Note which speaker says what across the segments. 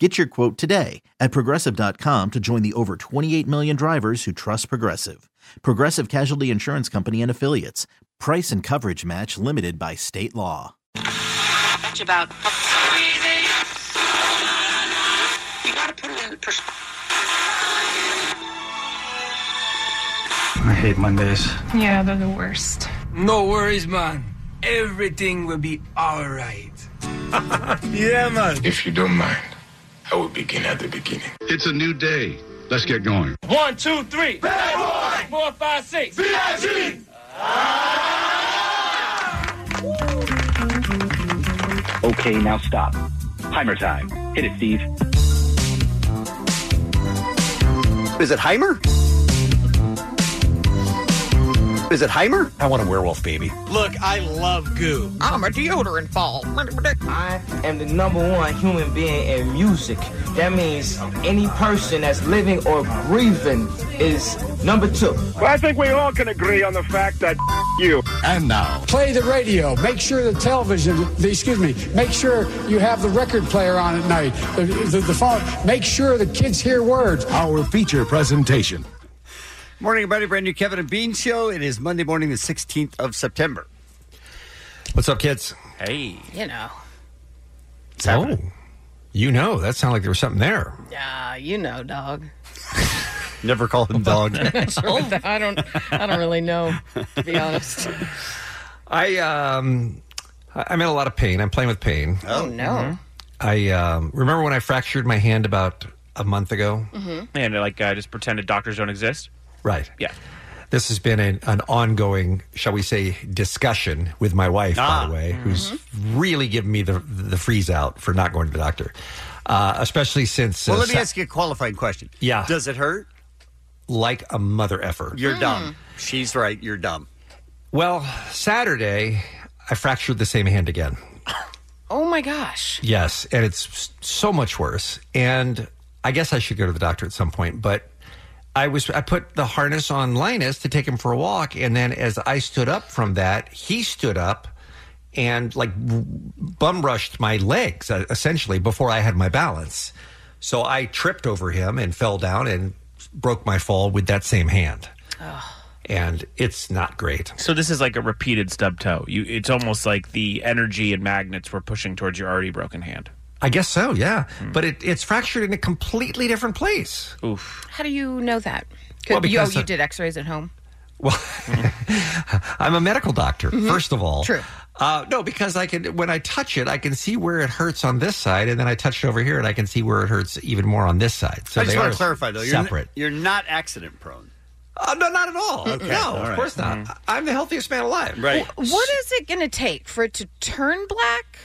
Speaker 1: Get your quote today at progressive.com to join the over 28 million drivers who trust Progressive. Progressive Casualty Insurance Company and Affiliates. Price and coverage match limited by state law.
Speaker 2: much about. You gotta put it in perspective.
Speaker 3: I hate Mondays.
Speaker 4: Yeah, they're the worst.
Speaker 5: No worries, man. Everything will be alright. yeah, man.
Speaker 6: If you don't mind, I will begin at the beginning.
Speaker 7: It's a new day. Let's get going.
Speaker 5: One, two, three. Bad boy. Four, five, six.
Speaker 8: Okay, now stop. Heimer time. Hit it, Steve.
Speaker 9: Is it Heimer? Is it Heimer?
Speaker 10: I want a werewolf baby.
Speaker 11: Look, I love goo.
Speaker 12: I'm a deodorant ball.
Speaker 13: I am the number one human being in music. That means any person that's living or breathing is number two.
Speaker 14: Well, I think we all can agree on the fact that you.
Speaker 10: And now,
Speaker 15: Play the radio. Make sure the television, the, excuse me, make sure you have the record player on at night, the, the, the phone. Make sure the kids hear words.
Speaker 10: our feature presentation.
Speaker 16: Morning, everybody. Brand new Kevin and Bean show. It is Monday morning, the 16th of September.
Speaker 10: What's up, kids?
Speaker 16: Hey.
Speaker 12: You know.
Speaker 16: What's happening?
Speaker 10: You know, that sounded like there was something there.
Speaker 12: Yeah, Ah, you know, dog.
Speaker 16: Never call him dog.
Speaker 12: I don't I don't really know, to be honest.
Speaker 10: I um, I- I'm in a lot of pain. I'm playing with pain.
Speaker 12: Oh
Speaker 10: Mm-hmm.
Speaker 12: no.
Speaker 10: I um, remember when I fractured my hand about a month ago.
Speaker 17: and like uh, just pretended doctors don't exist.
Speaker 10: Right.
Speaker 17: Yeah,
Speaker 10: This has been an, an ongoing, shall we say, discussion with my wife,
Speaker 16: Ah.
Speaker 10: by the way, who's really given me the the freeze out for not going to the doctor, uh, especially since.
Speaker 16: well,
Speaker 10: uh,
Speaker 16: let me
Speaker 10: Sa-
Speaker 16: ask you a qualifying question.
Speaker 10: Yeah.
Speaker 16: Does it hurt?
Speaker 10: like a mother effer.
Speaker 17: Hmm.
Speaker 16: You're dumb. She's right. You're dumb.
Speaker 10: Well, Saturday, I fractured the same hand again.
Speaker 12: Oh my gosh.
Speaker 10: Yes, and it's s- so much worse. And I guess I should go to the doctor at some point, but I was I put the harness on Linus to take him for a walk and then as I stood up from that, he stood up and like w- bum rushed my legs uh, essentially before I had my balance. So I tripped over him and fell down and broke my fall with that same hand. And it's not great.
Speaker 17: so this is like a repeated stub toe. You, it's almost like the energy and magnets were pushing towards your already broken hand.
Speaker 10: I guess so, yeah. But it, it's fractured in a completely different place.
Speaker 17: Oof.
Speaker 12: How do you know that?
Speaker 10: Well,
Speaker 12: Could you, oh,
Speaker 10: because, uh,
Speaker 12: you did x rays at home?
Speaker 10: Well, I'm a medical doctor, first of all.
Speaker 12: Mm-hmm. True.
Speaker 10: Uh, no, because I can when I touch it, I can see where it hurts on this side, and then I touch it over here, and I can see where it hurts even more on this side. So
Speaker 16: I just
Speaker 10: they
Speaker 16: want
Speaker 10: are
Speaker 16: to clarify, though. You're n-
Speaker 10: Separate.
Speaker 16: You're, not accident prone.
Speaker 10: Uh, no, not at all. Mm-hmm. no,
Speaker 16: all
Speaker 10: of
Speaker 16: right.
Speaker 10: course not. I- I'm the healthiest man alive.
Speaker 16: Right.
Speaker 12: What is it gonna take for it to turn black?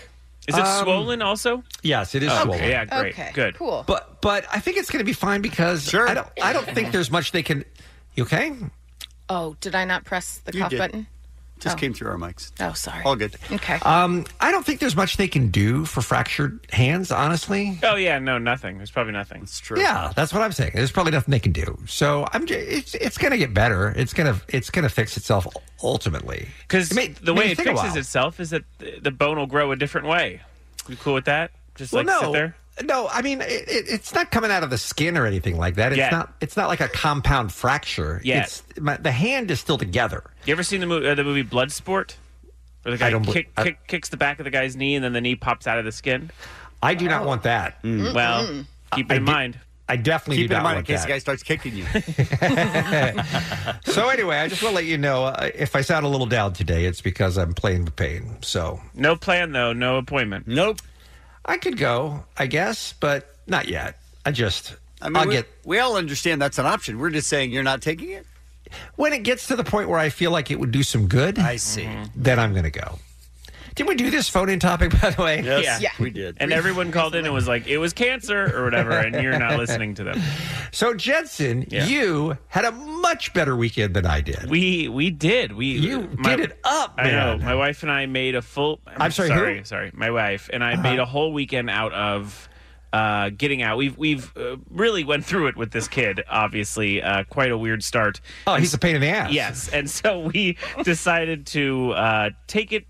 Speaker 17: Is it
Speaker 10: Um,
Speaker 17: swollen also?
Speaker 10: Yes, it is
Speaker 17: Okay,
Speaker 10: swollen.
Speaker 17: yeah, great,
Speaker 12: okay.
Speaker 17: good.
Speaker 12: Cool.
Speaker 10: But but I think it's going to be fine because
Speaker 16: Sure. Mm-hmm.
Speaker 10: I don't I don't think there's much they can. You okay?
Speaker 12: oh, did I not press the
Speaker 16: You
Speaker 12: cough
Speaker 16: did.
Speaker 12: button?
Speaker 16: Just came through our mics.
Speaker 12: Oh sorry.
Speaker 16: All good.
Speaker 12: Okay.
Speaker 10: Um, I don't think there's much they can do for fractured hands. Honestly,
Speaker 17: Oh yeah, no, nothing. There's probably nothing.
Speaker 16: It's true.
Speaker 10: Yeah, that's what I'm saying. There's probably nothing they can do. So I'm. j- It's it's gonna get better. It's gonna it's gonna fix itself ultimately.
Speaker 17: Because
Speaker 10: It may-
Speaker 17: the
Speaker 10: may
Speaker 17: way it
Speaker 10: take a
Speaker 17: fixes
Speaker 10: while.
Speaker 17: itself is that th- the bone will grow a different way. You cool with that? Just
Speaker 10: Well,
Speaker 17: like
Speaker 10: no,
Speaker 17: sit there.
Speaker 10: no. I mean, it, it, it's not coming out of the skin or anything like that. It's
Speaker 17: Yet.
Speaker 10: not. It's not like a compound fracture.
Speaker 17: Yet.
Speaker 10: It's my, the hand is still together.
Speaker 17: You ever seen the movie, uh, the movie Bloodsport? Where the guy
Speaker 10: I don't bel-
Speaker 17: kick,
Speaker 10: I-
Speaker 17: kick, kicks the back of the guy's knee and then the knee pops out of the skin.
Speaker 10: I do not want that.
Speaker 17: Well, keep it
Speaker 10: I
Speaker 17: in
Speaker 10: did-
Speaker 17: mind.
Speaker 10: I definitely
Speaker 16: Mm. Keep
Speaker 10: do
Speaker 16: it
Speaker 10: not
Speaker 16: in mind in
Speaker 10: want
Speaker 16: case
Speaker 10: that.
Speaker 16: the guy starts kicking you.
Speaker 10: So anyway, I just want to let you know uh, if I sound a little down today, it's because I'm playing with pain. So
Speaker 17: No plan though, no appointment.
Speaker 16: nope.
Speaker 10: I could go, I guess, but not yet. I just, I
Speaker 16: I mean,
Speaker 10: will
Speaker 16: we,
Speaker 10: get
Speaker 16: we all understand that's an option. We're just saying you're not taking it.
Speaker 10: when it gets to the point where I feel like it would do some good. Mm-hmm.
Speaker 16: I see.
Speaker 10: then I'm going to go. Did we do this phone in topic, by the way?
Speaker 16: Yes, Yeah. we did.
Speaker 17: And everyone called in and was like, it was cancer or whatever, and you're not listening to them.
Speaker 10: So Jensen,
Speaker 17: Yeah.
Speaker 10: you had a much better weekend than I did.
Speaker 17: We we did. We
Speaker 10: You
Speaker 17: my-
Speaker 10: did it up,
Speaker 17: I know.
Speaker 10: man.
Speaker 17: My wife and I made a full. I'm,
Speaker 10: I'm sorry, who?
Speaker 17: Sorry, sorry. My wife and I
Speaker 10: Uh-huh.
Speaker 17: made a whole weekend out of uh, getting out. We've we've uh, really went through it with this kid. Obviously, uh, quite a weird start.
Speaker 10: Oh, he's a pain in the ass.
Speaker 17: Yes, and so we decided to uh, take it.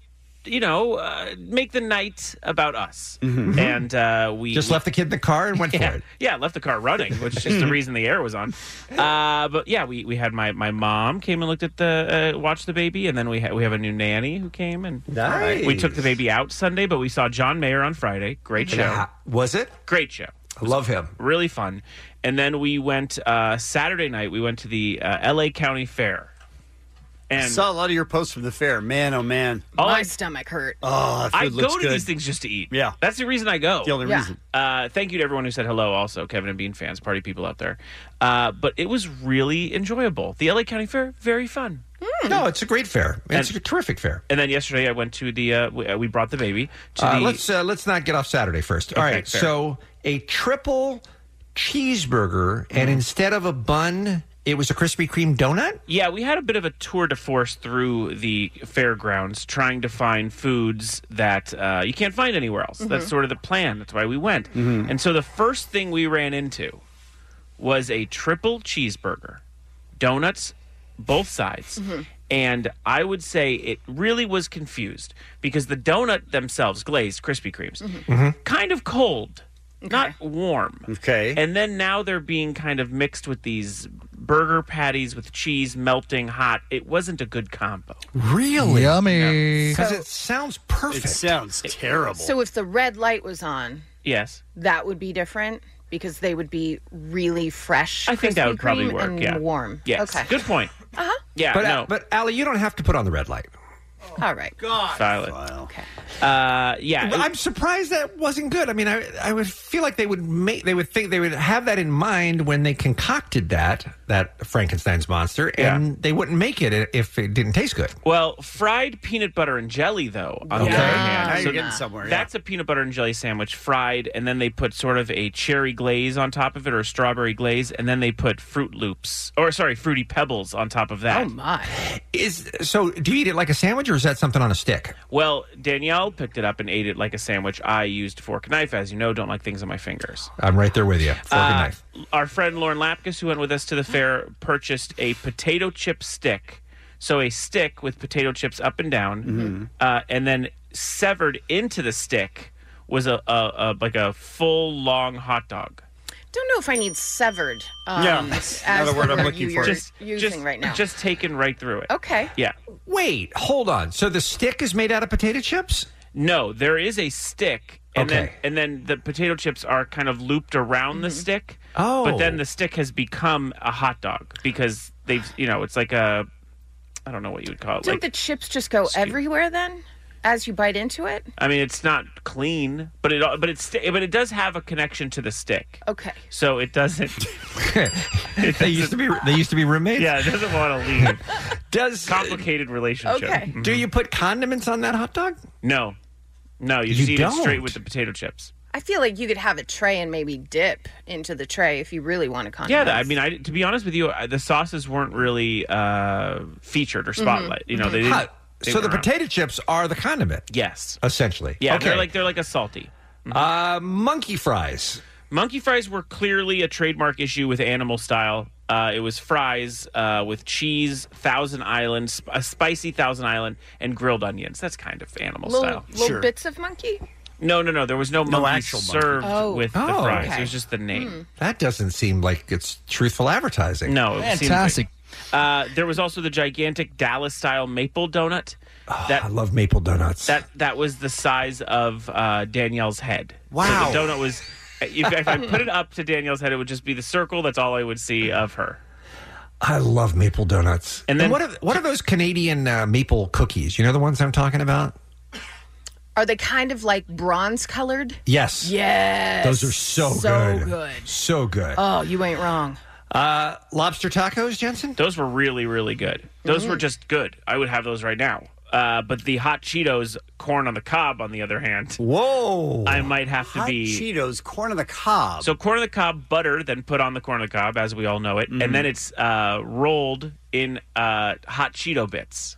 Speaker 17: You know, uh, make the night about us,
Speaker 10: Mhm.
Speaker 17: and uh, we
Speaker 10: Just
Speaker 17: we-
Speaker 10: left the kid in the car and went
Speaker 17: yeah.
Speaker 10: for it.
Speaker 17: Yeah, left the car running, which is the reason the air was on. Uh, but yeah, we, we had my, my mom came and looked at the uh, watched the baby, and then we ha- we have a new nanny who came and
Speaker 10: Nice.
Speaker 17: we took the baby out Sunday, but we saw John Mayer on Friday. Great show,
Speaker 10: Yeah. Was it?
Speaker 17: great show,
Speaker 10: I love him.
Speaker 17: really fun. And then we went uh, Saturday night. We went to the uh, L.A. County Fair.
Speaker 16: I saw a lot of your posts from the fair. Man, oh man.
Speaker 12: My stomach hurt.
Speaker 16: Oh, that food
Speaker 17: I
Speaker 16: looks
Speaker 17: go to
Speaker 16: good.
Speaker 17: these things just to eat.
Speaker 16: Yeah.
Speaker 17: That's the reason I go.
Speaker 16: The only Yeah. reason.
Speaker 17: Uh, thank you to everyone who said hello, also, Kevin and Bean fans, party people out there. Uh, but it was really enjoyable. The LA County Fair, very fun.
Speaker 10: No, it's a great fair. It's a terrific fair.
Speaker 17: And then yesterday I went to the, uh, we, uh, we brought the baby to
Speaker 10: Uh,
Speaker 17: the.
Speaker 10: let's uh, let's not get off Saturday first. All
Speaker 17: Okay,
Speaker 10: right,
Speaker 17: fair.
Speaker 10: so a triple cheeseburger,
Speaker 17: Mm-hmm.
Speaker 10: and instead of a bun, it was a Krispy Kreme donut.
Speaker 17: Yeah, we had a bit of a tour de force through the fairgrounds, trying to find foods that uh, you can't find anywhere else. That's
Speaker 4: Mhm.
Speaker 17: sort of the plan. That's why we went.
Speaker 4: Mhm.
Speaker 17: And so the first thing we ran into was a triple cheeseburger, donuts, both
Speaker 18: Mm-hmm.
Speaker 17: sides.
Speaker 4: Mhm.
Speaker 12: Mm-hmm.
Speaker 17: And I would say it really was confused because the donut themselves, glazed Krispy Kremes, kind of cold, not warm.
Speaker 16: Okay.
Speaker 17: And then now they're being kind of mixed with these burger patties with cheese melting hot. It wasn't a good combo.
Speaker 10: Really
Speaker 17: Yummy.
Speaker 10: Because
Speaker 12: So-
Speaker 10: it sounds perfect. It
Speaker 16: sounds terrible.
Speaker 12: So if the red light was on,
Speaker 17: yes.
Speaker 12: that would be different because they would be really fresh.
Speaker 17: I think that
Speaker 12: Krispy
Speaker 17: would probably
Speaker 12: Kreme
Speaker 17: work.
Speaker 12: and
Speaker 17: yeah.
Speaker 12: warm.
Speaker 17: Yes.
Speaker 12: Okay.
Speaker 17: Good point.
Speaker 12: Uh huh.
Speaker 17: Yeah.
Speaker 10: but
Speaker 17: no.
Speaker 10: but Allie, you don't have to put on the red light.
Speaker 12: All right.
Speaker 17: God. Silent. Okay. Uh, yeah.
Speaker 10: I'm surprised that wasn't good. I mean, I I would feel like they would make they would think they would have that in mind when they concocted that that Frankenstein's monster, and they wouldn't make it if it didn't taste good.
Speaker 17: Well, fried peanut butter and jelly, though, on
Speaker 10: Okay.
Speaker 17: the other
Speaker 10: Ah,
Speaker 17: hand.
Speaker 10: now you're getting somewhere, yeah.
Speaker 17: That's a peanut butter and jelly sandwich fried, and then they put sort of a cherry glaze on top of it or a strawberry glaze, and then they put Fruit Loops, or sorry, Fruity Pebbles on top of that.
Speaker 12: Oh, my!
Speaker 10: Is so? Do you eat it like a sandwich, or is that something on a stick?
Speaker 17: Well, Danielle picked it up and ate it like a sandwich. I used fork and knife, as you know, don't like things on my fingers.
Speaker 10: I'm right there with you. Fork and
Speaker 17: Uh,
Speaker 10: knife.
Speaker 17: Our friend Lauren Lapkus, who went with us to the fair, purchased a potato chip stick. So a stick with potato chips up and down,
Speaker 10: Mm-hmm.
Speaker 17: uh, and then severed into the stick was a, a, a like a full long hot dog.
Speaker 12: Don't know if I need severed. Um,
Speaker 17: Yeah, that's
Speaker 12: as
Speaker 17: another
Speaker 12: the
Speaker 17: word I'm looking
Speaker 12: you-
Speaker 17: for.
Speaker 12: you're
Speaker 17: Just-
Speaker 12: using right now.
Speaker 17: Just taken right through it.
Speaker 12: okay.
Speaker 17: Yeah.
Speaker 10: Wait, hold on. So the stick is made out of potato chips?
Speaker 17: No, there is a stick, and
Speaker 10: Okay.
Speaker 17: then and then the potato chips are kind of looped around
Speaker 12: Mm-hmm.
Speaker 17: the stick.
Speaker 10: Oh.
Speaker 17: but then the stick has become a hot dog because they've you know it's like a I don't know what you would call it.
Speaker 12: Don't
Speaker 17: Like
Speaker 12: the chips just go everywhere then, as you bite into it?
Speaker 17: I mean, it's not clean, but it but it's but it does have a connection to the stick,
Speaker 12: Okay.
Speaker 17: so it doesn't. it
Speaker 10: They used to be they used to be roommates.
Speaker 17: yeah, it doesn't want to leave.
Speaker 10: Does
Speaker 17: complicated relationship? Mhm.
Speaker 10: Do you put condiments on that hot dog?
Speaker 17: No, no, you,
Speaker 10: You
Speaker 17: just eat it straight
Speaker 10: don't.
Speaker 17: with the potato chips.
Speaker 12: I feel like you could have a tray and maybe dip into the tray if you really want to.
Speaker 17: Yeah,
Speaker 12: Condiment.
Speaker 17: I mean, I to be honest with you, I- the sauces weren't really uh, featured
Speaker 12: Mm-hmm.
Speaker 17: or spotlight. You know, they didn't.
Speaker 10: Huh.
Speaker 17: they
Speaker 10: so the
Speaker 17: weren't around.
Speaker 10: potato chips are the condiment.
Speaker 17: Yes.
Speaker 10: Essentially.
Speaker 17: Yeah,
Speaker 10: Okay.
Speaker 17: they're like they're like a salty. Mm-hmm.
Speaker 10: Uh, monkey fries.
Speaker 17: Monkey fries were clearly a trademark issue with Animal Style. Uh, it was fries uh, with cheese, Thousand Island, sp- a spicy Thousand Island, and grilled onions. That's kind of Animal
Speaker 12: little,
Speaker 17: Style.
Speaker 12: little bits of monkey.
Speaker 17: No, no, no. There was no, monkey
Speaker 16: actual monkey.
Speaker 17: served
Speaker 12: Oh.
Speaker 17: with the
Speaker 10: Oh,
Speaker 17: fries.
Speaker 10: okay.
Speaker 17: It was just the name.
Speaker 10: That doesn't seem like it's truthful advertising.
Speaker 17: No, it seems like- Uh, there was also the gigantic Dallas-style maple donut. That
Speaker 10: Ah, I love maple donuts.
Speaker 17: That that was the size of uh, Danielle's head.
Speaker 10: Wow.
Speaker 17: So the donut was. If, if I put it up to Danielle's head, it would just be the circle. That's all I would see of her.
Speaker 10: I love maple donuts.
Speaker 17: And
Speaker 10: And
Speaker 17: then-
Speaker 10: then what are what are those Canadian uh, maple cookies? You know the ones I'm talking about?
Speaker 12: Are they kind of like bronze colored?
Speaker 10: Yes.
Speaker 12: Yes.
Speaker 10: Those are so,
Speaker 12: So
Speaker 10: good.
Speaker 12: good.
Speaker 10: So good.
Speaker 12: Oh, you ain't wrong.
Speaker 10: Uh, lobster tacos, Jensen?
Speaker 17: Those were really, really good. Those were just good. I would have those right now. Uh, but the hot Cheetos corn on the cob, on the other hand,
Speaker 10: whoa,
Speaker 17: I might have to
Speaker 16: Hot
Speaker 17: be
Speaker 16: Cheetos, corn on the cob.
Speaker 17: So corn on the cob butter, then put on the corn on the cob, as we all know it,
Speaker 10: Mm.
Speaker 17: and then it's uh, rolled in uh, hot Cheeto bits.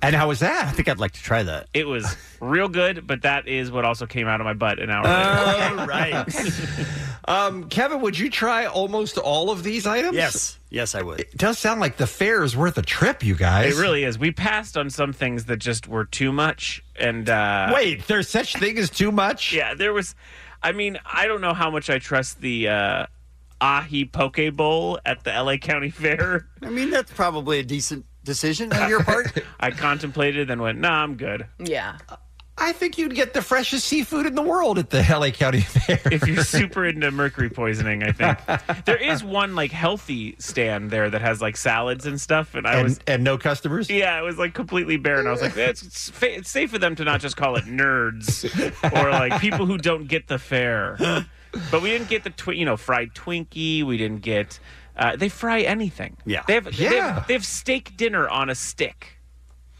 Speaker 10: And how was that? I
Speaker 16: think I'd like to try that.
Speaker 17: It was real good, but that is what also came out of my butt an hour later.
Speaker 10: All Oh, right. um, Kevin, would you try almost all of these items?
Speaker 16: Yes. Yes, I would.
Speaker 10: It does sound like the fare is worth a trip, you guys.
Speaker 17: It really is. We passed on some things that just were too much, and uh,
Speaker 10: Wait, there's such thing as too much?
Speaker 17: yeah, there was. I mean, I don't know how much I trust the uh, ahi poke bowl at the L.A. County Fair.
Speaker 16: I mean, that's probably a decent decision on your part.
Speaker 17: I contemplated and went, "Nah, I'm good."
Speaker 12: Yeah.
Speaker 10: Uh, I think you'd get the freshest seafood in the world at the LA County Fair.
Speaker 17: if you're super into mercury poisoning, I think there is one like healthy stand there that has like salads and stuff, and I
Speaker 10: and,
Speaker 17: was
Speaker 10: and no customers?
Speaker 17: yeah, it was like completely bare, and I was like, it's, it's, fa- it's safe for them to not just call it nerds or like people who don't get the fair. But we didn't get the twi- you know fried Twinkie. We didn't get uh, they fry anything.
Speaker 16: Yeah.
Speaker 17: they have, they
Speaker 10: Yeah.
Speaker 17: have they have steak dinner on a stick.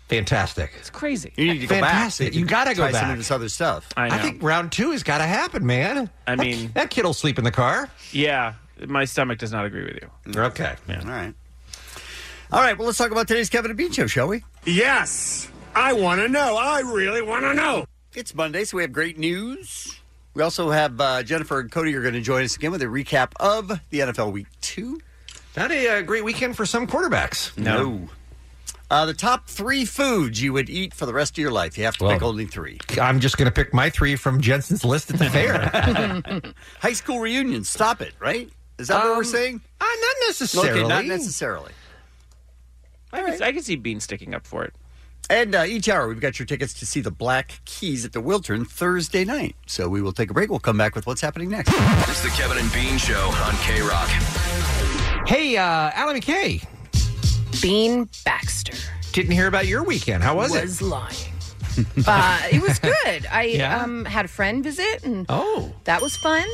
Speaker 10: Fantastic.
Speaker 17: It's crazy.
Speaker 16: You need to go
Speaker 10: Fantastic.
Speaker 16: back.
Speaker 10: You gotta go
Speaker 16: try some
Speaker 10: back.
Speaker 16: of this other stuff.
Speaker 17: I know.
Speaker 10: I think round two has got to happen, man.
Speaker 17: I
Speaker 10: That-
Speaker 17: mean-
Speaker 10: that kid'll sleep in the car.
Speaker 17: yeah, my stomach does not agree with you.
Speaker 10: Okay.
Speaker 16: All right. All right. Well, let's talk about today's Kevin and Bean show, shall we?
Speaker 14: Yes, I want to know. I really want to know.
Speaker 16: It's Monday, so we have great news. We also have uh, Jennifer and Cody are going to join us again with a recap of the NFL Week Two.
Speaker 10: Not a uh, great weekend for some quarterbacks.
Speaker 16: No. Uh, the top three foods you would eat for the rest of your life. You have to
Speaker 10: Well-
Speaker 16: pick only three.
Speaker 10: I'm just going to pick my three from Jensen's list at the fair.
Speaker 16: High school reunion. Stop it. Right? Is that what we're saying?
Speaker 10: Uh, not necessarily.
Speaker 16: Okay, not necessarily.
Speaker 17: I can, I can see Bean sticking up for it.
Speaker 16: And uh, each hour, we've got your tickets to see the Black Keys at the Wiltern Thursday night. So we will take a break. We'll come back with what's happening next.
Speaker 4: It's the Kevin and Bean Show on K Rock.
Speaker 10: hey, uh, Alan McKay,
Speaker 12: Bean Baxter
Speaker 10: didn't hear about your weekend. How was, it?
Speaker 12: was lying. uh, it was good. I
Speaker 10: Yeah?
Speaker 12: um, had a friend visit, and
Speaker 10: Oh.
Speaker 12: that was fun.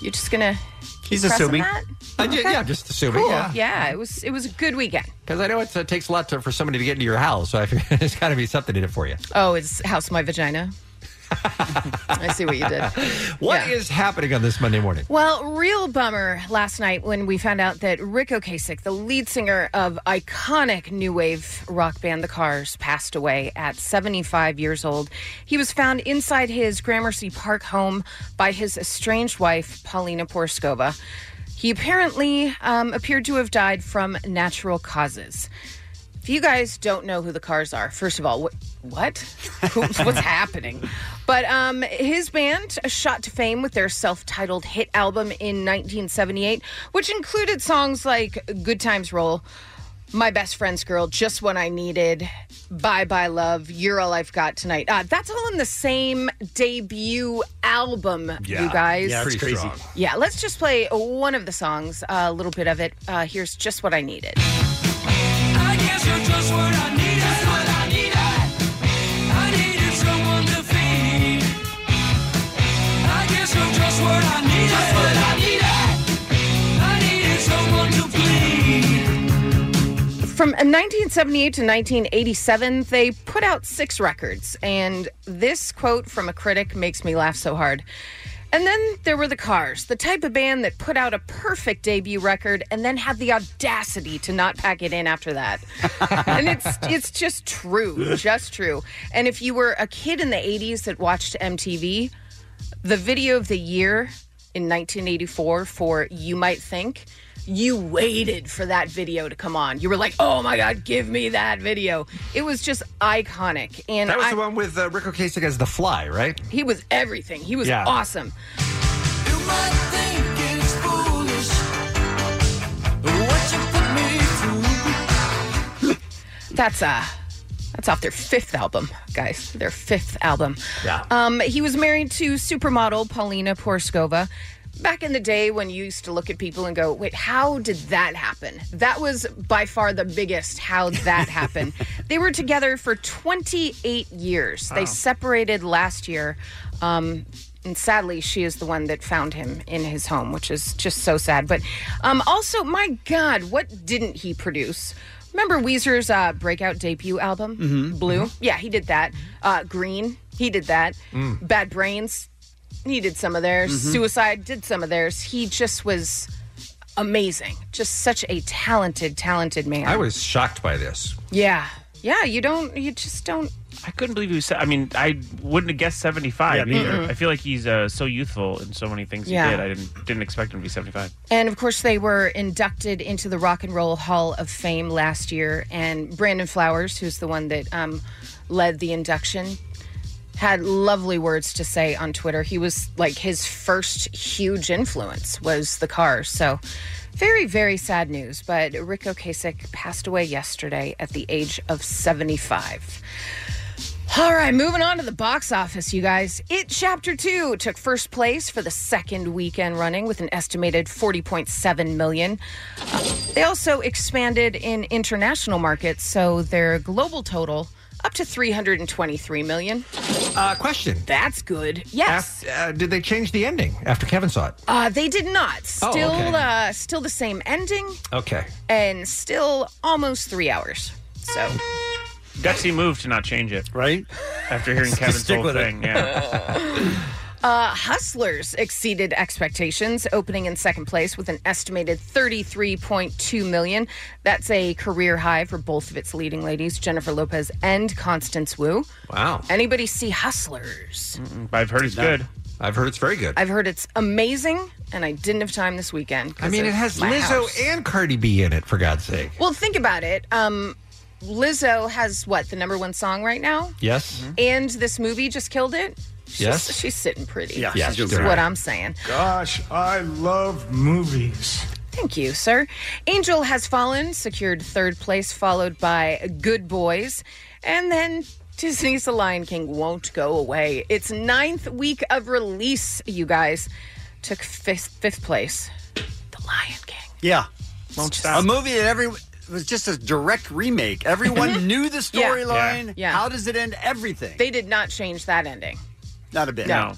Speaker 12: You're just gonna. keep
Speaker 16: He's
Speaker 12: pressing
Speaker 16: assuming.
Speaker 12: That?
Speaker 10: I ju- yeah, I'm just assuming.
Speaker 12: Cool.
Speaker 10: Yeah.
Speaker 12: it was it was a good weekend.
Speaker 10: Because I know it's, it takes a lot to, for somebody to get into your house, so I figure there's got to be something in it for you.
Speaker 12: Oh, it's House My Vagina. I see what you did.
Speaker 10: What is
Speaker 12: Yeah.
Speaker 10: happening on this Monday morning?
Speaker 12: Well, real bummer last night when we found out that Rick Ocasek, the lead singer of iconic new wave rock band The Cars, passed away at 75 years old. He was found inside his Gramercy Park home by his estranged wife, Paulina Porskova. He apparently um, appeared to have died from natural causes. If you guys don't know who the Cars are, first of all, what? What? Who- What's happening? But um, his band shot to fame with their self titled hit album in 1978, which included songs like Good Times Roll, My Best Friend's Girl, Just What I Needed, Bye Bye Love, You're All I've Got Tonight. Uh, that's all in the same debut album, you guys.
Speaker 16: Yeah, it's
Speaker 10: Pretty
Speaker 16: crazy.
Speaker 10: strong.
Speaker 12: Yeah, let's just play one of the songs, a little bit of it. Uh, here's Just What I Needed.
Speaker 2: I guess you're just what I needed. Just what I needed. I needed someone to feed. I guess you're just what I needed. Just what I needed. I needed someone to bleed.
Speaker 12: From 1978 to 1987, they put out six records, and this quote from a critic makes me laugh so hard. And then there were the Cars, the type of band that put out a perfect debut record and then had the audacity to not pack it in after that. and it's it's just true, just true. And if you were a kid in the 80s that watched MTV, the video of the year in 1984 for You Might Think, you waited for that video to come on. You were like, oh my God, give me that video. It was just iconic. And
Speaker 10: That was
Speaker 12: I-
Speaker 10: the one with uh, Rick Ocasek as the fly, right?
Speaker 12: he was everything. He was
Speaker 10: Yeah.
Speaker 12: awesome.
Speaker 2: You might think it's foolish. What you put me through.
Speaker 12: That's uh that's off their fifth album, guys. Their fifth album.
Speaker 10: Yeah.
Speaker 12: Um, he was married to supermodel Paulina Porskova. Back in the day when you used to look at people and go, wait, how did that happen? That was by far the biggest how that happened. They were together for 28 years. They separated last year. Um, and sadly, she is the one that found him in his home, which is just so sad. But um, also, my God, what didn't he produce? Remember Weezer's uh, breakout debut album,
Speaker 2: Mhm.
Speaker 12: Blue? Yeah, he did that. Uh, Green, he did that.
Speaker 2: Mm.
Speaker 12: Bad Brains, he did some of theirs.
Speaker 10: Mm-hmm.
Speaker 2: Mhm.
Speaker 12: Suicide did some of theirs. He just was amazing. Just such a talented, talented man.
Speaker 10: I was shocked by this.
Speaker 12: Yeah, yeah. You don't. You just don't.
Speaker 17: I couldn't believe he was. se- I mean, I wouldn't have guessed seventy-five
Speaker 12: Yeah, me
Speaker 17: either.
Speaker 12: either.
Speaker 17: I feel like he's uh, so youthful in so many things
Speaker 12: Yeah.
Speaker 17: he did. I didn't didn't expect him to be seventy-five.
Speaker 12: And of course, they were inducted into the Rock and Roll Hall of Fame last year. And Brandon Flowers, who's the one that um, led the induction, had lovely words to say on Twitter. He was like his first huge influence was the Cars. So, very, very sad news. But Rick Ocasek passed away yesterday at the age of 75. All right, moving on to the box office, you guys. It Chapter 2 took first place for the second weekend running with an estimated 40.7 million. Uh, They also expanded in international markets, so their global total up to 323 million.
Speaker 10: Uh, question.
Speaker 12: That's good. Yes.
Speaker 10: Af- uh, did they change the ending after Kevin saw it?
Speaker 12: Uh, they did not.
Speaker 10: Oh,
Speaker 12: Still
Speaker 10: okay.
Speaker 12: uh, still the same ending
Speaker 10: Okay.
Speaker 12: and still almost 3 hours. So
Speaker 17: Gutsy move to not change it,
Speaker 16: right?
Speaker 17: After hearing Kevin's
Speaker 2: Stick
Speaker 17: whole
Speaker 2: with it.
Speaker 17: thing, yeah.
Speaker 12: Uh, Hustlers exceeded expectations, opening in second place with an estimated 33.2 million. That's a career high for both of its leading ladies, Jennifer Lopez and Constance Wu.
Speaker 10: Wow.
Speaker 12: Anybody see Hustlers?
Speaker 17: I've heard it's good.
Speaker 10: I've heard it's very good.
Speaker 12: I've heard it's amazing, and I didn't have time this weekend. 'cause
Speaker 10: I mean,
Speaker 12: of
Speaker 10: it has
Speaker 12: my
Speaker 10: Lizzo
Speaker 12: house.
Speaker 10: and Cardi B in it, for God's sake.
Speaker 12: Well, think about it. Um, Lizzo has what the number one song right now,
Speaker 10: Yes.
Speaker 12: and this movie just killed it. She's,
Speaker 10: Mm-hmm. Yes.
Speaker 12: she's sitting pretty.
Speaker 10: Yeah, Yes, she's doing
Speaker 12: that's
Speaker 10: great.
Speaker 12: what I'm saying.
Speaker 14: Gosh, I love movies.
Speaker 12: Thank you, sir. Angel Has Fallen secured third place, followed by Good Boys. And then Disney's The Lion King won't go away. Its ninth week of release, you guys, took fifth, fifth place.
Speaker 16: Yeah.
Speaker 12: Won't
Speaker 16: A movie that every was just a direct remake. Everyone knew the
Speaker 12: Yeah.
Speaker 16: storyline.
Speaker 12: Yeah.
Speaker 16: How does it end? Everything.
Speaker 12: They did not change that ending.
Speaker 16: Not a bit.
Speaker 12: No.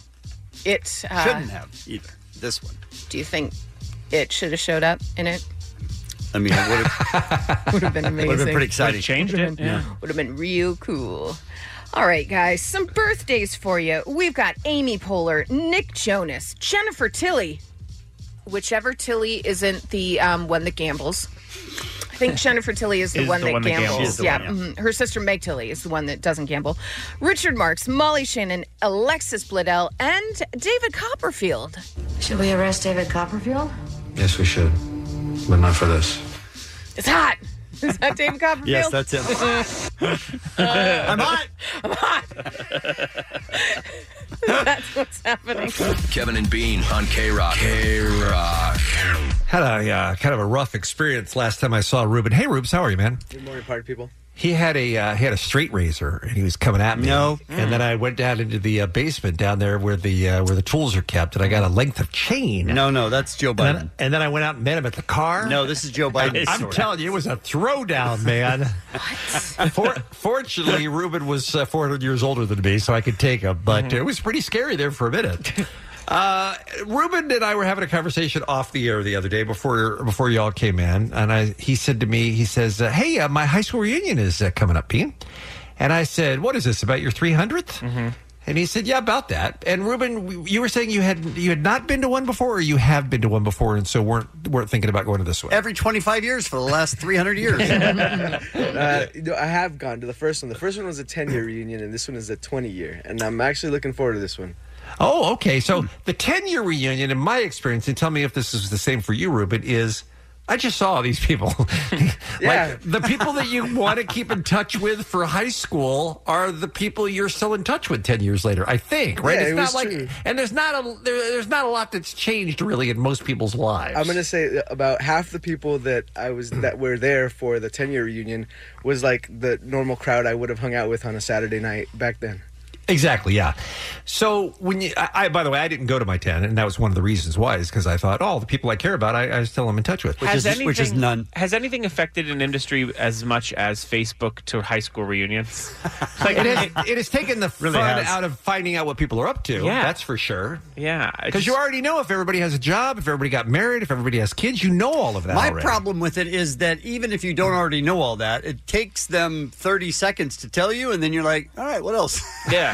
Speaker 12: It uh,
Speaker 16: Shouldn't have either. This one.
Speaker 12: Do you think it should have showed up in it?
Speaker 16: I mean, it would have
Speaker 12: would have been amazing.
Speaker 16: Would have been pretty exciting.
Speaker 17: Would've changed it, yeah.
Speaker 12: Would have been real cool. All right, guys, some birthdays for you. We've got Amy Poehler, Nick Jonas, Jennifer Tilly, whichever Tilly isn't the um, one that gambles. I think Jennifer Tilly is the
Speaker 2: Is
Speaker 12: one
Speaker 2: the
Speaker 12: that
Speaker 2: one that
Speaker 12: gambles.
Speaker 2: gambles. She is the
Speaker 12: yeah,
Speaker 2: one, yeah.
Speaker 12: mhm. her sister Meg Tilly is the one that doesn't gamble. Richard Marks, Molly Shannon, Alexis Bledel, and David Copperfield.
Speaker 19: Should we arrest David Copperfield?
Speaker 3: Yes, we should. But not for this.
Speaker 12: It's hot. Is that David Copperfield?
Speaker 3: Yes, that's him.
Speaker 16: I'm hot.
Speaker 12: I'm hot. that's what's happening.
Speaker 4: Kevin and Bean on K Rock. K Rock.
Speaker 10: Had a uh, kind of a rough experience last time I saw Ruben. Hey, Rubes, how are you, man?
Speaker 16: Good morning, party people.
Speaker 10: He had a uh, he had a straight razor and he was coming at me. No, and then I went down into the uh, basement down there where the uh, where the tools are kept, and I got a length of chain.
Speaker 16: No, no, that's Joe
Speaker 10: Biden. And then, and then I went out and met him at the car.
Speaker 16: No, this is Joe Biden's
Speaker 10: I'm
Speaker 16: story.
Speaker 10: telling you, it was a throwdown, man. For, fortunately, Ruben was uh, 400 years older than me, so I could take him. But
Speaker 2: Mhm.
Speaker 10: it was pretty scary there for a minute. Uh, Ruben and I were having a conversation off the air the other day before before y'all came in, and I he said to me, he says, uh, "Hey, uh, my high school reunion is uh, coming up, Ian." And I said, "What is this about your 300th?" And he said, "Yeah, about that." And Ruben, w- you were saying you had you had not been to one before, or you have been to one before, and so weren't weren't thinking about going to this one.
Speaker 16: Every 25 years for the last 300 years.
Speaker 20: uh, no, I have gone to the first one. The first one was a 10 year reunion, and this one is a 20 year. And I'm actually looking forward to this one.
Speaker 10: Oh, okay. So the 10 year reunion, in my experience, and tell me if this is the same for you, Ruben, is I just saw these people.
Speaker 20: Yeah.
Speaker 10: Like the people that you want to keep in touch with for high school are the people you're still in touch with 10 years later, I think, right?
Speaker 20: Yeah,
Speaker 10: it's
Speaker 20: it
Speaker 10: not
Speaker 20: was
Speaker 10: like,
Speaker 20: true.
Speaker 10: and there's not a, there, there's not a lot that's changed really in most people's lives.
Speaker 20: I'm gonna say that about half the people that I was that were there for the 10 year reunion was like the normal crowd I would have hung out with on a Saturday night back then.
Speaker 10: Exactly. Yeah. So when you, I, I, by the way, I didn't go to my ten, and that was one of the reasons why is because I thought, oh, the people I care about, I, I still am in touch with,
Speaker 17: Has anything- Has anything affected an industry as much as Facebook to high school reunions?
Speaker 10: Like it, has, it has taken the
Speaker 17: Really
Speaker 10: fun
Speaker 17: has.
Speaker 10: out of finding out what people are up to.
Speaker 17: Yeah.
Speaker 10: that's for sure.
Speaker 17: Yeah,
Speaker 10: Because you already know if everybody has a job, if everybody got married, if everybody has kids, you know all of that.
Speaker 16: My
Speaker 10: already.
Speaker 16: problem with it is that even if you don't already know all that, it takes them 30 seconds to tell you, and then you're like, all right, what else?
Speaker 17: Yeah.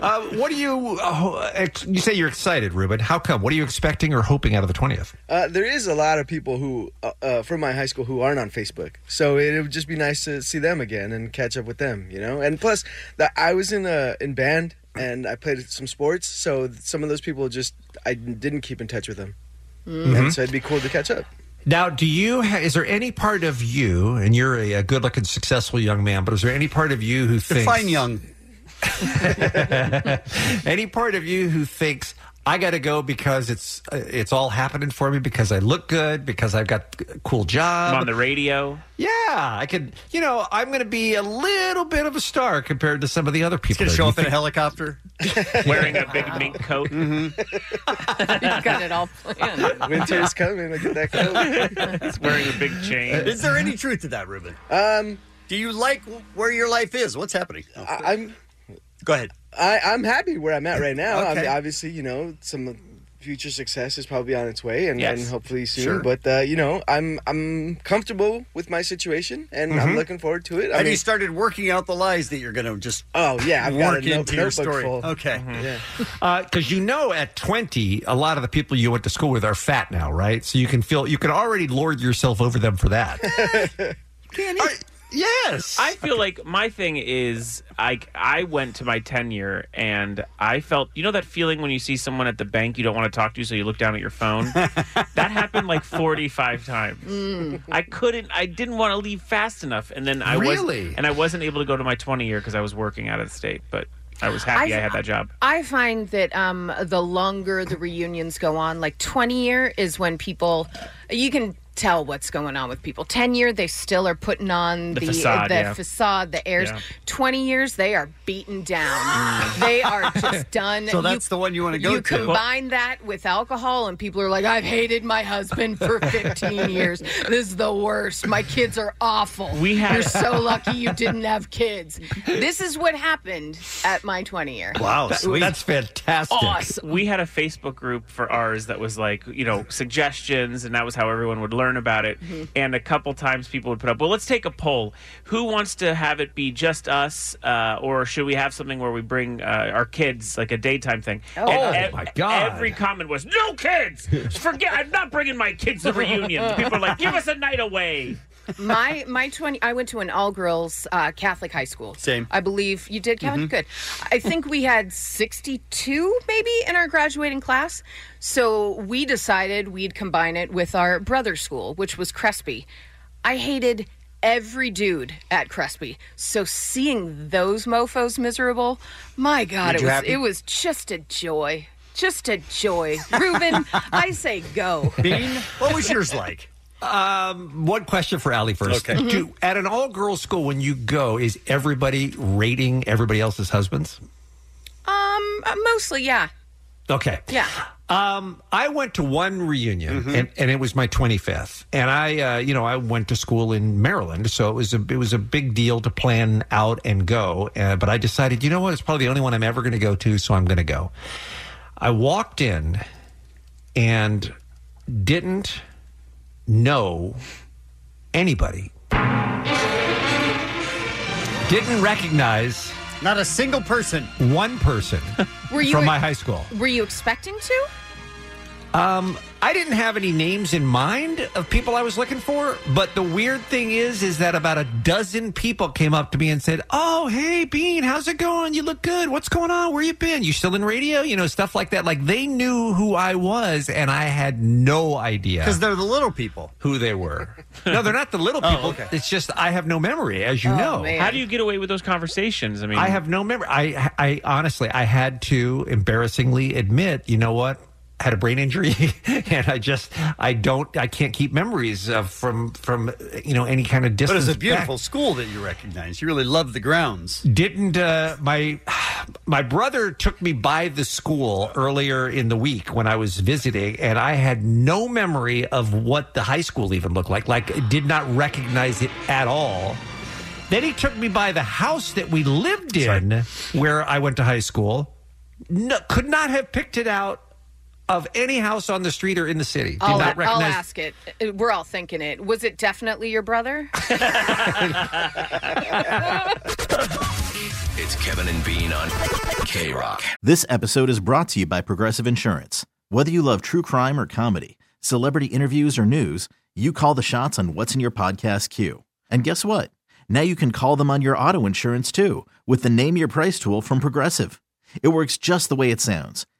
Speaker 10: Uh, what do you? Uh, ex- you say you're excited, Ruben. How come? What are you expecting or hoping out of the twentieth?
Speaker 20: Uh, there is a lot of people who uh, uh, from my high school who aren't on Facebook, so it would just be nice to see them again and catch up with them, you know. And plus, that I was in a in band and I played some sports, so some of those people just I didn't keep in touch with them,
Speaker 16: Mm-hmm.
Speaker 20: and so it'd be cool to catch up.
Speaker 10: Now, do you? Ha- is there any part of you? And you're a, a good-looking, successful young man, but is there any part of you who thinks
Speaker 16: Define young.
Speaker 10: any part of you who thinks I got to go because it's uh, it's all happening for me because I look good because I've got a cool job
Speaker 17: I'm on the radio.
Speaker 10: Yeah, I could. You know, I'm going to be a little bit of a star compared to some of the other people.
Speaker 16: Gonna
Speaker 10: that
Speaker 16: show
Speaker 10: you
Speaker 16: up in a
Speaker 10: think-
Speaker 16: helicopter.
Speaker 17: Wearing a big mink coat.
Speaker 12: You've got it all planned.
Speaker 20: Winter's coming. Look at that coat.
Speaker 17: He's wearing a big chain.
Speaker 16: Is there any truth to that, Ruben?
Speaker 20: Um,
Speaker 16: Do you like w- where your life is? What's happening?
Speaker 20: I, I'm
Speaker 16: Go ahead.
Speaker 20: I, I'm happy where I'm at right now. I
Speaker 16: Okay.
Speaker 20: mean, obviously, you know, some future success is probably on its way, and,
Speaker 16: Yes.
Speaker 20: and hopefully soon.
Speaker 16: Sure.
Speaker 20: But uh, you know, I'm I'm comfortable with my situation, and I'm
Speaker 16: Mhm.
Speaker 20: looking forward to it. I
Speaker 16: Have
Speaker 20: mean,
Speaker 16: you started working out the lies that you're going to just
Speaker 20: oh yeah, I've got
Speaker 16: work
Speaker 20: a note-
Speaker 16: into your
Speaker 20: notebook
Speaker 16: story?
Speaker 20: full.
Speaker 16: Okay.
Speaker 20: Yeah.
Speaker 10: because Uh, you know at 20 a lot of the people you went to school with are fat now right so you can feel you can already lord yourself over them for that yes.
Speaker 17: I feel like my thing is I I went to my tenure and I felt you know that feeling when you see someone at the bank you don't want to talk to so you look down at your phone. that happened like 45 times. I couldn't I didn't want to leave fast enough and then I
Speaker 10: Really?
Speaker 17: was and I wasn't able to go to my 20 year cuz I was working out of the state but I was happy I,
Speaker 12: I-
Speaker 17: had that job.
Speaker 12: I find that um, the longer the reunions go on, like 20 year is when people, you can tell what's going on with people. 10 year, they still are putting on
Speaker 2: The
Speaker 12: the,
Speaker 2: facade,
Speaker 12: the
Speaker 2: yeah.
Speaker 12: facade, the airs.
Speaker 16: Yeah.
Speaker 12: 20 years, they are beaten down. they are just done.
Speaker 16: So that's the one you want to go
Speaker 12: you
Speaker 16: to.
Speaker 12: combine that with alcohol, and people are like, I've hated my husband for 15 years. This is the worst. My kids are awful.
Speaker 17: We had-
Speaker 12: You're so lucky you didn't have kids. This is what happened at my 20 year.
Speaker 10: That- that's fantastic
Speaker 17: We had a Facebook group for ours that was like, you know, suggestions, and that was how everyone would learn about it.
Speaker 2: Mhm.
Speaker 17: And a couple times people would put up, well, let's take a poll. Who wants to have it be just us, uh, or should we have something where we bring uh, our kids, like a daytime thing?
Speaker 2: Oh.
Speaker 17: And
Speaker 10: e-
Speaker 2: Oh, my God.
Speaker 17: Every comment was, no kids! Forget, I'm not bringing my kids to reunions. People are like, give us a night away.
Speaker 12: my my 20 i went to an all girls uh, catholic high school
Speaker 17: Same.
Speaker 12: i believe you did
Speaker 16: Mm-hmm.
Speaker 12: kevin
Speaker 17: Mhm.
Speaker 12: good i think we had 62 maybe in our graduating class so we decided we'd combine it with our brother school which was crespi i hated every dude at crespi so seeing those mofos miserable my god
Speaker 2: Made
Speaker 12: it
Speaker 2: you
Speaker 12: was
Speaker 2: happy?
Speaker 12: it was just a joy just a joy reuben i say go
Speaker 16: Bean, what was yours like?
Speaker 10: Um, one question for Ali first.
Speaker 16: Okay. Mhm.
Speaker 10: Do, at an all-girls school, when you go, is everybody rating everybody else's husbands?
Speaker 12: um uh, mostly yeah
Speaker 10: Okay.
Speaker 12: yeah
Speaker 10: Um, I went to one reunion,
Speaker 16: Mm-hmm.
Speaker 10: and, and it was my 25th. And I, uh, you know, I went to school in Maryland, so it was a it was a big deal to plan out and go. Uh, but I decided, you know what? It's probably the only one I'm ever going to go to, so I'm going to go. I walked in, and didn't know anybody. Didn't recognize
Speaker 16: not a single person.
Speaker 10: One person
Speaker 12: Were you
Speaker 10: from
Speaker 12: a-
Speaker 10: my high school.
Speaker 12: Were you expecting to?
Speaker 10: Um, I didn't have any names in mind of people I was looking for, but the weird thing is, is that about a dozen people came up to me and said, "Oh, hey, Bean, how's it going? You look good. What's going on? Where you been? You still in radio? You know, stuff like that." Like they knew who I was, and I had no idea
Speaker 16: Because they're the little people.
Speaker 10: who they were. no, they're not the little
Speaker 17: Oh,
Speaker 10: people.
Speaker 17: okay.
Speaker 10: It's just I have no memory, as
Speaker 17: Oh,
Speaker 16: Oh,
Speaker 10: you know.
Speaker 17: How do you get away with those conversations? I mean,
Speaker 10: I have no memory. I, I honestly, I had to embarrassingly admit, you know what? had a brain injury and I just I don't I can't keep memories of from from you know any kind of
Speaker 16: But
Speaker 10: distance.
Speaker 16: it's a
Speaker 10: back.
Speaker 16: beautiful school that you recognize. You really love the grounds.
Speaker 10: Didn't uh, my my brother took me by the school earlier in the week when I was visiting, and I had no memory of what the high school even looked like. Like, did not recognize it at all. Then he took me by the house that we lived in, where I went to high school. No, could not have picked it out of any house on the street or in the city. Did
Speaker 12: I'll,
Speaker 10: not
Speaker 12: I'll
Speaker 10: recognize
Speaker 12: ask it. Uh, We're all thinking it. Was it definitely your brother?
Speaker 4: It's Kevin and Bean on K Rock.
Speaker 1: This episode is brought to you by Progressive Insurance. Whether you love true crime or comedy, celebrity interviews or news, you call the shots on what's in your podcast queue. And guess what? Now you can call them on your auto insurance too with the Name Your Price tool from Progressive. It works just the way it sounds.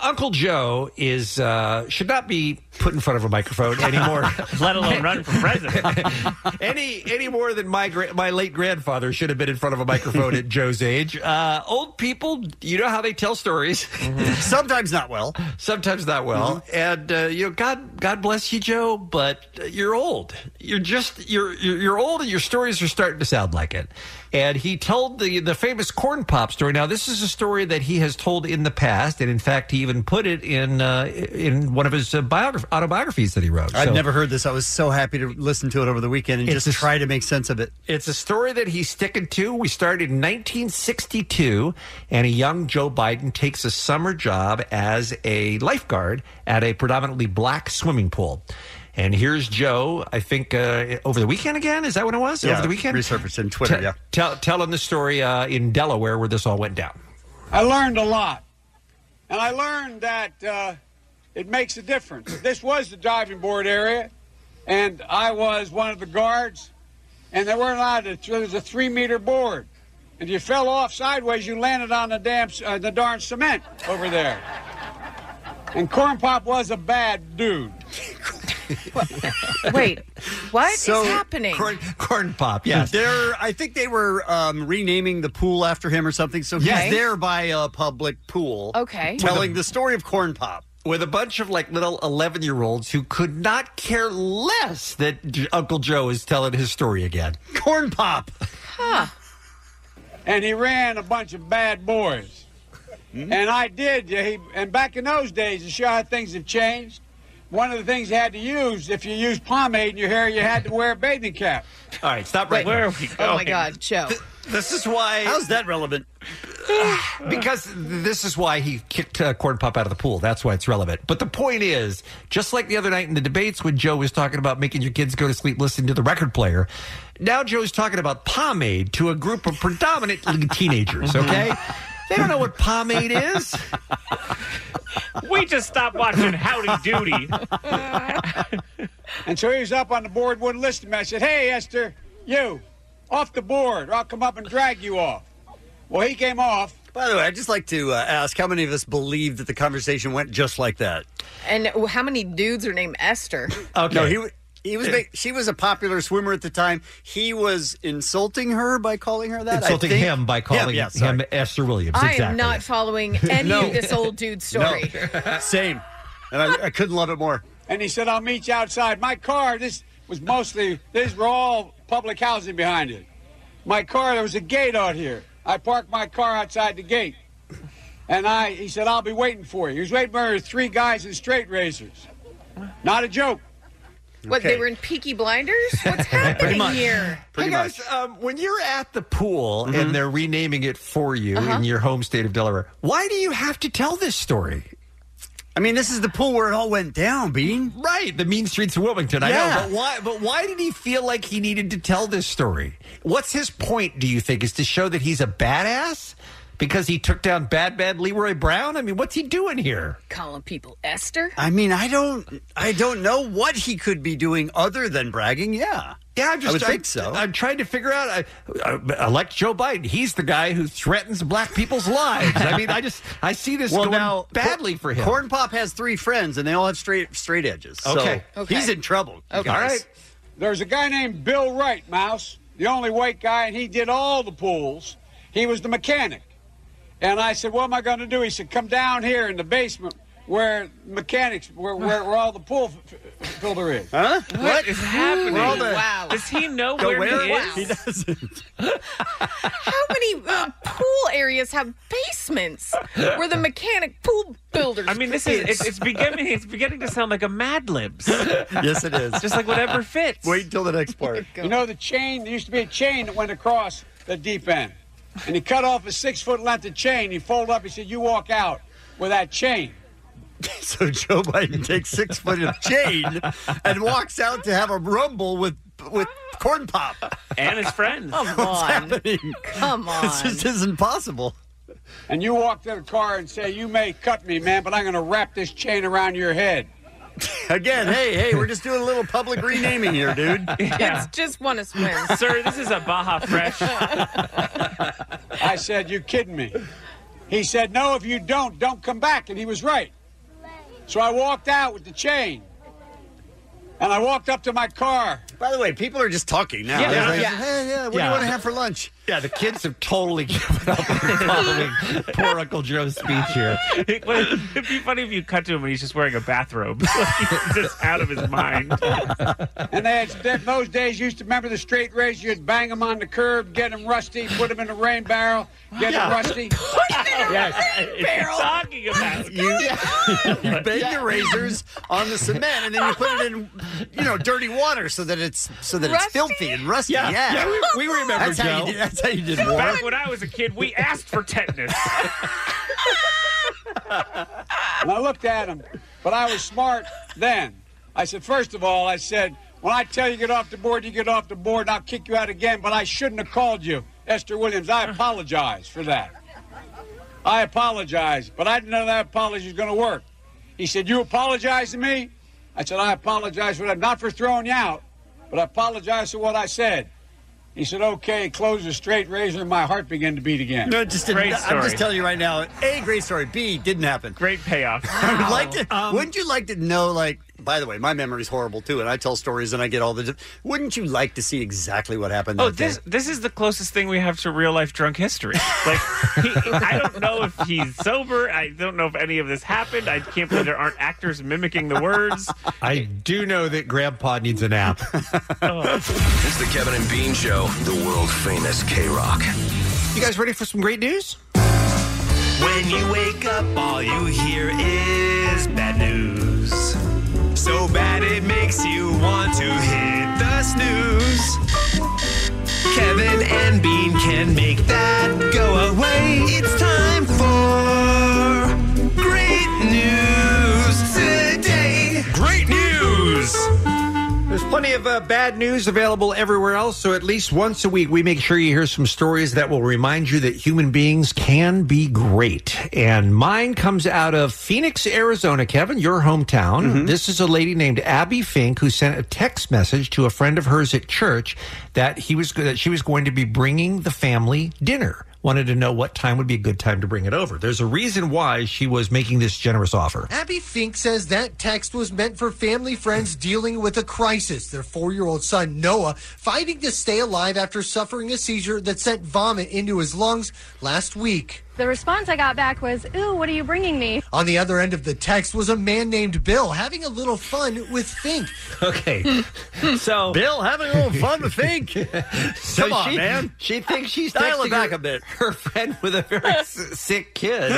Speaker 10: Uncle Joe is uh, should not be put in front of a microphone anymore,
Speaker 17: let alone run for president.
Speaker 10: any any more than my gra- my late grandfather should have been in front of a microphone at Joe's age. Uh, old people, you know how they tell stories.
Speaker 16: Sometimes not well.
Speaker 10: Sometimes not well. And uh, you know, God God bless you, Joe. But uh, you're old. You're just you're you're you're old, and your stories are starting to sound like it. And he told the the famous corn pop story. Now, this is a story that he has told in the past, and in fact, he even put it in uh, in one of his uh, biograph- autobiographies that he wrote.
Speaker 16: I'd
Speaker 10: So-
Speaker 16: never heard this. I was so happy to listen to it over the weekend and
Speaker 10: It's
Speaker 16: just try to make sense of it.
Speaker 10: It's a story that he's sticking to. We started in 1962, and a young Joe Biden takes a summer job as a lifeguard at a predominantly black swimming pool. And here's Joe, I think, uh, over the weekend again? Is that what it was? over the weekend?
Speaker 16: Resurfaced in Twitter,
Speaker 10: Te-
Speaker 16: yeah.
Speaker 10: Tell, tell him the story uh, in Delaware where this all went down.
Speaker 14: I learned a lot. And I learned that uh, it makes a difference. This was the diving board area, and I was one of the guards, and they weren't allowed to. There was a three meter board. And if you fell off sideways, you landed on the damn, c- uh, the darn cement over there. And Corn Pop was a bad dude.
Speaker 12: Wait, what is
Speaker 16: So,
Speaker 12: happening?
Speaker 10: Corn, corn pop, yes.
Speaker 16: They're, I think they were um, renaming the pool after him or something. So he's
Speaker 10: Okay.
Speaker 16: there by a public pool.
Speaker 12: Okay.
Speaker 16: Telling the story of Corn Pop.
Speaker 10: with a bunch of like little 11 year olds who could not care less that J- Uncle Joe is telling his story again.
Speaker 16: Corn Pop.
Speaker 14: and he ran a bunch of bad boys.
Speaker 10: Hmm?
Speaker 14: And I did. yeah, He, and back in those days, to show how things have changed, one of the things you had to use, if you used pomade in your hair, you had to wear a bathing cap.
Speaker 10: All right, stop right
Speaker 17: Where
Speaker 10: there.
Speaker 17: are we going?
Speaker 12: Oh my God, Joe.
Speaker 10: This is why.
Speaker 16: How's that relevant?
Speaker 10: because this is why he kicked uh, Corn Pop out of the pool. That's why it's relevant. But the point is, just like the other night in the debates when Joe was talking about making your kids go to sleep listening to the record player, now Joe's talking about pomade to a group of predominantly teenagers, okay? They don't know what pomade is.
Speaker 17: We just stopped watching Howdy Doody.
Speaker 14: And so he was up on the board, wouldn't listen to me. I said, Hey, Esther, you, off the board, or I'll come up and drag you off. Well, he came off.
Speaker 16: By the way, I'd just like to uh, ask how many of us believe that the conversation went just like that?
Speaker 12: And how many dudes are named Esther?
Speaker 10: Okay.
Speaker 16: No, he wa- he was. Big, she was a popular swimmer at the time. He was insulting her by calling her that. I
Speaker 10: Insulting
Speaker 16: think.
Speaker 10: him by calling
Speaker 16: yeah, sorry.
Speaker 10: him Esther Williams.
Speaker 12: I
Speaker 10: exactly.
Speaker 12: am not following any
Speaker 16: No.
Speaker 12: of this old dude
Speaker 16: No.
Speaker 12: story.
Speaker 16: same, and I, I couldn't love it more.
Speaker 14: And he said, I'll meet you outside. My car, this was mostly, these were all public housing behind it. My car, there was a gate out here. I parked my car outside the gate. And I, he said, I'll be waiting for you. He was waiting for there were three guys in straight razors. Not a joke.
Speaker 12: What, they were in Peaky Blinders? What's happening here?
Speaker 16: Pretty
Speaker 10: hey guys,
Speaker 16: much.
Speaker 10: Um, when you're at the pool and they're renaming it for you
Speaker 16: Uh-huh.
Speaker 10: in your home state of Delaware, why do you have to tell this story?
Speaker 16: I mean, this is the pool where it all went down, Bean.
Speaker 10: Right, the mean streets of Wilmington. I
Speaker 16: Yeah.
Speaker 10: know, but why? But why did he feel like he needed to tell this story? What's his point? Do you think is to show that he's a badass because he took down bad, bad Leroy Brown? I mean, what's he doing here?
Speaker 12: Calling people Esther?
Speaker 16: I mean, I don't, I don't know what he could be doing other than bragging. Yeah,
Speaker 10: Yeah, I'm
Speaker 16: I
Speaker 10: just.
Speaker 16: would
Speaker 10: I'm,
Speaker 16: think so.
Speaker 10: I'm trying to figure out. I, I elect Joe Biden. He's the guy who threatens black people's lives. I mean, I just I see this going badly for him.
Speaker 16: Corn Pop has three friends, and they all have straight straight edges.
Speaker 10: Okay.
Speaker 16: so
Speaker 10: Okay.
Speaker 16: he's in trouble. you
Speaker 10: Okay.
Speaker 16: guys.
Speaker 10: All right.
Speaker 14: There's a guy named Bill Wright, Mouse, the only white guy, and he did all the pools. He was the mechanic. And I said, What am I going to do? He said, Come down here in the basement where mechanics, where, where, where all the pool f- f- filter is.
Speaker 16: Huh?
Speaker 17: what is happening?
Speaker 14: Where all the-
Speaker 17: Does he know
Speaker 14: Go
Speaker 17: where, he
Speaker 14: where?
Speaker 17: is?
Speaker 14: He
Speaker 16: doesn't.
Speaker 12: How many uh, pool areas have basements where the mechanic pool builders?
Speaker 17: I mean, this is it's, it's beginning. It's beginning to sound like a Mad Libs. yes,
Speaker 16: it is.
Speaker 17: Just like whatever fits.
Speaker 16: Wait till the next part.
Speaker 14: You know the chain? There used to be a chain that went across the deep end. And he cut off a six foot length of chain. He folded up. He said, You walk out with that chain.
Speaker 16: So Joe Biden takes six foot of chain and walks out to have a rumble with with Corn Pop
Speaker 17: and his friends.
Speaker 16: What's happening?
Speaker 12: Come
Speaker 16: This just isn't possible.
Speaker 14: And you walk to the car and say, You may cut me, man, but I'm going to wrap this chain around your head.
Speaker 16: Again, hey, hey, we're just doing a little public renaming here, dude.
Speaker 12: It's just one of swim.
Speaker 17: Sir, this is a Baja Fresh.
Speaker 14: I said, You kidding me? He said, No, if you don't, don't come back. And he was right. So I walked out with the chain. And I walked up to my car.
Speaker 16: By the way, people are just talking now.
Speaker 14: Yeah,
Speaker 16: They're like,
Speaker 14: yeah.
Speaker 16: Hey, yeah, what do
Speaker 10: Yeah.
Speaker 16: you want to have for lunch?
Speaker 10: Yeah, the kids have totally given up on following poor Uncle Joe's speech here.
Speaker 17: It would- It'd be funny if you cut to him and he's just wearing a bathrobe. he's just out of his mind.
Speaker 14: And they had, that, those days, you used to remember the straight razor. You'd bang them on the curb, get them rusty, put them in a rain barrel, get them
Speaker 17: Yeah.
Speaker 14: rusty.
Speaker 17: Yes. Talking about
Speaker 16: You, you bang the razors on the cement, and then you put it in, you know, dirty water so that it's so that
Speaker 17: Rusty?
Speaker 16: it's filthy and rusty.
Speaker 17: Yeah,
Speaker 16: Yeah,
Speaker 17: yeah, we- we remember,
Speaker 16: That's how
Speaker 17: Joe.
Speaker 16: you did. That's how you did war.
Speaker 17: Back when I was a kid, we asked for tetanus.
Speaker 14: And I looked at him, but I was smart then. I said, first of all, I said, when I tell you get off the board, you get off the board, and I'll kick you out again. But I shouldn't have called you, Esther Williams. I apologize for that. I apologize, but I didn't know that apology was going to work. He said, you apologize to me? I said, I apologize for that, not for throwing you out, but I apologize for what I said. He said, okay, close the straight razor, and my heart began to beat again.
Speaker 16: No, it just didn't. I'm just telling you right now. A great story. B didn't happen.
Speaker 17: Great payoff.
Speaker 16: I would like to. wouldn't you like to know? Like, by the way, my memory's horrible too, and I tell stories and I get all the. Wouldn't you like to see exactly what happened?
Speaker 17: Oh,
Speaker 16: that day?
Speaker 17: this this is the closest thing we have to real life drunk history. Like, he, I don't know if he's sober. I don't know if any of this happened. I can't believe there aren't actors mimicking the words.
Speaker 10: I do know that Grandpa needs a nap.
Speaker 4: It's the Kevin and Bean Show, the world famous K Rock.
Speaker 10: You guys ready for some great news?
Speaker 21: When you wake up, all you hear is bad news. So bad it makes you want to hit the snooze. Kevin and Bean can make that go away. It's time for great news today.
Speaker 10: Great news! There's plenty of uh, bad news available everywhere else, so at least once a week we make sure you hear some stories that will remind you that human beings can be great. And mine comes out of Phoenix, Arizona, Kevin, your hometown. This is a lady named Abby Fink who sent a text message to a friend of hers at church that he was that she was going to be bringing the family dinner. Wanted to know what time would be a good time to bring it over. There's a reason why she was making this generous offer.
Speaker 22: Abby Fink says that text was meant for family friends dealing with a crisis. Their four year old son, Noah, fighting to stay alive after suffering a seizure that sent vomit into his lungs last week.
Speaker 23: The response I got back was, Ooh, what are you bringing me?
Speaker 22: On the other end of the text was a man named Bill having a little fun with Fink.
Speaker 10: Okay. so
Speaker 22: Bill having a little fun with Fink.
Speaker 10: So
Speaker 22: Come on,
Speaker 10: she,
Speaker 22: man.
Speaker 10: She thinks she's
Speaker 22: Dial
Speaker 10: texting
Speaker 22: it back
Speaker 10: her,
Speaker 22: a bit.
Speaker 10: her friend with a very s- sick kid,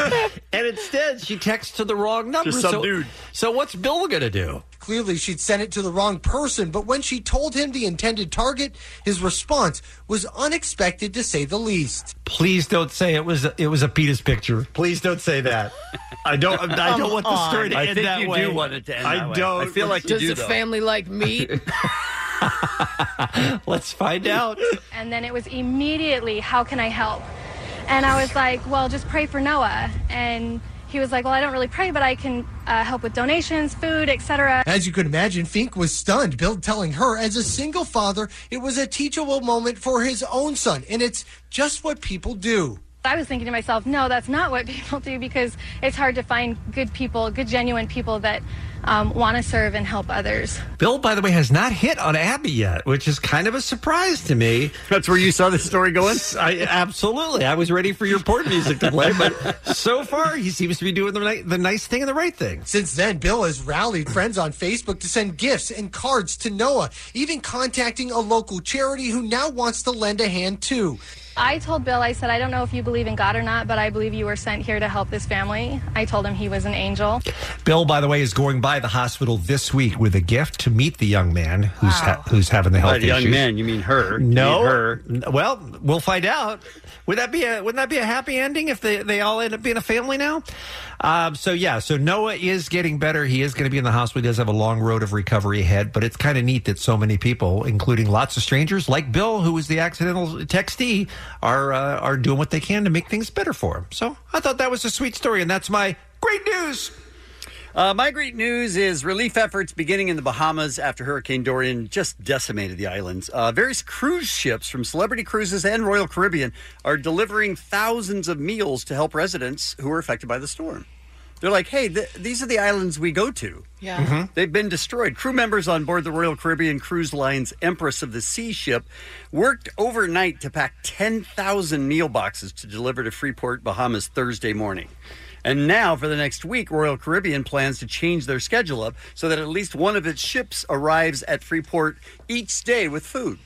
Speaker 10: and instead she texts to the wrong number.
Speaker 22: Just some
Speaker 10: so,
Speaker 22: dude.
Speaker 10: so what's Bill gonna do?
Speaker 22: Clearly, she'd sent it to the wrong person, but when she told him the intended target, his response was unexpected to say the least.
Speaker 10: Please don't say it was a, it was a penis picture. Please don't say that. I don't. I don't
Speaker 22: Come
Speaker 10: want the story to
Speaker 22: on. I
Speaker 10: end
Speaker 22: think
Speaker 10: that
Speaker 22: you do
Speaker 10: way.
Speaker 22: want it to end
Speaker 10: I
Speaker 22: that way.
Speaker 10: don't.
Speaker 22: I feel like you
Speaker 12: Does a family like meat?
Speaker 10: Let's find out.
Speaker 23: And then it was immediately, How can I help? And I was like, Well, just pray for Noah. And he was like, Well, I don't really pray, but I can uh, help with donations, food, etc.
Speaker 22: As you could imagine, Fink was stunned. Bill telling her, as a single father, it was a teachable moment for his own son, and it's just what people do.
Speaker 23: I was thinking to myself, no, that's not what people do because it's hard to find good people, good genuine people that um, want to serve and help others.
Speaker 10: Bill, by the way, has not hit on Abby yet, which is kind of a surprise to me.
Speaker 16: That's where you saw the story going?
Speaker 10: I, absolutely. I was ready for your port music to play, but so far he seems to be doing the, ni- the nice thing and the right thing.
Speaker 22: Since then, Bill has rallied friends on Facebook to send gifts and cards to Noah, even contacting a local charity who now wants to lend a hand too.
Speaker 23: I told Bill, I said, I don't know if you believe in God or not, but I believe you were sent here to help this family. I told him he was an angel.
Speaker 10: Bill, by the way, is going by the hospital this week with a gift to meet the young man who's ha- who's having the health
Speaker 16: By the young
Speaker 10: issues.
Speaker 16: man, you mean her. You
Speaker 10: No,
Speaker 16: mean her.
Speaker 10: N- Well, we'll find out. Would that be a wouldn't that be a happy ending if they, they all end up being a family now? Um, so yeah, so Noah is getting better. He is going to be in the hospital. He does have a long road of recovery ahead, but it's kind of neat that so many people, including lots of strangers like Bill, who was the accidental textee, are uh, are doing what they can to make things better for him. So I thought that was a sweet story, and that's my great news.
Speaker 16: Uh, my great news is relief efforts beginning in the Bahamas after Hurricane Dorian just decimated the islands. Uh, various cruise ships from Celebrity Cruises and Royal Caribbean are delivering thousands of meals to help residents who are affected by the storm. They're like, hey, th- these are the islands we go to.
Speaker 2: Yeah. Mhm.
Speaker 16: They've been destroyed. Crew members on board the Royal Caribbean Cruise Line's Empress of the Sea ship worked overnight to pack 10,000 meal boxes to deliver to Freeport, Bahamas Thursday morning. And now, for the next week, Royal Caribbean plans to change their schedule up so that at least one of its ships arrives at Freeport each day with food.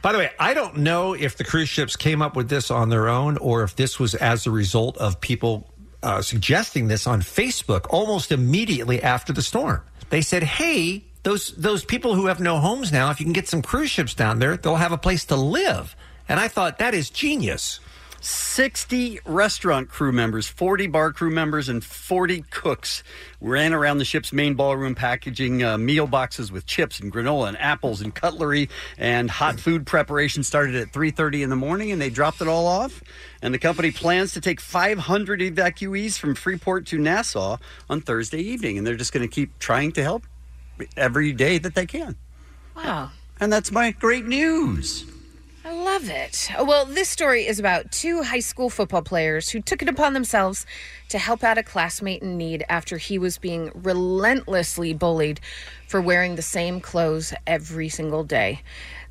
Speaker 10: By the way, I don't know if the cruise ships came up with this on their own or if this was as a result of people uh, suggesting this on Facebook almost immediately after the storm. They said, "Hey, those those people who have no homes now, if you can get some cruise ships down there, they'll have a place to live." And I thought that is genius.
Speaker 16: 60 restaurant crew members, 40 bar crew members, and 40 cooks ran around the ship's main ballroom packaging uh, meal boxes with chips and granola and apples and cutlery and hot food preparation started at 3.30 in the morning and they dropped it all off and the company plans to take 500 evacuees from freeport to nassau on thursday evening and they're just going to keep trying to help every day that they can
Speaker 12: Wow.
Speaker 16: and that's my great news
Speaker 12: I love it. Well, this story is about two high school football players who took it upon themselves to help out a classmate in need after he was being relentlessly bullied for wearing the same clothes every single day.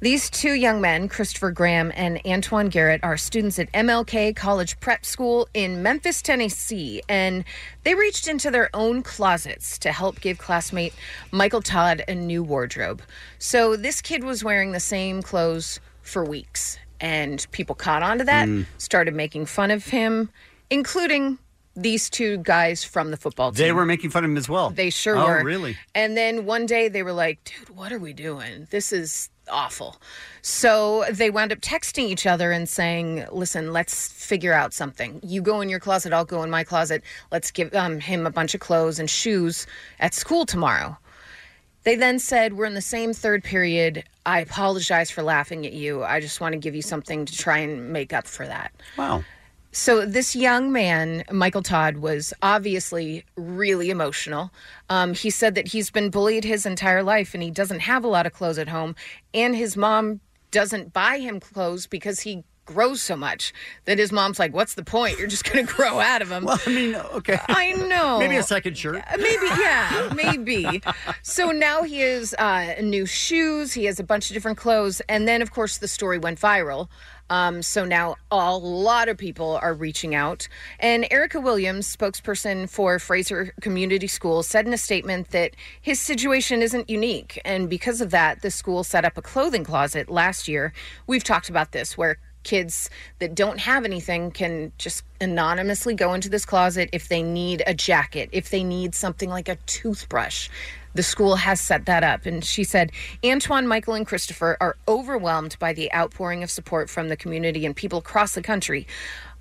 Speaker 12: These two young men, Christopher Graham and Antoine Garrett, are students at MLK College Prep School in Memphis, Tennessee, and they reached into their own closets to help give classmate Michael Todd a new wardrobe. So this kid was wearing the same clothes for weeks. And people caught on to that,
Speaker 16: Mm.
Speaker 12: started making fun of him, including these two guys from the football team.
Speaker 16: they were making fun of him as well
Speaker 12: They sure
Speaker 16: oh,
Speaker 12: were.
Speaker 16: really
Speaker 12: And then one day they were like, dude, what are we doing? This is awful. So they wound up texting each other and saying, listen, let's figure out something. You go in your closet, I'll go in my closet. Let's give um, him a bunch of clothes and shoes at school tomorrow. They then said, We're in the same third period. I apologize for laughing at you. I just want to give you something to try and make up for that.
Speaker 16: Wow.
Speaker 12: So, this young man, Michael Todd, was obviously really emotional. Um, he said that he's been bullied his entire life and he doesn't have a lot of clothes at home. And his mom doesn't buy him clothes because he grows so much that his mom's like, What's the point? You're just going to grow out of him. well,
Speaker 16: I mean, okay.
Speaker 12: I know.
Speaker 16: maybe a second shirt
Speaker 12: Uh, Maybe, yeah, maybe. So now he has uh, new shoes. He has a bunch of different clothes, and then of course the story went viral. Um, so now a lot of people are reaching out. And Erica Williams, spokesperson for Fraser Community School, said in a statement that his situation isn't unique. And because of that, the school set up a clothing closet last year. We've talked about this, where kids that don't have anything can just anonymously go into this closet if they need a jacket, if they need something like a toothbrush. The school has set that up. And she said, Antoine, Michael, and Christopher are overwhelmed by the outpouring of support from the community and people across the country.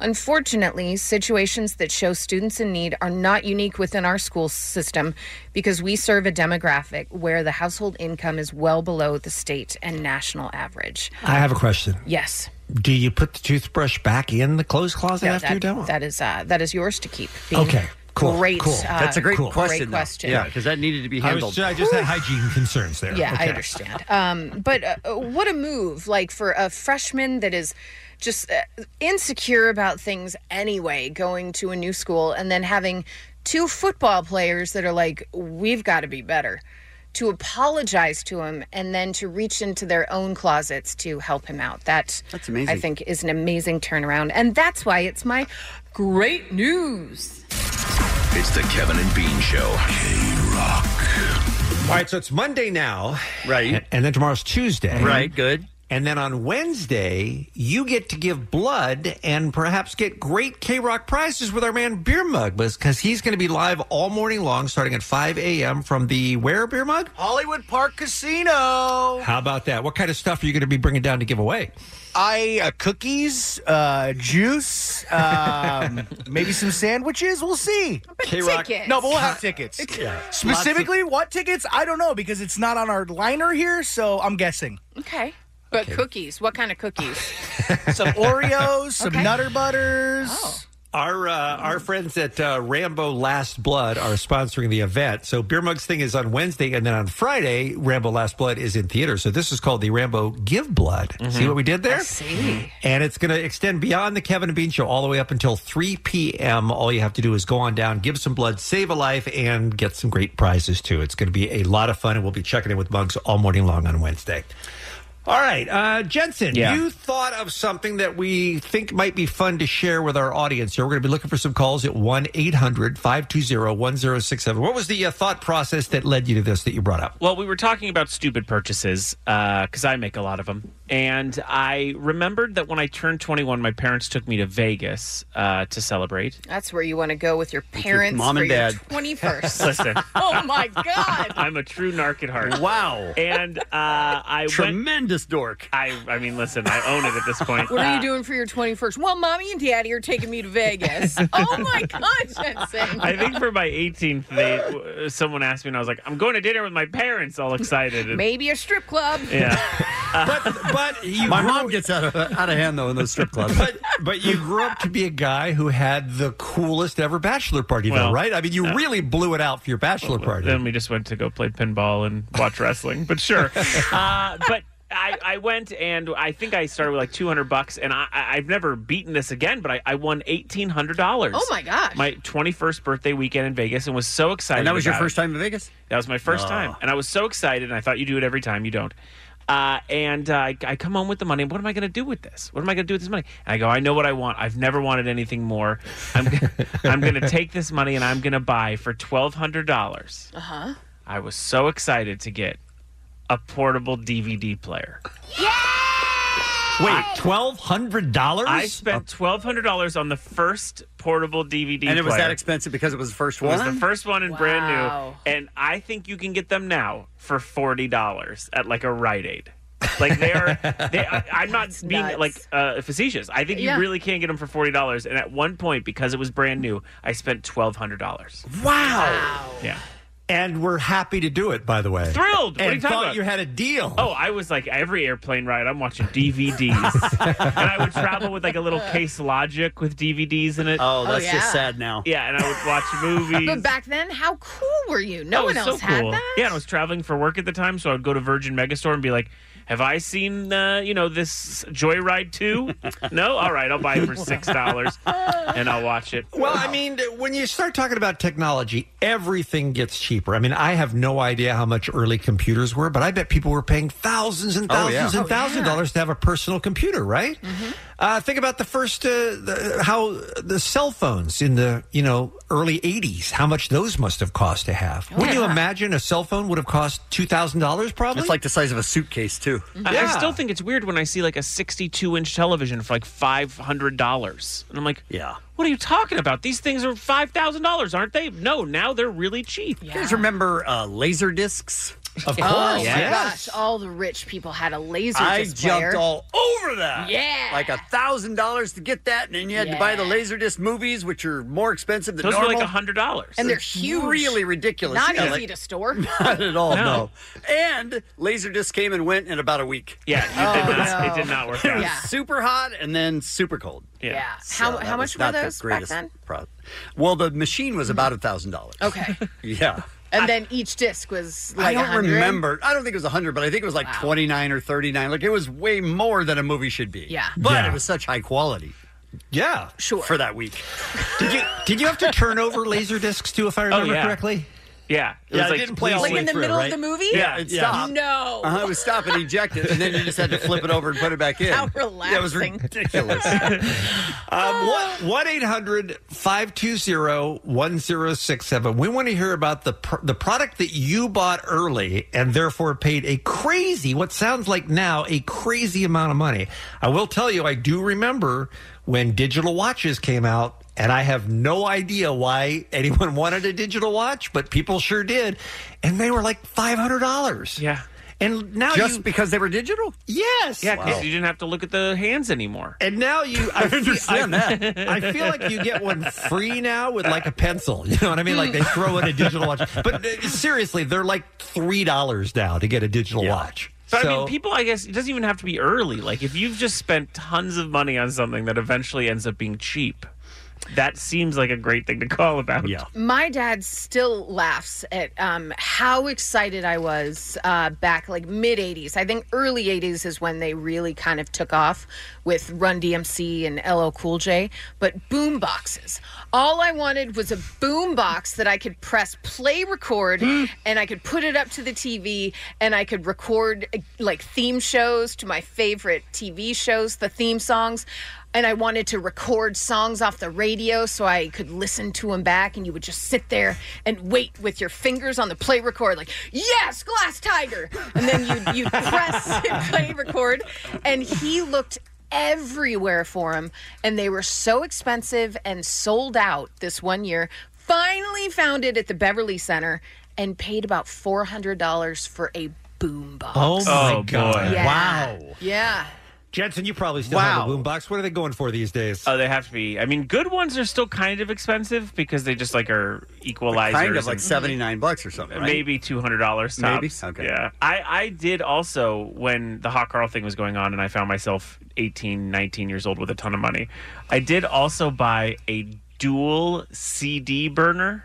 Speaker 12: Unfortunately, situations that show students in need are not unique within our school system because we serve a demographic where the household income is well below the state and national average.
Speaker 10: I have a question.
Speaker 12: Yes.
Speaker 10: Do you put the toothbrush back in the clothes closet
Speaker 12: No,
Speaker 10: after
Speaker 12: that-
Speaker 10: you're done?
Speaker 12: That is uh, that is yours to keep. Bean.
Speaker 10: Okay,
Speaker 16: Cool,
Speaker 12: great.
Speaker 16: cool.
Speaker 12: Uh,
Speaker 16: That's a great
Speaker 12: great
Speaker 16: question, though.
Speaker 12: question.
Speaker 16: Yeah, because that needed to be
Speaker 12: I was
Speaker 16: handled.
Speaker 12: ju- I just had
Speaker 16: hygiene concerns there.
Speaker 12: Yeah, I understand. Um, but uh, uh, what a move! Like for a freshman that is just uh, insecure about things anyway, going to a new school and then having two football players that are like, "We've got to be better." To apologize to him and then to reach into their own closets to help him out. That
Speaker 16: That's amazing.
Speaker 12: I think is an amazing turnaround, and that's why it's my great news.
Speaker 4: It's the Kevin and Bean Show.
Speaker 10: All right, so it's Monday now.
Speaker 16: Right.
Speaker 10: And, then tomorrow's Tuesday.
Speaker 16: Right, good.
Speaker 10: And then on Wednesday, you get to give blood and perhaps get great K Rock prizes with our man Beer Mug, because he's going to be live all morning long, starting at 5 a.m. from the where Beer Mug?
Speaker 16: Oh.
Speaker 6: Hollywood Park Casino.
Speaker 10: How about that? What kind of stuff are you going to be bringing down to give away?
Speaker 6: I uh, cookies, uh, juice, um, maybe some sandwiches. We'll see.
Speaker 10: K-Rock- tickets.
Speaker 6: No, but we'll have tickets.
Speaker 10: Yeah.
Speaker 6: Specifically, what tickets? I don't know because it's not on our liner here, so I'm guessing.
Speaker 12: Okay, but cookies. What kind of cookies?
Speaker 6: Some Oreos, some
Speaker 10: Okay.
Speaker 6: Nutter Butters.
Speaker 10: Our uh, our friends at uh, Rambo Last Blood are sponsoring the event. So Beer Mug's thing is on Wednesday, and then on Friday, Rambo Last Blood is in theater. So this is called the Rambo Give Blood. See
Speaker 6: Mm-hmm.
Speaker 18: Mm-hmm.
Speaker 10: what we did there?
Speaker 12: see.
Speaker 10: And it's going to extend beyond the Kevin and Bean Show all the way up until 3 p.m. All you have to do is go on down, give some blood, save a life, and get some great prizes too. It's going to be a lot of fun, and we'll be checking in with Mugs all morning long on Wednesday. All right, uh, Jensen,
Speaker 21: Yeah.
Speaker 10: you thought of something that we think might be fun to share with our audience here. We're going to be looking for some calls at 1 800 520 1067. What was the uh, thought process that led you to this that you brought up?
Speaker 17: Well, we were talking about stupid purchases because I make a lot of them, and I remembered that when I turned 21, my parents took me to Vegas uh, to celebrate.
Speaker 12: That's where you want to go with your parents
Speaker 17: mom
Speaker 12: for
Speaker 17: and
Speaker 12: your
Speaker 17: dad.
Speaker 12: 21st.
Speaker 17: Listen.
Speaker 12: Oh my god.
Speaker 17: I'm a true narc at heart.
Speaker 16: Wow.
Speaker 17: And uh, I
Speaker 16: tremendous dork.
Speaker 17: I I mean, listen, I own it at this point.
Speaker 12: What are you
Speaker 17: Uh,
Speaker 12: doing for your 21st? Well, mommy and daddy are taking me to Vegas. oh my god, Jensen.
Speaker 17: I think for my 18th, they w- someone asked me, and I was like, "I'm going to dinner with my parents." All excited. And, uh,
Speaker 12: Maybe a strip club.
Speaker 17: Yeah.
Speaker 10: but but you
Speaker 16: My mom gets out of out of hand though in those strip clubs.
Speaker 10: but but you grew up to be a guy who had the coolest ever bachelor party, though,
Speaker 17: Well,
Speaker 10: right? I mean, you
Speaker 17: uh,
Speaker 10: really blew it out for your bachelor party.
Speaker 17: Then we just went to go play pinball and watch wrestling. But sure, uh, but I, I went and I think I started with like two hundred bucks, and I, I- I've never beaten this again. But I, I won eighteen hundred dollars.
Speaker 12: Oh, my gosh.
Speaker 17: My twenty first birthday weekend in Vegas, and was so excited.
Speaker 16: And that was your
Speaker 17: about
Speaker 16: first
Speaker 17: it.
Speaker 16: time in Vegas?
Speaker 17: That was my first
Speaker 16: Oh.
Speaker 17: time, and I was so excited. And I thought you do it every time, you don't. Uh, and uh, I, I come home with the money. What am I going to do with this? What am I going to do with this money? And I go, I know what I want. I've never wanted anything more. I'm, gonna- I'm going to take this money and I'm going to buy for twelve hundred dollars.
Speaker 12: Uh huh.
Speaker 17: I was so excited to get a portable DVD player.
Speaker 10: Wait, twelve hundred dollars?
Speaker 17: I spent twelve hundred dollars on the first portable DVD,
Speaker 16: And it was
Speaker 17: player.
Speaker 16: that expensive because it was the first
Speaker 17: It was
Speaker 16: one.
Speaker 17: the first one and brand
Speaker 16: Wow.
Speaker 17: new, and I think you can get them now for forty dollars at like a Rite Aid. Like they are, they, I, I'm not being
Speaker 21: nuts.
Speaker 17: like uh, facetious. I think you
Speaker 21: Yeah.
Speaker 17: really can get them for forty dollars. And at one point, because it was brand new, I spent twelve hundred dollars.
Speaker 10: Wow.
Speaker 17: Yeah.
Speaker 10: And we're happy to do it, by the way.
Speaker 17: thrilled. what
Speaker 10: And
Speaker 17: are you talking
Speaker 10: thought
Speaker 17: about?
Speaker 10: you had a deal.
Speaker 17: Oh, I was like every airplane ride. I'm watching DVDs, and I would travel with like a little case logic with DVDs in it.
Speaker 16: Oh,
Speaker 12: that's just yeah. sad
Speaker 16: now.
Speaker 17: Yeah, and I would watch movies.
Speaker 12: But back then, how cool were you?
Speaker 17: That
Speaker 12: No
Speaker 17: was
Speaker 12: one else
Speaker 17: so
Speaker 12: had
Speaker 17: cool.
Speaker 12: that.
Speaker 17: Yeah, and I was traveling for work at the time, so I would go to Virgin Megastore and be like, "Have I seen uh, you know this Joyride 2? no, all right, I'll buy it for six dollars and I'll watch it.
Speaker 10: Well, I mean, when you start talking about technology, everything gets cheaper. I mean, I have no idea how much early computers were, but I bet people were paying thousands and
Speaker 21: Oh,
Speaker 10: thousands
Speaker 21: yeah. Mm-hmm.
Speaker 10: and
Speaker 21: Oh,
Speaker 10: thousands of
Speaker 21: yeah.
Speaker 10: dollars to have a personal computer, right? Uh, think about the first uh, the, how the cell phones in the you know early '80s, how much those must have cost to
Speaker 21: Oh,
Speaker 10: have. Would you imagine a cell phone would have cost two thousand dollars? Probably.
Speaker 16: It's like the size of a suitcase too.
Speaker 17: I- I still think it's weird when I see like a 62 inch television for like $500. And I'm like,
Speaker 16: yeah.
Speaker 17: What are you talking about? These things are $5,000, aren't they? No, now they're really cheap.
Speaker 16: You guys remember uh, laser discs? Of
Speaker 12: Oh
Speaker 16: course,
Speaker 12: my
Speaker 16: yes.
Speaker 12: gosh! All the rich people had a laser
Speaker 16: I
Speaker 12: displayer.
Speaker 16: jumped all over that.
Speaker 12: Yeah.
Speaker 16: Like a thousand dollars to get that, and then you had to buy the
Speaker 12: Yeah.
Speaker 16: Laserdisc movies, which are more expensive than
Speaker 17: Those were like
Speaker 16: normal.
Speaker 17: hundred dollars,
Speaker 12: And they're huge.
Speaker 16: Really ridiculous.
Speaker 12: Not
Speaker 16: Yeah,
Speaker 12: easy
Speaker 16: like-
Speaker 12: to store.
Speaker 16: Not at all. No.
Speaker 17: No.
Speaker 16: And Laserdisc came and went in about a week.
Speaker 17: Yeah,
Speaker 12: you did Oh, not- no. it did
Speaker 17: not work
Speaker 12: out. Yeah.
Speaker 16: Super hot and then super cold.
Speaker 12: Yeah. Yeah. How-
Speaker 16: that
Speaker 12: how
Speaker 16: was
Speaker 12: much were
Speaker 16: not the
Speaker 12: those back
Speaker 16: greatest
Speaker 12: then?
Speaker 16: pro- well, the machine was about a thousand dollars.
Speaker 12: Okay.
Speaker 16: Yeah.
Speaker 12: And then each disc was like
Speaker 16: I don't
Speaker 12: 100.
Speaker 16: remember. I don't think it was 100, but I think it was like 29 or 39. Like it was way more than a movie should be.
Speaker 12: Yeah.
Speaker 16: But
Speaker 10: Yeah.
Speaker 16: it was such high quality.
Speaker 10: Yeah.
Speaker 12: Sure.
Speaker 16: For that week.
Speaker 10: Did you did you have to turn over laser discs too, if I remember
Speaker 16: yeah.
Speaker 10: correctly?
Speaker 17: Yeah.
Speaker 10: It was like-
Speaker 12: Like in the middle of the movie?
Speaker 16: Yeah, it stopped.
Speaker 12: No.
Speaker 16: Uh-huh, it was stop and eject it, and then you just had to flip it over and put it back in.
Speaker 12: How
Speaker 16: Yeah, it was
Speaker 12: relaxing.
Speaker 16: ridiculous.
Speaker 10: Um, what- 1-800-520-1067. We want to hear about the pr- the product that you bought early and therefore paid a crazy, what sounds like now a crazy amount of money. I will tell you, I do remember when digital watches came out. And I have no idea why anyone wanted a digital watch, but people sure did. And they were like $500.
Speaker 17: Yeah.
Speaker 10: And now
Speaker 17: Just
Speaker 10: you,
Speaker 16: because they were digital?
Speaker 10: Yes.
Speaker 17: Yeah, because
Speaker 10: Wow.
Speaker 17: you didn't have to look at the hands anymore.
Speaker 10: And now you, I, understand that. I feel like you get one free now with like a pencil. You know what I mean? Like they throw in a digital watch. But uh, seriously, they're like three dollars now to get a digital watch.
Speaker 17: But I mean, people, I guess, it doesn't even have to be early. Like, if you've just spent tons of money on something that eventually ends up being cheap, that seems like a great thing to call about. Yeah.
Speaker 12: My dad still laughs at um, how excited I was uh, back like mid 80s. I think early 80s is when they really kind of took off with Run DMC and LL Cool J. But boom boxes. All I wanted was a boom box that I could press play record and I could put it up to the TV and I could record uh, like theme shows to my favorite TV shows, the theme songs and I wanted to record songs off the radio so I could listen to them back. And you would just sit there and wait with your fingers on the play record, like "Yes, Glass Tiger," and then you you press and play record. And he looked everywhere for them, and they were so expensive and sold out this one year. Finally found it at the Beverly Center and paid about four hundred dollars for a boom box.
Speaker 10: Oh my god!
Speaker 12: Yeah.
Speaker 10: Wow,
Speaker 12: Yeah.
Speaker 10: Jensen, you probably still have a boombox. What are they going for these days?
Speaker 17: Oh, they have to be. I mean, good ones are still kind of expensive because they just like are equalizers.
Speaker 16: Kind of like
Speaker 17: and-
Speaker 16: 79 bucks or something. right?
Speaker 17: Maybe two hundred dollars
Speaker 16: Maybe?
Speaker 17: tops.
Speaker 16: Okay.
Speaker 17: Yeah. I, I did also when the hot girl thing was going on and I found myself 18, 19 years old with a ton of money. I did also buy a dual CD burner.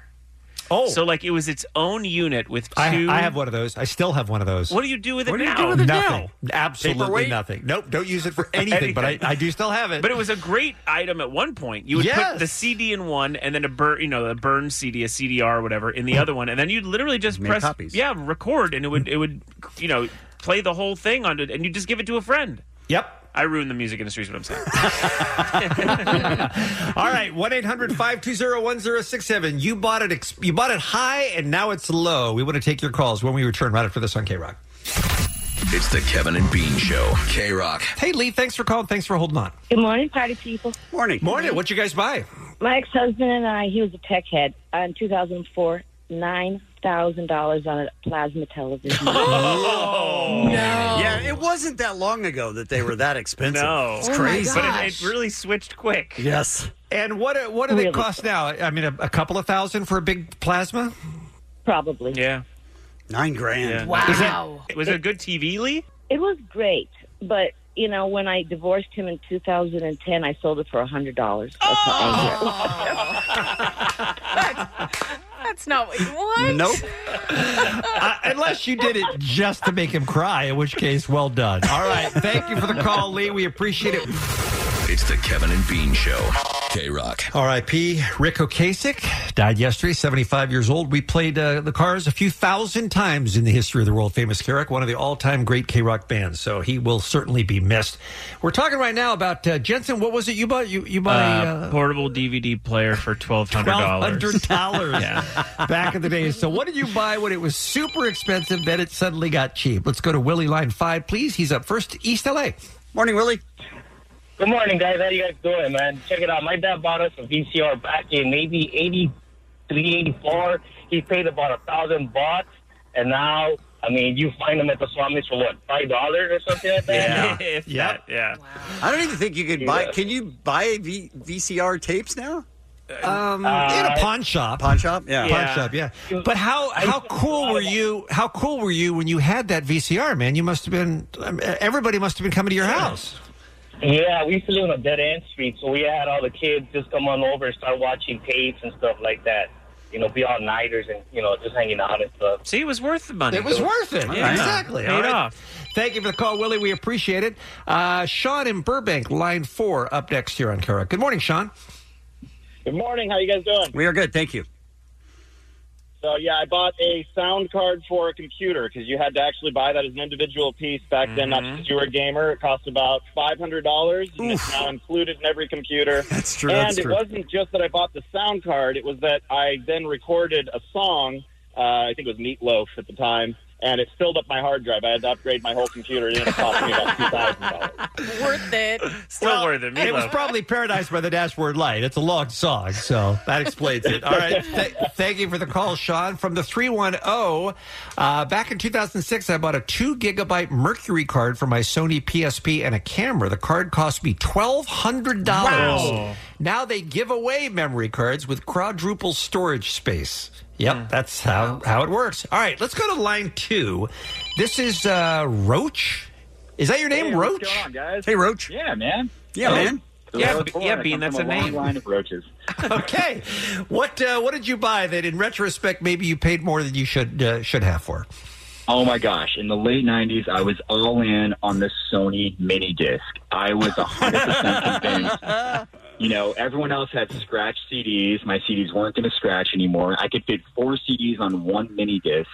Speaker 10: Oh.
Speaker 17: So like it was its own unit with two
Speaker 10: I, I have one of those. I still have one of those.
Speaker 17: What do you do with it
Speaker 10: What do you
Speaker 17: now?
Speaker 10: do with it Nothing. now? Absolutely
Speaker 17: Paperweight?
Speaker 10: nothing. Nope. Don't use it for anything, but I- I do still have it.
Speaker 17: But it was a great item at one point. You would
Speaker 10: Yes.
Speaker 17: put the CD in one, and then a burn, you know, a burn CD, a CDR, whatever, in the other one, and then you'd literally just
Speaker 16: Made
Speaker 17: press,
Speaker 16: copies.
Speaker 17: yeah, record, and it would, it would, you know, play the whole thing on it, and you just give it to a friend.
Speaker 10: Yep.
Speaker 17: I ruined the music industry. Is what I'm saying.
Speaker 10: All right, 1 800 520 1067. You bought it ex- you bought it high and now it's low. We want to take your calls when we return right after this on K Rock.
Speaker 4: It's the Kevin and Bean Show. K Rock.
Speaker 10: Hey Lee, thanks for calling. Thanks for holding on.
Speaker 5: Good morning, party people.
Speaker 16: Morning.
Speaker 10: Morning. What'd you guys buy?
Speaker 5: My ex husband and I, he was a tech head uh, in 2004, $9,000 on a plasma television.
Speaker 16: Oh. Yeah, it wasn't that long ago that they were that expensive.
Speaker 17: No.
Speaker 16: It's
Speaker 17: Oh my
Speaker 16: crazy.
Speaker 17: But it, it really switched quick.
Speaker 16: Yes.
Speaker 10: And what uh, what do they cost now? I mean, a, a couple of thousand for a big plasma?
Speaker 5: Probably.
Speaker 17: Yeah.
Speaker 16: Nine grand.
Speaker 17: Is that- was it a good TV, Lee?
Speaker 5: It was great, but you know, when I divorced him in 2010, I sold it for $100. That's how angry I was.
Speaker 12: That's not what you want.
Speaker 10: Nope. Uh, unless you did it just to make him cry, in which case, well done. All right, thank you for the call, Lee. We appreciate it.
Speaker 4: It's the Kevin and Bean Show. K Rock.
Speaker 10: R.I.P. Rick Ocasek died yesterday, 75 years old. We played uh, the Cars a few thousand times in the history of the world famous K Rock, one of the all time great K Rock bands. So he will certainly be missed. We're talking right now about uh, Jensen. What was it you bought? You, you
Speaker 17: Uh,
Speaker 10: bought a, uh,
Speaker 17: portable DVD player for twelve hundred dollars.
Speaker 10: $1,200
Speaker 17: yeah.
Speaker 10: back in the day. So what did you buy when it was super expensive? Then it suddenly got cheap. Let's go to Willie Line 5, please. He's up first, East LA.
Speaker 16: Morning, Willie.
Speaker 7: Good morning, guys. How you guys doing, man? Check it out. My dad bought us a VCR back in maybe 83, 84. He paid about a thousand bucks, and now I mean, you find them at the Swamis for what, $5 or something like that?
Speaker 17: Yeah.
Speaker 7: yep.
Speaker 17: yeah.
Speaker 8: I don't even think you could buy.
Speaker 7: Yeah.
Speaker 8: Can you buy v- VCR tapes now?
Speaker 17: Uh,
Speaker 10: Um, in a pawn shop.
Speaker 8: Pawn shop,
Speaker 10: Pawn shop, yeah. But how how cool were you? How cool were you when you had that VCR, man? You must have been. um, Everybody must have been coming to your house.
Speaker 7: Yeah, we used to live on a dead end street, so we had all the kids just come on over and start watching tapes and stuff like that. You know, be all nighters and you know just hanging out and stuff.
Speaker 17: See, it was worth the money.
Speaker 10: It was worth it. Exactly. All
Speaker 17: Paid
Speaker 10: right.
Speaker 17: off.
Speaker 10: Thank you for the call, Willie. We appreciate it. Uh, Sean in Burbank, line four, up next here on Kara. Good morning, Sean.
Speaker 9: Good morning. How you guys doing?
Speaker 16: We are good. Thank you.
Speaker 9: So yeah, I bought a sound card for a computer because you had to actually buy that as an individual piece back then. Not because you were a gamer, it cost about five hundred dollars, and it's now included in every computer. That's
Speaker 2: true,
Speaker 9: And
Speaker 2: that's
Speaker 9: it
Speaker 2: true.
Speaker 9: wasn't just that I bought the sound card; it was that I then recorded a song. Uh, I think it was Meatloaf at the time, and it filled up my hard drive. I had to upgrade my whole computer, and it cost me about two thousand dollars.
Speaker 12: Worth it.
Speaker 17: Still worth it.
Speaker 10: It was probably Paradise by the Dashboard Light. It's a long song, so that explains it. All right. Th- thank you for the call, Sean. From the 310, uh, back in 2006, I bought a two gigabyte Mercury card for my Sony PSP and a camera. The card cost me $1,200.
Speaker 2: Wow.
Speaker 10: Now they give away memory cards with quadruple storage space. Yep, that's how, how it works. All right, let's go to line two. This is uh, Roach. Is that your name,
Speaker 18: Hey,
Speaker 10: Roach?
Speaker 18: what's going on, guys?
Speaker 10: Hey, Roach.
Speaker 18: Yeah, man.
Speaker 10: Yeah, man.
Speaker 18: So
Speaker 10: Yeah,
Speaker 18: I was
Speaker 10: b-
Speaker 18: born.
Speaker 10: yeah,
Speaker 18: I
Speaker 10: Bean,
Speaker 18: come
Speaker 10: that's
Speaker 18: from
Speaker 10: a
Speaker 18: long
Speaker 10: name.
Speaker 18: line of roaches.
Speaker 10: okay. What uh, what did you buy that, in retrospect, maybe you paid more than you should uh, should have for?
Speaker 18: Oh my gosh! In the late '90s, I was all in on the Sony mini disc. I was 100 percent convinced. You know, everyone else had scratch CDs. My CDs weren't going to scratch anymore. I could fit four CDs on one mini disc.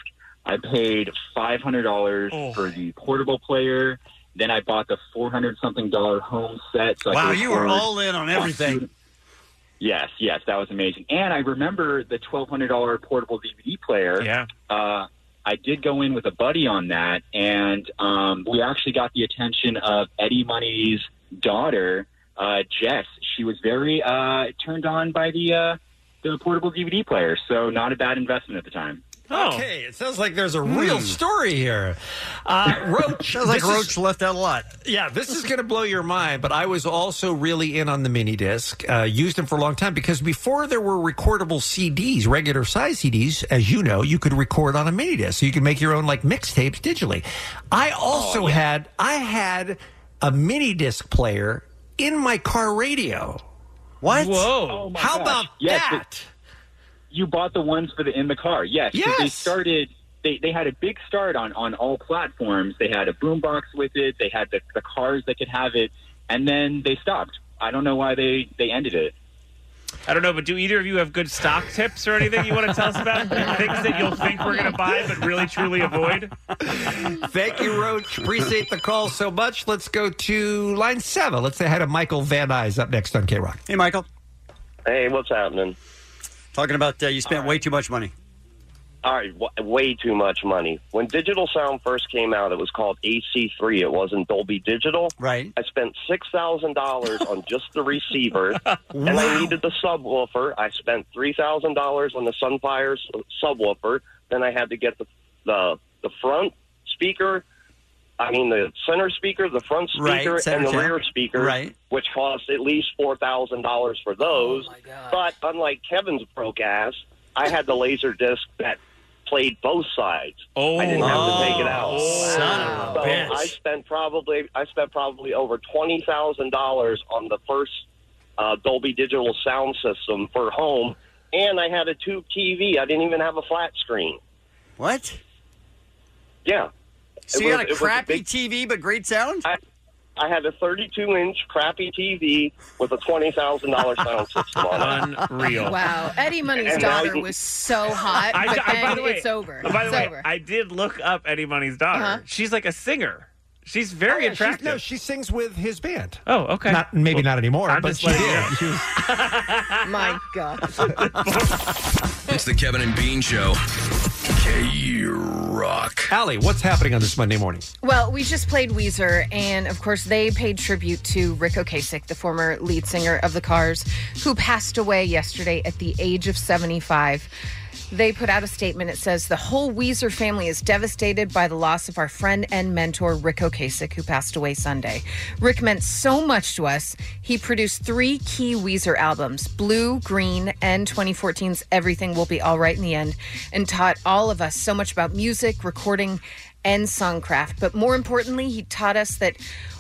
Speaker 18: I paid five hundred dollars
Speaker 16: Oh.
Speaker 18: for the portable player. Then I bought the four hundred something dollar home set. So I
Speaker 16: wow,
Speaker 18: could
Speaker 16: you were
Speaker 18: afford-
Speaker 16: all in on everything.
Speaker 18: Yes, yes, that was amazing. And I remember the twelve hundred dollar portable DVD player.
Speaker 17: Yeah.
Speaker 18: Uh, I did go in with a buddy on that, and um, we actually got the attention of Eddie Money's daughter, uh, Jess. She was very uh, turned on by the uh, the portable DVD player, so not a bad investment at the time.
Speaker 10: Okay, it sounds like there's a real story here. Uh, Hmm. Roach
Speaker 18: Sounds like
Speaker 10: this
Speaker 18: Roach
Speaker 10: left out a lot. Yeah, this is going to blow your mind. But I was also really in on the mini disc. Uh, used them for a long time because before there were recordable CDs, regular size CDs, as you know, you could record on a mini disc. So you could make your own like mixtapes digitally. I also had I had a mini disc player in my car radio. What?
Speaker 18: Oh my
Speaker 10: How
Speaker 18: gosh.
Speaker 10: about
Speaker 18: Yes,
Speaker 10: that?
Speaker 18: the- you bought the ones for the in the car, yes. 'cause They
Speaker 10: Yes.
Speaker 18: started. They, they had a big start on, on all platforms. They had a boombox with it. They had the, the cars that could have it, and then they stopped. I don't know why they, they ended it.
Speaker 17: I don't know, but do either of you have good stock tips or anything you want to tell us about? Things that you'll think we're going to buy but really truly avoid?
Speaker 10: Thank you, Roach. Appreciate the call so much. Let's go to line seven. Let's say hi to Michael Van Nuys up next on K Rock.
Speaker 16: Hey, Michael.
Speaker 18: Hey, what's happening?
Speaker 16: Talking about uh, you spent way too much money.
Speaker 24: All right, w- way too much money. When digital sound first came out, it was called AC3. It wasn't Dolby Digital.
Speaker 16: Right.
Speaker 24: I spent six thousand dollars on just the receiver, and I needed the subwoofer. I spent three thousand dollars on the Sunfire s- uh, subwoofer. Then I had to get the the, the front speaker. I mean, the center speaker, the front
Speaker 2: Right,
Speaker 24: speaker,
Speaker 2: center
Speaker 24: and the
Speaker 2: channel.
Speaker 24: rear speaker,
Speaker 2: Right.
Speaker 24: which cost at least four thousand dollars for those.
Speaker 2: Oh,
Speaker 24: but unlike Kevin's broke ass, I had the laser disc that played both sides.
Speaker 8: Oh,
Speaker 24: I didn't have to take it out.
Speaker 2: Son of a
Speaker 24: so
Speaker 2: bitch.
Speaker 24: I spent probably I spent probably over twenty thousand dollars on the first uh, Dolby Digital sound system for home, and I had a tube TV. I didn't even have a flat screen.
Speaker 8: What?
Speaker 24: Yeah.
Speaker 8: So
Speaker 24: It
Speaker 8: you
Speaker 24: was-
Speaker 8: got
Speaker 24: it
Speaker 8: a
Speaker 24: was
Speaker 8: crappy
Speaker 24: big-
Speaker 8: TV but great sound?
Speaker 24: I had a 32 inch crappy TV with a twenty thousand dollar sound system on it.
Speaker 17: Unreal.
Speaker 12: Wow. Eddie Money's
Speaker 24: And now
Speaker 12: daughter
Speaker 24: you-
Speaker 12: was so hot,
Speaker 17: I-
Speaker 12: but
Speaker 17: I- by
Speaker 12: then
Speaker 17: the way-
Speaker 12: it's over.
Speaker 17: Oh, by the
Speaker 12: it's
Speaker 17: way,
Speaker 12: over.
Speaker 17: I did look up Eddie Money's daughter.
Speaker 12: Uh-huh.
Speaker 17: She's like a singer. She's very
Speaker 10: Oh, yeah, she's-
Speaker 17: attractive.
Speaker 10: no, she sings with his band.
Speaker 17: Oh, okay.
Speaker 10: Not maybe not anymore,
Speaker 17: I'm
Speaker 10: but
Speaker 17: just
Speaker 10: she
Speaker 17: letting you
Speaker 10: did.
Speaker 17: know.
Speaker 10: She was-
Speaker 12: My God.
Speaker 4: It's the Kevin and Bean Show. K Rock.
Speaker 10: Allie, what's happening on this Monday morning?
Speaker 12: Well, we just played Weezer, and of course, they paid tribute to Rick Ocasek, the former lead singer of the Cars, who passed away yesterday at the age of 75. They put out a statement. It says the whole Weezer family is devastated by the loss of our friend and mentor Rick Ocasek, who passed away Sunday. Rick meant so much to us. He produced three key Weezer albums: Blue, Green, and 2014's "Everything Will Be All Right in the End," and taught all of us so much about music, recording, and songcraft. But more importantly, he taught us that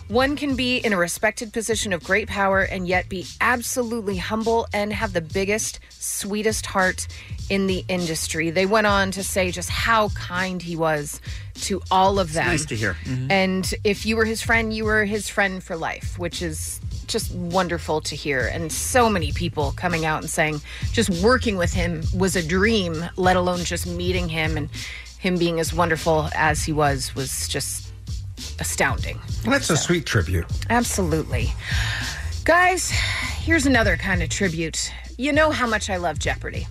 Speaker 12: one can be in a respected position of great power and yet be absolutely humble and have the biggest, sweetest heart in the industry. They went on to say just how kind he was to all of them.
Speaker 16: nice to hear.
Speaker 18: Mm-hmm.
Speaker 16: Mhm.
Speaker 12: And if you were his friend, you were his friend for life, which is just wonderful to hear. And so many people coming out and saying just working with him was a dream, let alone just meeting him and him being as wonderful as he was was just astounding.
Speaker 10: Well, that's a sweet tribute.
Speaker 12: Absolutely. Guys, here's another kind of tribute. You know how much I love Jeopardy.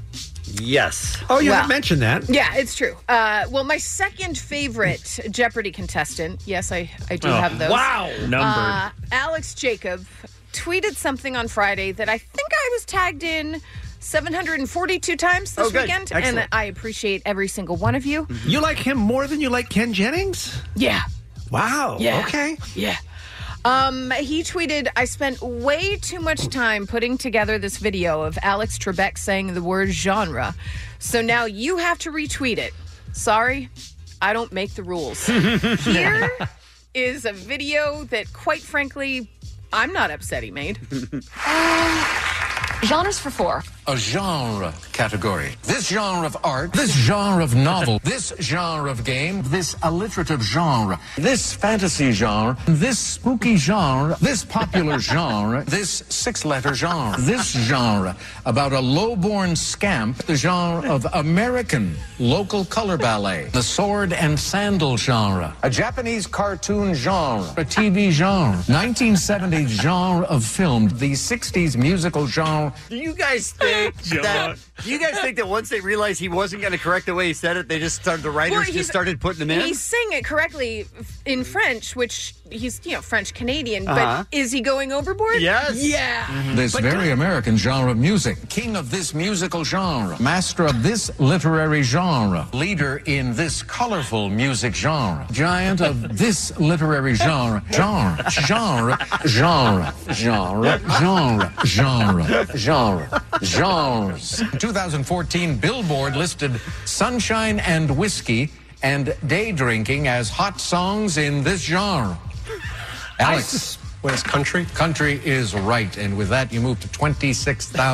Speaker 16: Yes.
Speaker 10: Oh, you
Speaker 12: Well-
Speaker 10: haven't mentioned that.
Speaker 12: Yeah, it's true. Uh, well, my second favorite Jeopardy contestant, yes, I, I do
Speaker 10: Oh,
Speaker 12: have those.
Speaker 10: wow. Numbered.
Speaker 12: Uh, Alex Jacob tweeted something on Friday that I think I was tagged in 742 times this
Speaker 10: Oh, good.
Speaker 12: weekend, and
Speaker 10: Excellent.
Speaker 12: I appreciate every single one of you.
Speaker 10: You like him more than you like Ken Jennings?
Speaker 12: Yeah.
Speaker 10: Wow.
Speaker 12: Yeah.
Speaker 10: Okay.
Speaker 12: Yeah. Um, he tweeted, I spent way too much time putting together this video of Alex Trebek saying the word genre. So now you have to retweet it. Sorry, I don't make the rules. Here is a video that, quite frankly, I'm not upset he made.
Speaker 11: Um, Genres for four.
Speaker 13: a genre category. This genre of art, this genre of novel, this genre of game, this alliterative genre, this fantasy genre, this spooky genre, this popular genre, this six letter genre, this genre about a lowborn scamp, the genre of American local color ballet, the sword and sandal genre, a Japanese cartoon genre, a TV genre, 1970s genre of film, the 60s musical genre.
Speaker 8: Do you guys think
Speaker 13: Joe.
Speaker 8: that? Do you guys think that once they realized he wasn't going to correct the way he said it, they just started the
Speaker 12: Well,
Speaker 8: writers
Speaker 12: he's-
Speaker 8: just started putting them in?
Speaker 12: He's saying it correctly in French, which he's, you know, French Canadian,
Speaker 13: Uh-huh.
Speaker 12: but is he going overboard?
Speaker 13: Yes.
Speaker 12: Yeah.
Speaker 13: This very American genre of music, king of this musical genre, master of this literary genre, leader in this colorful music genre, giant of this literary genre, genre, genre, genre, genre, genre, genre, genre, genres. 2014 Billboard listed Sunshine and Whiskey and Day Drinking as hot songs in this genre. Alex. Where's country? Country is right. And with that, you move to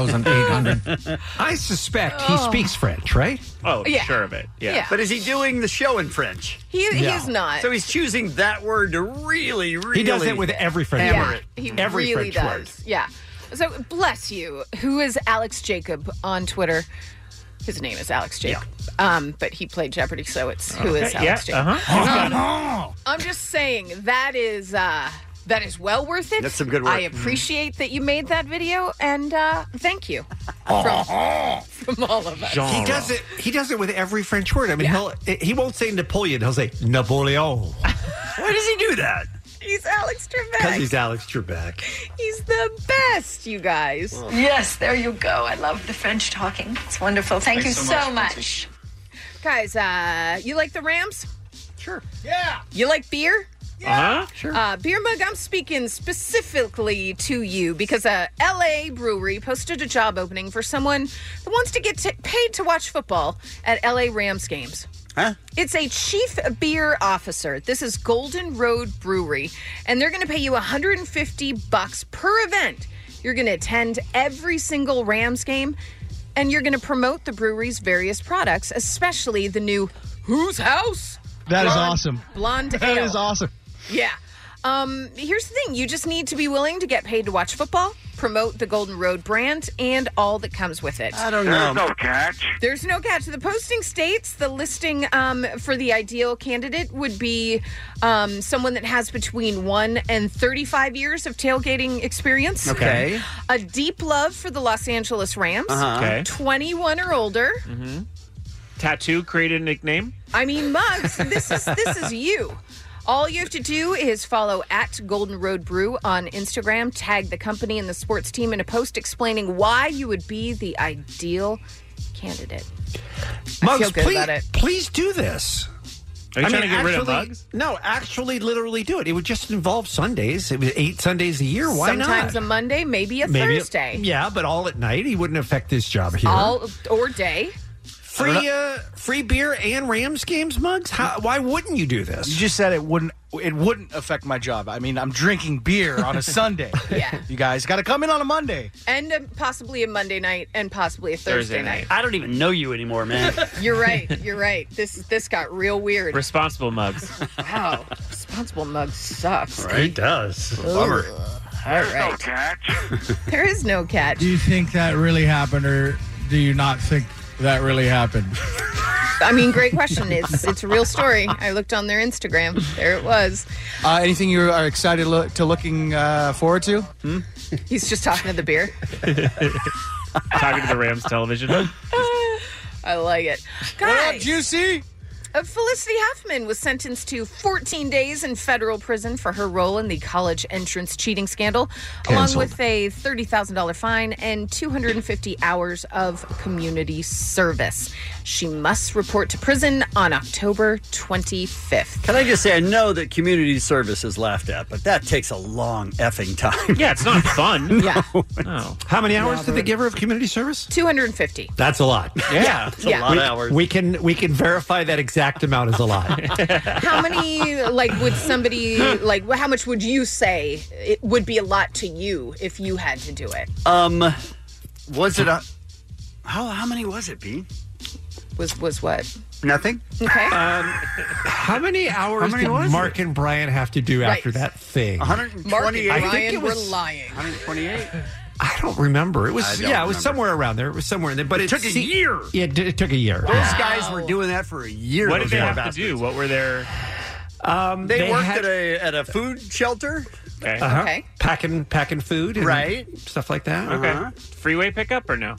Speaker 13: 26,800.
Speaker 10: I suspect
Speaker 12: he Oh. speaks
Speaker 10: French, right?
Speaker 8: Oh,
Speaker 12: Yeah. sure of it, yeah. Yeah.
Speaker 8: But is he doing the show in French?
Speaker 12: He, he is not.
Speaker 8: So he's choosing that word to really, really.
Speaker 10: He does it with every French
Speaker 8: hammer
Speaker 10: word.
Speaker 8: it.
Speaker 12: He really does. Yeah. So bless you. Who is Alex Jacob on Twitter? His name is Alex Jacob. Um, but he played Jeopardy, so it's who is
Speaker 2: Okay,
Speaker 12: Alex
Speaker 2: yeah,
Speaker 12: Jacob?
Speaker 2: uh-huh.
Speaker 12: Um, I'm just saying that is uh, that is well worth it.
Speaker 2: That's some good work.
Speaker 12: I appreciate that you made that video, and uh, thank you Oh. from, from all of us.
Speaker 10: He does it. He does it with every French word. I mean, he'll he won't say Napoleon. He'll say Napoleon
Speaker 8: Why does he do that?
Speaker 12: He's Alex
Speaker 10: because
Speaker 12: Trebek.
Speaker 10: he's Alex Trebek.
Speaker 12: He's the best, you guys.
Speaker 11: Yes, there you go. I love the French talking. It's wonderful. Thank
Speaker 12: Thanks
Speaker 11: you
Speaker 12: so
Speaker 11: so
Speaker 12: much,
Speaker 11: much.
Speaker 12: Guys, uh, you like the Rams? Sure. Yeah. You like beer?
Speaker 2: Yeah. Uh-huh.
Speaker 12: Sure. Uh, beer mug, I'm speaking specifically to you because uh, a LA brewery posted a job opening for someone that wants to get t- paid to watch football at LA Rams games.
Speaker 8: Huh?
Speaker 12: It's a chief beer officer. This is Golden Road Brewery, and they're going to pay you 150 bucks per event. You're going to attend every single Rams game, and you're going to promote the brewery's various products, especially the new Whose House?
Speaker 15: That is
Speaker 12: Blonde-
Speaker 15: awesome.
Speaker 12: Blonde
Speaker 15: That
Speaker 12: Ale.
Speaker 15: is awesome.
Speaker 12: Yeah. Um, here's the thing you just need to be willing to get paid to watch football, promote the Golden Road brand, and all that comes with it. I
Speaker 2: don't There's know. no catch.
Speaker 12: There's no catch. The posting states the listing um, for the ideal candidate would be um, someone that has between one and 35 years of tailgating experience.
Speaker 2: Okay.
Speaker 12: A deep love for the Los Angeles Rams.
Speaker 17: Uh-huh. Okay.
Speaker 12: 21 or older.
Speaker 17: Mm-hmm. Tattoo created a nickname.
Speaker 12: I mean, mugs. This is this is you. All you have to do is follow at Golden Road Brew on Instagram, tag the company and the sports team in a post explaining why you would be the ideal candidate.
Speaker 10: Mugs,
Speaker 12: Feel good
Speaker 10: please,
Speaker 12: about it.
Speaker 10: please do this.
Speaker 17: Are you trying to get rid of
Speaker 10: actually-
Speaker 17: Mugs?
Speaker 10: No, actually, literally do it. It would just involve Sundays. It was eight Sundays a year. Why
Speaker 12: Sometimes
Speaker 10: not?
Speaker 12: a Monday, maybe a
Speaker 10: Maybe-
Speaker 12: Thursday.
Speaker 10: yeah, but all at night. He wouldn't affect this job here.
Speaker 12: All or day.
Speaker 10: free, uh, free beer and Rams games, mugs. How, why wouldn't you do this?
Speaker 6: You just said it wouldn't. It wouldn't affect my job. I mean, I'm drinking beer on a Sunday.
Speaker 12: Yeah.
Speaker 6: You guys got to come in on a Monday.
Speaker 12: And a, possibly a Monday night and possibly a Thursday, night.
Speaker 16: I don't even know you anymore, man.
Speaker 12: You're right. You're right. This this got real weird.
Speaker 17: Responsible mugs.
Speaker 12: Wow. Responsible mug sucks.
Speaker 16: does.
Speaker 12: Bummer. All right. There is no catch.
Speaker 3: Do you think that really happened, or do you not think that really happened?
Speaker 12: I mean, great question. It's it's a real story. I looked on their Instagram. There it was.
Speaker 6: Uh, anything you are excited lo- to looking uh, forward to? Hmm?
Speaker 12: He's just talking to the beer.
Speaker 17: Talking to the Rams television.
Speaker 16: Uh-huh.
Speaker 12: I like it. Guys, what up, Juicy? Felicity Huffman was sentenced to 14 days in federal prison for her role in the college entrance cheating scandal,
Speaker 2: Canceled.
Speaker 12: along with a $30,000 fine and 250 hours of community service. She must report to prison on October 25th.
Speaker 16: Can I just say, I know that community service is laughed at, but that takes a long effing time.
Speaker 17: Yeah, it's not fun.
Speaker 12: yeah.
Speaker 10: How many hours did they give her of community service?
Speaker 12: 250.
Speaker 10: That's a lot.
Speaker 12: Yeah.
Speaker 10: it's
Speaker 12: That's a Yeah. lot of
Speaker 10: we,
Speaker 12: hours.
Speaker 10: We can we can verify that exact amount is a lot.
Speaker 12: How many, like, would somebody, like, wh- how much would you say it would be a lot to you if you had to do it?
Speaker 16: Um, was it a how how many was it, B?
Speaker 12: Was was what?
Speaker 16: Nothing.
Speaker 12: Okay.
Speaker 10: Um, how many hours
Speaker 16: How many
Speaker 10: did
Speaker 16: was
Speaker 10: Mark and Brian have to do
Speaker 16: Right.
Speaker 10: after that thing?
Speaker 12: Mark and
Speaker 10: I think
Speaker 12: Ryan
Speaker 10: it
Speaker 12: were
Speaker 10: was.
Speaker 12: lying.
Speaker 16: 128.
Speaker 10: I don't remember. It was
Speaker 16: I don't
Speaker 10: yeah, it was
Speaker 16: remember.
Speaker 10: somewhere around there. It was somewhere in there, but
Speaker 16: It
Speaker 10: it,
Speaker 16: took a
Speaker 10: se-
Speaker 16: year.
Speaker 10: Yeah, it, d- it took a year.
Speaker 16: Those
Speaker 10: Yeah.
Speaker 16: guys were doing that for a year.
Speaker 17: What did
Speaker 16: those
Speaker 17: they
Speaker 16: poor
Speaker 17: have
Speaker 16: bastards.
Speaker 17: to do? What were their?
Speaker 10: Um,
Speaker 16: They, worked
Speaker 10: had-
Speaker 16: at a at a food shelter.
Speaker 17: Okay.
Speaker 10: Uh-huh. Packing packing food, and
Speaker 16: Right.
Speaker 10: Stuff like that. Uh-huh.
Speaker 17: Okay. Freeway pickup or no?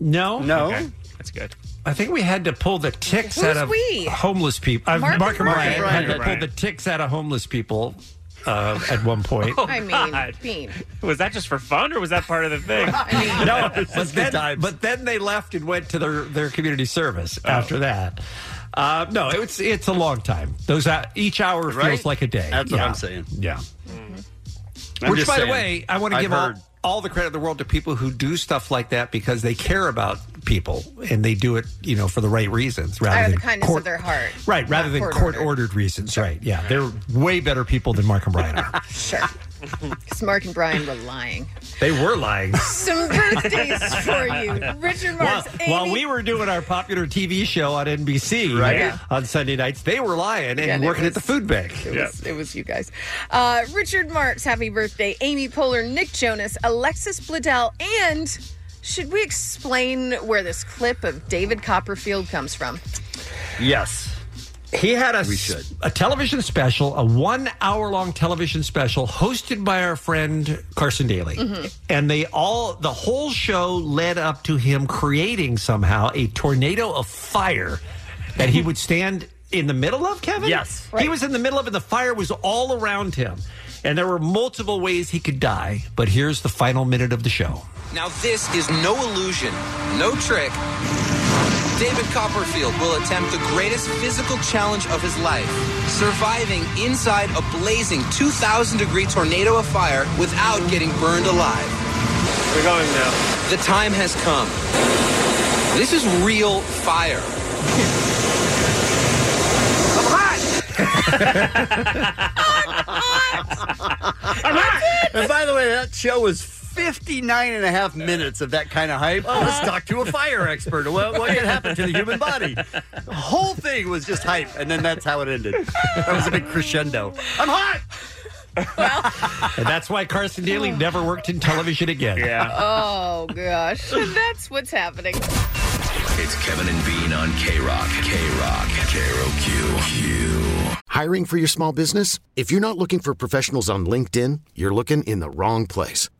Speaker 10: No,
Speaker 17: Okay. That's good.
Speaker 10: I think we had to pull the ticks
Speaker 17: Who's
Speaker 10: out of
Speaker 17: we?
Speaker 10: homeless people. Uh,
Speaker 17: Mark and
Speaker 10: Mark and
Speaker 17: Brian.
Speaker 10: Brian,
Speaker 17: Mark and
Speaker 10: had to
Speaker 17: Brian.
Speaker 10: pull the ticks out of homeless people uh, at one point.
Speaker 12: I mean, Bean.
Speaker 17: Was that just for fun or was that part of the thing?
Speaker 10: no, but then, but then they left and went to their, their community service after that. Uh, no, it's it's a long time. Those uh, each hour
Speaker 16: Right?
Speaker 10: feels like a day.
Speaker 16: That's what
Speaker 10: Yeah.
Speaker 16: I'm saying.
Speaker 10: Yeah.
Speaker 20: Mm-hmm.
Speaker 16: I'm
Speaker 10: Which,
Speaker 16: just
Speaker 10: by
Speaker 16: saying.
Speaker 10: the way, I want to
Speaker 16: I've
Speaker 10: give
Speaker 16: heard.
Speaker 10: all, all the credit in the world to people who do stuff like that because they care about people and they do it, you know, for the right reasons rather
Speaker 12: Out of
Speaker 10: than
Speaker 12: the kindness
Speaker 10: court,
Speaker 12: of their heart.
Speaker 10: right, rather
Speaker 12: Not
Speaker 10: than court
Speaker 12: court-ordered.
Speaker 10: ordered, reasons. Right? Yeah, they're way better people than Mark and Brian are.
Speaker 12: Sure. Because Mark and Brian were lying.
Speaker 10: they were lying.
Speaker 12: Some birthdays for you. Richard
Speaker 10: While,
Speaker 12: Marks, Amy.
Speaker 10: while we were doing our popular TV show on NBC
Speaker 12: Right. Yeah.
Speaker 10: on Sunday nights, they were lying and
Speaker 12: Yeah, and it
Speaker 10: working at the
Speaker 12: was-
Speaker 10: food bank.
Speaker 12: It was, it was you guys. Uh, Richard Marks, happy birthday. Amy Poehler, Nick Jonas, Alexis Bledel, and should we explain where this clip of David Copperfield comes from?
Speaker 16: Yes.
Speaker 10: He had a, s- a television special, a one hour long television special hosted by our friend Carson Daly.
Speaker 2: Mhm.
Speaker 10: And they all, the whole show led up to him creating somehow a tornado of fire that he would stand in the middle of, Kevin? Yes. He was in the middle of it, the fire was all around him. And there were multiple ways he could die. But here's the final minute of the show.
Speaker 15: Now, this is no illusion, no trick. David Copperfield will attempt the greatest physical challenge of his life surviving inside a blazing 2,000 degree tornado of fire without getting burned alive. We're going now. The time has come. This is real fire.
Speaker 10: Uh-huh.
Speaker 16: and by the way, that show was 59 and a half minutes of that kind of hype. Oh,
Speaker 10: Uh-huh.
Speaker 16: let's talk to a fire expert. What, what can happen to the human body? The whole thing was just hype. And then that's how it ended. That was a big crescendo. I'm hot.
Speaker 10: and that's why Carson Daly never worked in television again. Yeah.
Speaker 4: Uh,
Speaker 12: Oh, gosh. That's what's happening.
Speaker 4: It's Kevin and Bean on K Rock. K Rock. K Rock.
Speaker 19: Hiring for your small business? If you're not looking for professionals on LinkedIn, you're looking in the wrong place.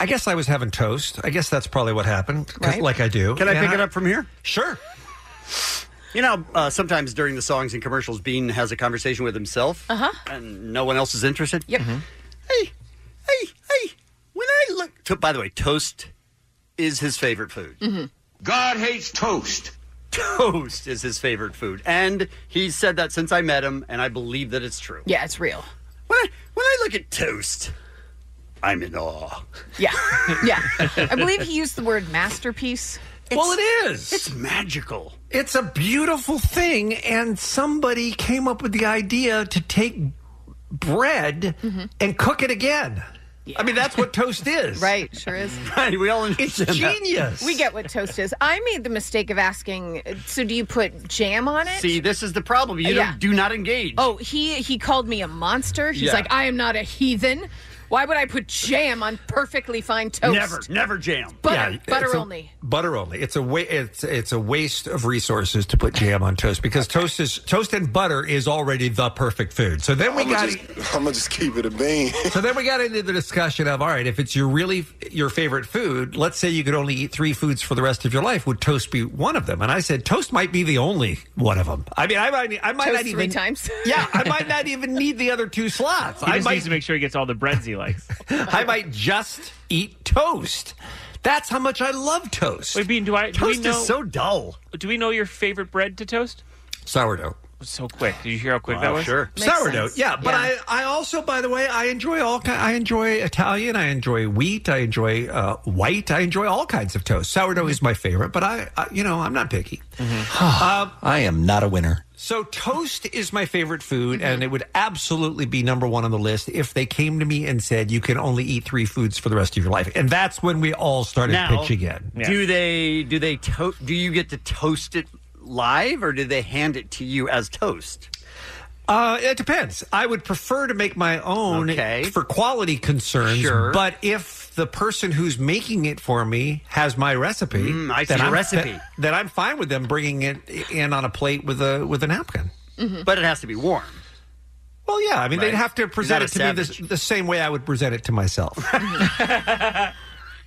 Speaker 10: I guess I was having toast. I guess that's probably what happened, 'cause-
Speaker 16: Right.
Speaker 10: like I do.
Speaker 16: Can I
Speaker 10: And
Speaker 16: pick it up from here?
Speaker 10: Sure.
Speaker 16: You know, uh, sometimes during the songs and commercials, Bean has a conversation with himself,
Speaker 2: Uh huh.
Speaker 16: and no one else is interested. Mm-hmm.
Speaker 12: Yep.
Speaker 16: Hey, hey, when I look. To, by the way, toast is his favorite food. God hates toast. Toast is his favorite food. And he's said that since I met him, and I believe that it's true.
Speaker 12: Yeah, it's real.
Speaker 16: When I look at toast, I'm in awe.
Speaker 12: Yeah. Yeah. I believe he used the word masterpiece.
Speaker 10: well, it is. It's
Speaker 16: magical.
Speaker 10: It's a beautiful thing, and somebody came up with the idea to take bread and cook it again. I mean, that's what toast is,
Speaker 12: right? Sure is.
Speaker 16: Right, we all
Speaker 10: It's
Speaker 16: understand that.
Speaker 10: genius.
Speaker 12: We get what toast is. I made the mistake of asking, so do you put jam on it?
Speaker 16: See, this is the problem. You
Speaker 12: Yeah.
Speaker 16: don't, do not engage.
Speaker 12: Oh, he he called me a monster. He's
Speaker 16: Yeah.
Speaker 12: like, I am not a heathen. Why would I put jam on perfectly fine toast?
Speaker 16: Never, never jam.
Speaker 12: Butter, butter
Speaker 10: it's a-
Speaker 12: only.
Speaker 10: butter only. It's a wa- it's it's a waste of resources to put jam on toast because toast is toast and butter is already the perfect food. So then we
Speaker 1: I'ma
Speaker 10: got
Speaker 1: Just, I'm gonna just keep it a bean.
Speaker 10: so then we got into the discussion of all right, if it's your really your favorite food, let's say you could only eat three foods for the rest of your life, would toast be one of them? And I said toast might be the only one of them. I mean, I might I might
Speaker 12: toast
Speaker 10: not
Speaker 12: three
Speaker 10: even
Speaker 12: times.
Speaker 10: yeah, I might not even need the other two slots.
Speaker 17: He
Speaker 10: I
Speaker 17: just
Speaker 10: might
Speaker 17: needs to make sure he gets all the breads he likes.
Speaker 10: I might just eat toast. That's how much I love toast.
Speaker 17: Wait, Bean, do I do we know,
Speaker 16: dull.
Speaker 17: Do we know your favorite bread to toast?
Speaker 10: Sourdough.
Speaker 17: So quick. Did you hear how quick
Speaker 10: Wow,
Speaker 17: that was?
Speaker 10: sure. Makes Sourdough, sense. yeah, but Yeah. I also, by the way, I enjoy all. ki- I enjoy Italian. I enjoy wheat. I enjoy uh, white. I enjoy all kinds of toast. Sourdough is my favorite, but I, I you know, I'm not picky. um,
Speaker 8: I am not a winner.
Speaker 10: so toast is my favorite food, and it would absolutely be number one on the list if they came to me and said you can only eat three foods for the rest of your life, and that's when we all started
Speaker 16: now,
Speaker 10: pitching in.
Speaker 16: Do they? Do they? To- do you get to toast it live, or do they hand it to you as toast?
Speaker 10: Uh, it depends. I would prefer to make my own for quality concerns.
Speaker 16: Sure.
Speaker 10: But if the person who's making it for me has my recipe,
Speaker 16: Mm, I see
Speaker 10: then
Speaker 16: a
Speaker 10: I'm,
Speaker 16: recipe.
Speaker 10: Then, then I'm fine with them bringing it in on a plate with a with a napkin.
Speaker 16: Mm-hmm. But it has to be warm.
Speaker 10: Well, yeah. I mean,
Speaker 16: Right.
Speaker 10: they'd have to
Speaker 16: You're
Speaker 10: present
Speaker 16: not
Speaker 10: it
Speaker 16: a
Speaker 10: to me the, the same way I would present it to myself.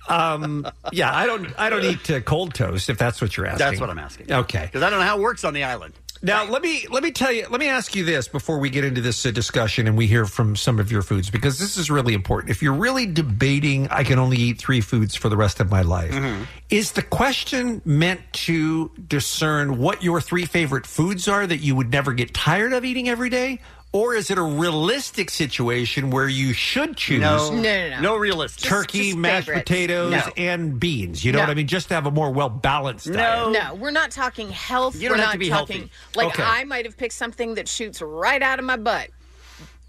Speaker 10: um, yeah, I don't. I don't eat uh, cold toast if that's what you're asking.
Speaker 16: That's what I'm asking.
Speaker 10: Okay.
Speaker 16: Because I don't know how it works on the island.
Speaker 10: Now let me let me tell you let me ask you this before we get into this uh, discussion and we hear from some of your foods because this is really important. If you're really debating, I can only eat three foods for the rest of my life. Is the question meant to discern what your three favorite foods are that you would never get tired of eating every day, or is it a realistic situation where you should choose?
Speaker 16: No. No, no, no. No realistic. Just-
Speaker 10: Turkey,
Speaker 16: just
Speaker 10: mashed
Speaker 16: favorites.
Speaker 10: potatoes,
Speaker 16: No.
Speaker 10: and beans. You know
Speaker 12: No.
Speaker 10: what I mean? Just to have a more well balanced diet.
Speaker 12: No, we're not talking health.
Speaker 10: You don't
Speaker 12: we're
Speaker 10: have
Speaker 12: not
Speaker 10: to be
Speaker 12: talking
Speaker 10: healthy.
Speaker 12: like
Speaker 10: Okay.
Speaker 12: I might have picked something that shoots right out of my butt,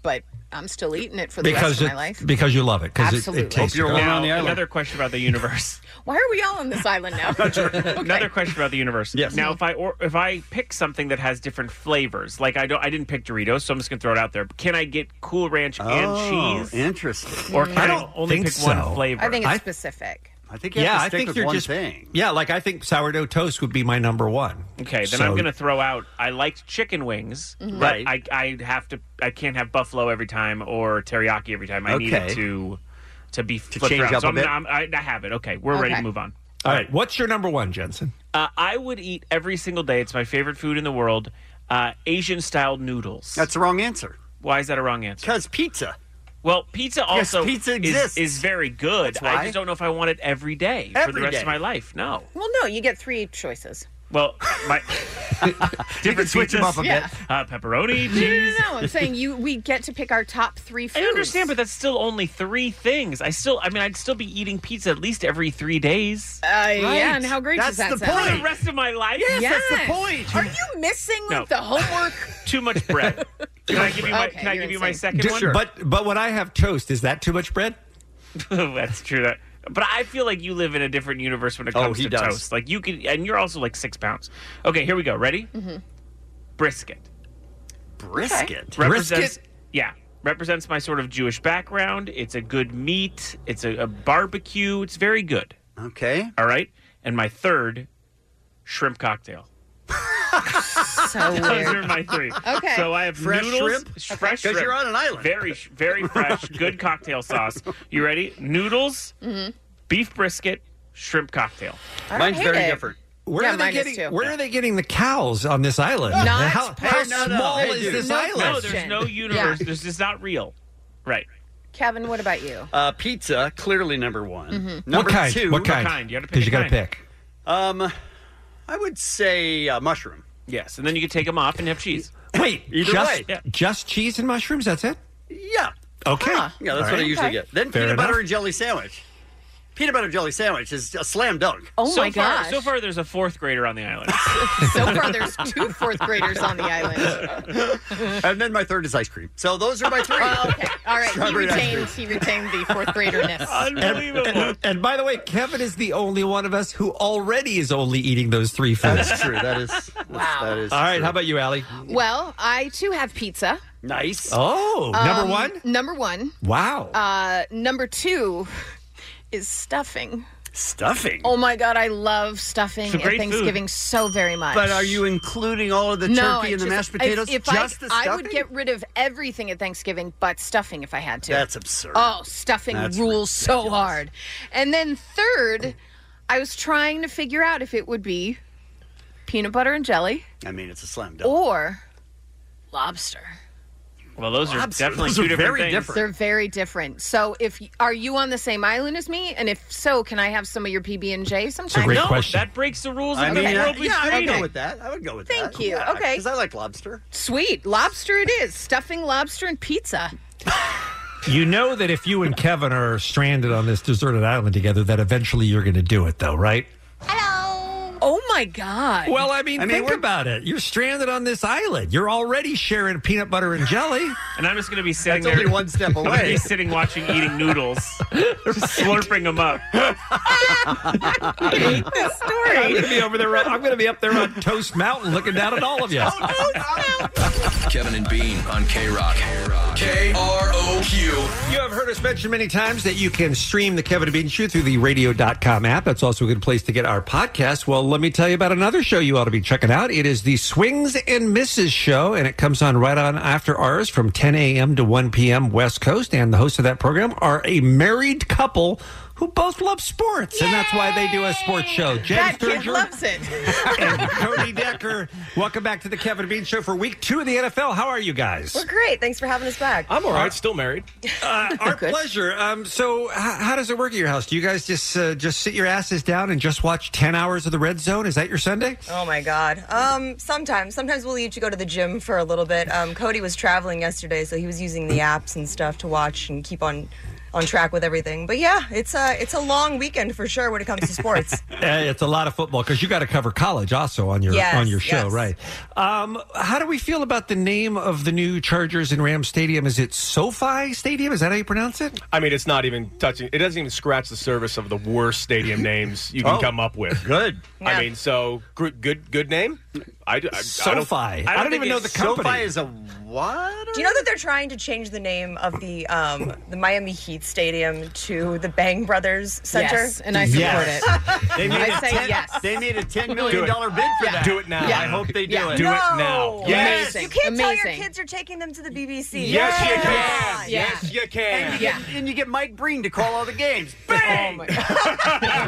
Speaker 12: but I'm still eating it for the rest
Speaker 10: because
Speaker 12: of
Speaker 10: it-
Speaker 12: my life.
Speaker 10: because you love it because it,
Speaker 12: Absolutely.
Speaker 10: it tastes good.
Speaker 17: Another question about the universe.
Speaker 12: Why are we all on this island now?
Speaker 17: Another question about the universe. Yes. Now, if I or if I pick something that has different flavors, like I don't, I didn't pick Doritos, so I'm just gonna throw it out there. Can I get Cool Ranch and cheese?
Speaker 16: Interesting.
Speaker 17: Or can I,
Speaker 10: Oh, I don't
Speaker 17: only
Speaker 10: think
Speaker 17: pick one
Speaker 10: so.
Speaker 17: flavor?
Speaker 12: I think it's
Speaker 10: I-
Speaker 12: specific.
Speaker 16: I think
Speaker 10: yeah, I think you're just yeah. Like I think sourdough toast would be my number one.
Speaker 17: Okay, then I'm gonna throw out. I liked chicken wings,
Speaker 10: Mhm.
Speaker 17: but I I have to. I can't have buffalo every time or teriyaki every time. I need
Speaker 10: Okay.
Speaker 17: it to to be flipped
Speaker 10: change
Speaker 17: around.
Speaker 10: up
Speaker 17: so
Speaker 10: a
Speaker 17: I'm,
Speaker 10: bit.
Speaker 17: I'm, I, I have it. Okay, we're ready to
Speaker 10: Okay.
Speaker 17: move on.
Speaker 10: All right, what's your number one, Jensen?
Speaker 17: Uh, I would eat every single day. It's my favorite food in the world. Uh, Asian style noodles.
Speaker 16: That's the wrong answer.
Speaker 17: Why is that a wrong answer?
Speaker 16: Because pizza.
Speaker 17: Well, pizza
Speaker 16: Yes,
Speaker 17: also
Speaker 16: pizza
Speaker 17: is,
Speaker 16: exists.
Speaker 17: is very good.
Speaker 16: That's
Speaker 17: I
Speaker 16: why.
Speaker 17: just don't know if I want it every day for the
Speaker 12: Every
Speaker 17: rest
Speaker 12: day.
Speaker 17: of my life. No.
Speaker 12: Well, no, you get three choices.
Speaker 17: Well, my different
Speaker 16: switch 'em
Speaker 17: pizzas.
Speaker 16: up a bit.
Speaker 12: Yeah.
Speaker 17: Uh, pepperoni,
Speaker 12: No, no,
Speaker 17: cheese.
Speaker 12: no, no. I'm saying you. We get to pick our top three
Speaker 17: I
Speaker 12: foods.
Speaker 17: understand, but that's still only three things. I still, I mean, I'd still be eating pizza at least every three days.
Speaker 12: Uh, Yeah, and how great does that sound?
Speaker 17: For the rest of my life.
Speaker 12: point. Are you missing
Speaker 17: No.
Speaker 12: like the homework?
Speaker 17: Too much bread. Can I give you my?
Speaker 12: Okay,
Speaker 17: can I
Speaker 12: you're
Speaker 17: give you my
Speaker 12: insane.
Speaker 17: second
Speaker 10: Just-
Speaker 17: one?
Speaker 10: But but when I have toast, is that too much bread?
Speaker 17: that's true. That. But I feel like you live in a different universe when it
Speaker 10: Oh,
Speaker 17: comes
Speaker 10: he
Speaker 17: to
Speaker 10: does.
Speaker 17: toast. Like you could, and you're also like six pounds. Okay, here we go. Ready?
Speaker 12: Mhm.
Speaker 17: Brisket.
Speaker 16: Brisket.
Speaker 17: Represents, Yeah. Represents my sort of Jewish background. It's a good meat. It's a, a barbecue. It's very good.
Speaker 16: Okay.
Speaker 17: All right. And my third shrimp cocktail.
Speaker 12: so
Speaker 17: Those
Speaker 12: weird.
Speaker 17: are my three.
Speaker 12: Okay.
Speaker 17: So I have
Speaker 12: Fresh
Speaker 17: noodles,
Speaker 12: shrimp?
Speaker 17: sh-
Speaker 12: Okay.
Speaker 17: fresh
Speaker 12: 'Cause
Speaker 17: shrimp.
Speaker 12: you're on an island.
Speaker 17: Very, sh- very fresh. Good cocktail sauce. You ready? Noodles,
Speaker 12: Mhm.
Speaker 17: beef brisket, shrimp cocktail.
Speaker 12: I don't Mine's hate very it. different.
Speaker 10: Where
Speaker 12: Yeah,
Speaker 10: are they
Speaker 12: mine is
Speaker 10: getting?
Speaker 12: too.
Speaker 10: Where are they getting the cows on this island?
Speaker 12: Not
Speaker 10: how how
Speaker 12: Hey, no, no.
Speaker 10: small
Speaker 12: Hey,
Speaker 10: is
Speaker 12: dude.
Speaker 10: this
Speaker 12: No
Speaker 10: island?
Speaker 17: No, there's no
Speaker 12: Question.
Speaker 17: universe.
Speaker 12: Yeah.
Speaker 17: This is not real. Right.
Speaker 12: Kevin, what about you?
Speaker 16: Uh, pizza, clearly number one.
Speaker 17: Mm-hmm.
Speaker 12: Mhm.
Speaker 16: Number
Speaker 10: What kind?
Speaker 16: two,
Speaker 10: What kind? What kind? You gotta pick 'Cause you a gotta kind.
Speaker 16: Um, I would say uh, mushroom.
Speaker 17: Yes, and then you could take them off and have cheese.
Speaker 10: Wait,
Speaker 16: Either
Speaker 10: just
Speaker 16: way.
Speaker 10: just cheese and mushrooms. That's it.
Speaker 16: Yeah.
Speaker 10: Okay.
Speaker 16: Yeah, that's
Speaker 10: All
Speaker 16: what I
Speaker 10: right.
Speaker 16: usually get. Then
Speaker 10: Fair
Speaker 16: peanut
Speaker 10: enough.
Speaker 16: butter and jelly sandwich. Peanut butter jelly sandwich is a slam dunk.
Speaker 12: Oh
Speaker 17: so far, So far, there's a fourth grader on the island.
Speaker 12: so far, there's two fourth graders on the island.
Speaker 16: and then my third is ice cream. So those are my three.
Speaker 12: Okay. All right. He
Speaker 16: Strawberry ice
Speaker 12: retained, he retained the fourth graderness.
Speaker 10: And, and by the way, Kevin is the only one of us who already is only eating those three foods.
Speaker 16: That's true. That is.
Speaker 12: Wow.
Speaker 16: That is
Speaker 10: All right. How about you, Allie?
Speaker 12: Well, I too have pizza.
Speaker 16: Nice.
Speaker 10: Oh, number
Speaker 12: Um,
Speaker 10: one.
Speaker 12: Number one.
Speaker 10: Wow.
Speaker 12: Uh, number two is stuffing.
Speaker 16: Stuffing.
Speaker 12: Oh my God, I love stuffing
Speaker 16: It's a
Speaker 12: at
Speaker 16: great
Speaker 12: Thanksgiving
Speaker 16: food.
Speaker 12: so very much.
Speaker 16: But are you including all of the
Speaker 12: no,
Speaker 16: turkey
Speaker 12: I
Speaker 16: and the
Speaker 12: just-
Speaker 16: mashed potatoes?
Speaker 12: If, if
Speaker 16: just
Speaker 12: I,
Speaker 16: the stuffing?
Speaker 12: I would get rid of everything at Thanksgiving but stuffing if I had to.
Speaker 16: That's absurd.
Speaker 12: Oh, stuffing
Speaker 16: That's
Speaker 12: rules so hard. And then third, I was trying to figure out if it would be peanut butter and jelly
Speaker 16: I mean, it's a slam dunk.
Speaker 12: or lobster.
Speaker 17: Well, those are
Speaker 16: Lobster.
Speaker 17: definitely
Speaker 16: Those
Speaker 17: two
Speaker 16: are
Speaker 17: different
Speaker 16: very
Speaker 17: things.
Speaker 16: different.
Speaker 12: They're very different. So, if are you on the same island as me? And if so, can I have some of your PB and J sometime?
Speaker 17: no, that breaks the rules
Speaker 16: I
Speaker 17: of
Speaker 16: mean,
Speaker 17: the world we
Speaker 16: yeah, I'd
Speaker 17: created.
Speaker 16: go with that. I would go with that.
Speaker 12: Thank you.
Speaker 16: Uh, Yeah,
Speaker 12: Okay.
Speaker 16: Because I like lobster.
Speaker 12: Sweet lobster, it is stuffing lobster and pizza.
Speaker 10: You know that if you and Kevin are stranded on this deserted island together, that eventually you're going to do it, though, right?
Speaker 12: Oh my god!
Speaker 10: Well, I mean, think about it. You're stranded on this island. You're already sharing peanut butter and jelly.
Speaker 17: And I'm just going to be sitting
Speaker 10: That's
Speaker 17: there.
Speaker 10: only one step
Speaker 17: I'm gonna
Speaker 10: away.
Speaker 17: be sitting, watching, eating noodles, just slurping them up.
Speaker 10: I hate this story. I'm going to be over there. I'm going to be up there on Toast Mountain, looking down at all of you.
Speaker 4: Kevin and Bean on K Rock. K R O Q.
Speaker 10: You have heard us mention many times that you can stream the Kevin and Bean Show through the radio.com app. That's also a good place to get our podcast. Well, let me tell you about another show you ought to be checking out. It is the Swings and Misses Show, and it comes on right on after hours from 10 a.m. to 1 p.m. West Coast. And the hosts of that program are a married couple who both love sports, and that's why they do a sports show. James
Speaker 12: that kid
Speaker 10: Sturgeon
Speaker 12: loves it.
Speaker 10: and Cody Decker. Welcome back to the Kevin and Bean Show for week two of the NFL. How are you guys?
Speaker 14: We're great. Thanks for having us back.
Speaker 10: I'm all right.
Speaker 14: Still married.
Speaker 10: Uh, our pleasure. Um, so, h- how does it work at your house? Do you guys just uh, just sit your asses down and just watch ten hours of the Red Zone? Is that your Sunday?
Speaker 14: Oh my God. Um, sometimes, sometimes we'll each go to the gym for a little bit. Um, Cody was traveling yesterday, so he was using the apps and stuff to watch and keep on on track with everything. But yeah, it's a it's a long weekend for sure when it comes to sports.
Speaker 10: Uh, it's a lot of football because you got to cover college also on your
Speaker 14: Yes,
Speaker 10: on your show,
Speaker 14: yes.
Speaker 10: right? Um, how do we feel about the name of the new Chargers and Rams Stadium? Is it SoFi Stadium? Is that how you pronounce it?
Speaker 20: I mean, it's not even touching. It doesn't even scratch the surface of the worst stadium names you can Oh, come up with.
Speaker 16: Good.
Speaker 20: I mean, so gr- good, good name. I, do- I, I don't,
Speaker 10: SoFi. I don't even know the company. SoFi is
Speaker 16: a what?
Speaker 14: Do you know that they're trying to change the name of the um, the Miami Heat Stadium to the Bang Brothers Center?
Speaker 12: Yes, and I support Yes. it.
Speaker 16: They
Speaker 14: I
Speaker 16: made a
Speaker 14: say
Speaker 16: ten,
Speaker 14: yes.
Speaker 16: They made a ten
Speaker 20: Do
Speaker 16: million
Speaker 20: it.
Speaker 16: dollar bid for
Speaker 14: Yeah.
Speaker 16: that.
Speaker 20: Do it now.
Speaker 16: I hope they do
Speaker 20: Yeah.
Speaker 16: it.
Speaker 20: Do it now. Yes.
Speaker 14: You can't tell
Speaker 12: Amazing.
Speaker 14: your kids you're taking them to the BBC.
Speaker 16: Yes, you
Speaker 14: Come
Speaker 16: can.
Speaker 14: on.
Speaker 16: Yes,
Speaker 20: you
Speaker 16: And you, get, and you get Mike Breen to call all the games. Bang!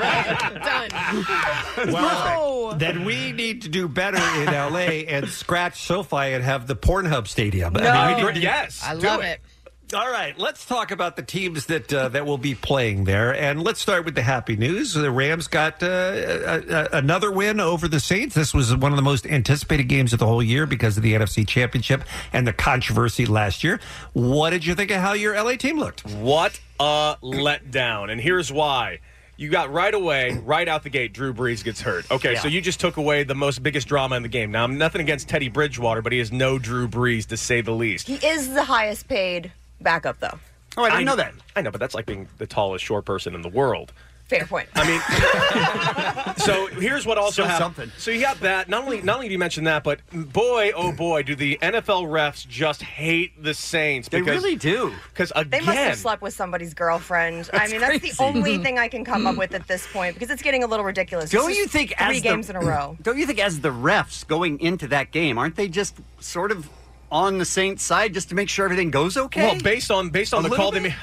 Speaker 10: Well, then we need to do better in LA and scratch SoFi and have the Pornhub Stadium. I mean, we need to- All right, let's talk about the teams that uh, that will be playing there, and let's start with the happy news. The Rams got uh, a, a, another win over the Saints. This was one of the most anticipated games of the whole year because of the NFC Championship and the controversy last year. What did you think of how your LA team looked?
Speaker 20: What a letdown. And here's why. You got right away, right out the gate, Drew Brees gets hurt. Okay,
Speaker 22: Yeah.
Speaker 20: so you just took away the most biggest drama in the game. Now, I'm nothing against Teddy Bridgewater, but he is no Drew Brees, to say the least.
Speaker 14: He is the highest paid backup, though.
Speaker 20: Oh,
Speaker 2: Oh,
Speaker 20: I know that. I know, but that's like being the tallest short person in the world.
Speaker 2: Fair point.
Speaker 20: I mean, so here's what also
Speaker 1: Still
Speaker 20: happened.
Speaker 1: something.
Speaker 20: So you got that. Not only not only do you mention that, but boy, oh boy, do the NFL refs just hate the Saints.
Speaker 2: They really
Speaker 20: do. Because
Speaker 2: They
Speaker 20: again,
Speaker 2: must have slept with somebody's girlfriend. I
Speaker 20: That's
Speaker 2: mean, that's
Speaker 20: crazy. Mm-hmm.
Speaker 2: the only thing I can come up with at this point because it's getting a little ridiculous. It's
Speaker 16: Don't
Speaker 2: just
Speaker 16: you think
Speaker 2: three
Speaker 16: as
Speaker 2: games
Speaker 16: the,
Speaker 2: in a row?
Speaker 16: Don't you think as the refs going into that game, aren't they just sort of on the Saints' side just to make sure everything goes okay?
Speaker 20: Well, based on based on the
Speaker 16: A little
Speaker 20: call they made,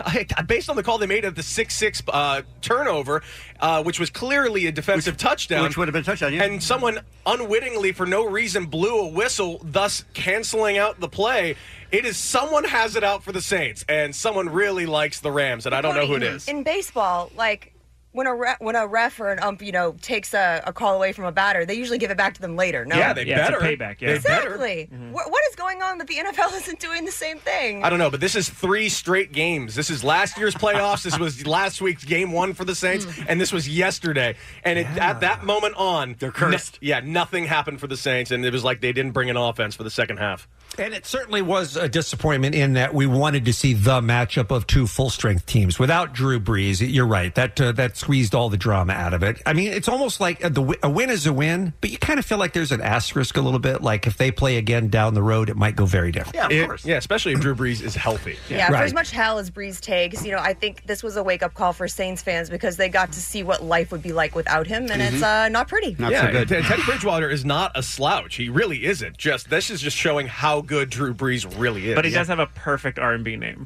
Speaker 20: based on the call they made of the six six uh, turnover, uh, which was clearly a defensive touchdown,
Speaker 16: which would have been a touchdown, yeah.
Speaker 20: and someone unwittingly for no reason blew a whistle, thus canceling out the play. It is someone has it out for the Saints, and someone really likes the Rams, and I don't know who it
Speaker 2: Cody,
Speaker 20: is.
Speaker 2: In baseball, like when a re- when a ref or an ump, you know, takes a, a call away from a batter, they usually give it back to them later. No,
Speaker 20: Yeah, they Yeah, it's a better. payback, yeah. Mm-hmm. They better.
Speaker 2: exactly. What, what is going on that the NFL isn't doing the same thing?
Speaker 20: I don't know, but this is three straight games. This is last year's playoffs. this was last week's game one for the Saints,
Speaker 2: Hmm.
Speaker 20: and this was yesterday. And it, at that moment on, they're
Speaker 10: cursed.
Speaker 20: yeah, nothing happened for the Saints, and it was like they didn't bring an offense for the second half.
Speaker 10: And it certainly was a disappointment in that we wanted to see the matchup of two full strength teams without Drew Brees. You're right that uh, that squeezed all the drama out of it. I mean, it's almost like a, the, wi- a win is a win, but you kind of feel like there's an asterisk a little bit. Like if they play again down the road, it might go very different.
Speaker 20: of course. Yeah, especially if Drew Brees is healthy.
Speaker 2: Yeah, for as much hell as Breeze takes, you know, I think this was a wake up call for Saints fans because they got to see what life would be like without him, and it's
Speaker 20: Mhm.
Speaker 2: uh, not pretty.
Speaker 20: yeah, Ted- Teddy Bridgewater is not a slouch. He really isn't. Just this is just showing how good Drew Brees really is.
Speaker 17: But he does have a perfect R and B name.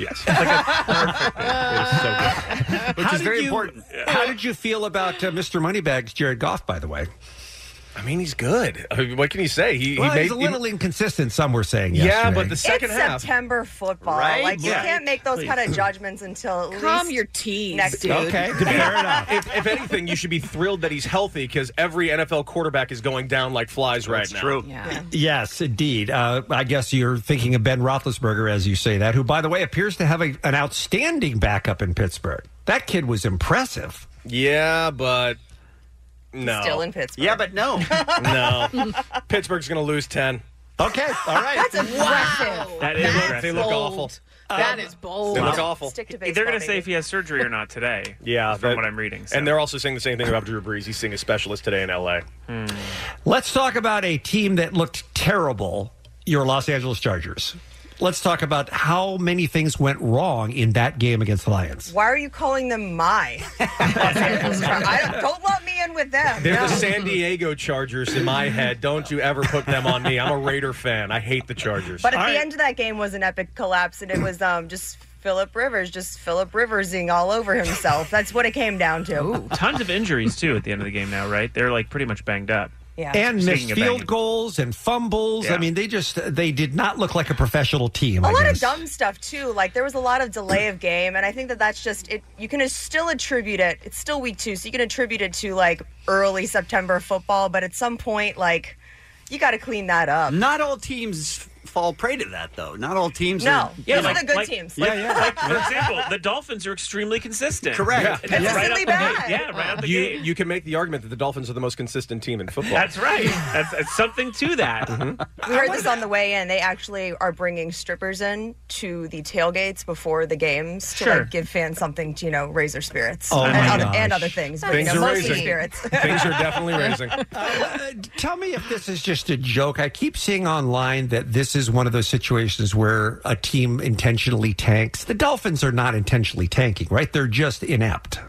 Speaker 20: Yes.
Speaker 10: Which is very important. How did you feel about uh, Mr. Moneybags, Jared Goff? By the way,
Speaker 20: I mean he's good. I mean, what can you say? He,
Speaker 10: well,
Speaker 20: he made
Speaker 10: he's a little
Speaker 20: he-
Speaker 10: inconsistent. Some were saying
Speaker 20: Yeah,
Speaker 10: yesterday.
Speaker 20: but the second
Speaker 2: it's
Speaker 20: half.
Speaker 2: September football.
Speaker 10: Right?
Speaker 2: Like you
Speaker 10: Yeah.
Speaker 2: can't make those
Speaker 10: Please.
Speaker 2: kind of judgments until at
Speaker 12: Calm
Speaker 2: least
Speaker 12: your teeth,
Speaker 2: next
Speaker 12: dude.
Speaker 2: week.
Speaker 12: Okay.
Speaker 20: Fair enough. If, if anything, you should be thrilled that he's healthy because every NFL quarterback is going down like flies right now.
Speaker 10: true.
Speaker 12: Yeah.
Speaker 10: Yes, indeed. Uh, I guess you're thinking of Ben Roethlisberger as you say that, who, by the way, appears to have a, an outstanding backup in Pittsburgh. That kid was impressive.
Speaker 20: Yeah, but no.
Speaker 2: Still in Pittsburgh.
Speaker 20: Yeah, but no. no. Pittsburgh's going to lose 10.
Speaker 10: Okay. All right.
Speaker 2: That's impressive.
Speaker 17: That is
Speaker 20: They look- they look
Speaker 17: bold.
Speaker 20: awful.
Speaker 12: That is bold.
Speaker 20: They look awful.
Speaker 12: Stick to
Speaker 17: They're going
Speaker 12: baseball,
Speaker 17: to say if he has surgery or not today.
Speaker 20: Yeah,
Speaker 17: from what I'm reading. so.
Speaker 20: And they're also saying the same thing about Drew Brees. He's seeing a specialist today in L.A.
Speaker 17: Hmm.
Speaker 10: Let's talk about a team that looked terrible, your Los Angeles Chargers. Let's talk about how many things went wrong in that game against the Lions.
Speaker 2: Why are you calling them my? Los Angeles Chargers? I don't, don't let me in with them.
Speaker 20: They're
Speaker 2: no.
Speaker 20: the San Diego Chargers in my head. Don't you ever put them on me. I'm a Raider fan. I hate the Chargers.
Speaker 2: But at the end of that game was an epic collapse, and it was um, just Philip Rivers, just Philip Riversing all over himself. That's what it came down to.
Speaker 17: Tons of injuries too at the end of the game now, right? They're like pretty much banged up.
Speaker 2: Yeah.
Speaker 10: And missed
Speaker 17: Speaking of
Speaker 10: field goals and fumbles. I mean, they just they did not look like a professional team.
Speaker 2: a
Speaker 10: I
Speaker 2: lot
Speaker 10: guess.
Speaker 2: of dumb stuff too. Like there was a lot of delay of game, and I think that that's just it. You can still attribute it. It's still week two, so you can attribute it to like early September football. But at some point, like you got to clean that up.
Speaker 16: Not all teams fall prey to that, though. Not all teams.
Speaker 2: No.
Speaker 16: are,
Speaker 2: Yeah, These are like- the good like- teams.
Speaker 17: Like,
Speaker 16: yeah, yeah.
Speaker 17: like, for example, the Dolphins are extremely consistent.
Speaker 20: Correct.
Speaker 17: Yeah.
Speaker 20: Yeah.
Speaker 17: That's right out the
Speaker 20: bad.
Speaker 17: gate. Yeah, right out the
Speaker 20: you,
Speaker 17: gate.
Speaker 20: you can make the argument that the Dolphins are the most consistent team in football. Mm-hmm.
Speaker 17: That's right. That's, that's something to that.
Speaker 2: We heard this on the way in. They actually are bringing strippers in to the tailgates before the games to
Speaker 17: Sure.
Speaker 2: like give fans something to you know raise their spirits
Speaker 10: Oh
Speaker 2: and,
Speaker 10: my
Speaker 2: other,
Speaker 10: gosh.
Speaker 2: and other things, but
Speaker 10: Things
Speaker 2: you know,
Speaker 10: are
Speaker 2: mostly
Speaker 10: raising.
Speaker 2: spirits.
Speaker 20: Things are definitely raising.
Speaker 10: Tell me if this is just a joke. I keep seeing online that this is one of those situations where a team intentionally tanks. The Dolphins are not intentionally tanking, right? They're just inept.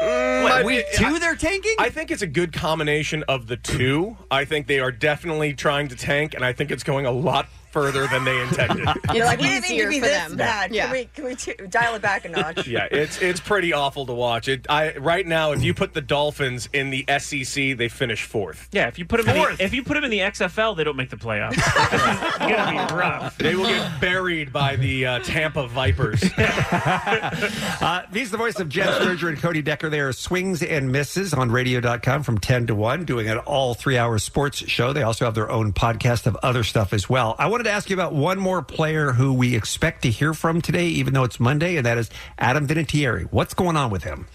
Speaker 20: But
Speaker 10: week
Speaker 20: it-
Speaker 10: two
Speaker 20: Mm, I-
Speaker 10: they're tanking?
Speaker 20: I think it's a good combination of the two. I think they are definitely trying to tank, and I think it's going a lot further than they intended.
Speaker 2: You're like, we didn't need to
Speaker 12: easier
Speaker 2: be
Speaker 12: for
Speaker 2: this
Speaker 12: them.
Speaker 2: bad.
Speaker 12: Yeah.
Speaker 2: Can we can we t- dial it back a notch?
Speaker 20: yeah, it's it's pretty awful to watch. It I right now, if you put the Dolphins in the SEC, they finish fourth.
Speaker 17: Yeah, if you put them in the, if you put them in the XFL, they don't make the playoffs. gonna be
Speaker 2: Oh.
Speaker 17: rough.
Speaker 20: They will get buried by the uh, Tampa Vipers.
Speaker 10: Uh, these are the voice of Jeff Sturger and Cody Decker. They are swings and misses on radio.com from 10 to 1, doing an all three hour sports show. They also have their own podcast of other stuff as well. I wanted to ask you about one more player who we expect to hear from today, even though it's Monday, and that is Adam Vinatieri. What's going on with him?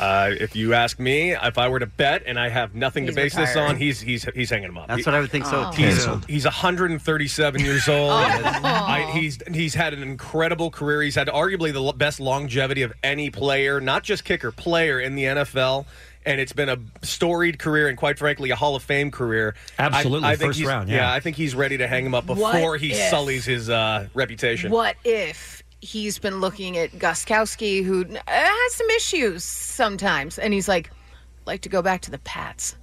Speaker 20: Uh, if you ask me, if I were to bet, and I have nothing
Speaker 16: He's
Speaker 20: to base this
Speaker 16: retired.
Speaker 20: on, he's he's he's hanging him up.
Speaker 16: That's what I would think so, Oh. too.
Speaker 20: He's, he's 137 years old.
Speaker 12: Oh.
Speaker 20: I, he's he's had an incredible career. He's had arguably the l- best longevity of any player, not just kicker, player in the NFL. And it's been a storied career, and quite frankly, a Hall of Fame career. I-
Speaker 10: Absolutely,
Speaker 20: I, think
Speaker 10: first
Speaker 20: he's-
Speaker 10: round, yeah.
Speaker 20: I think he's ready to hang him up
Speaker 12: What
Speaker 20: before he
Speaker 12: if-
Speaker 20: sullies his uh, reputation.
Speaker 12: What if he's been looking at Guskowski, who uh, has some issues sometimes, and he's like, like to go back to the Pats.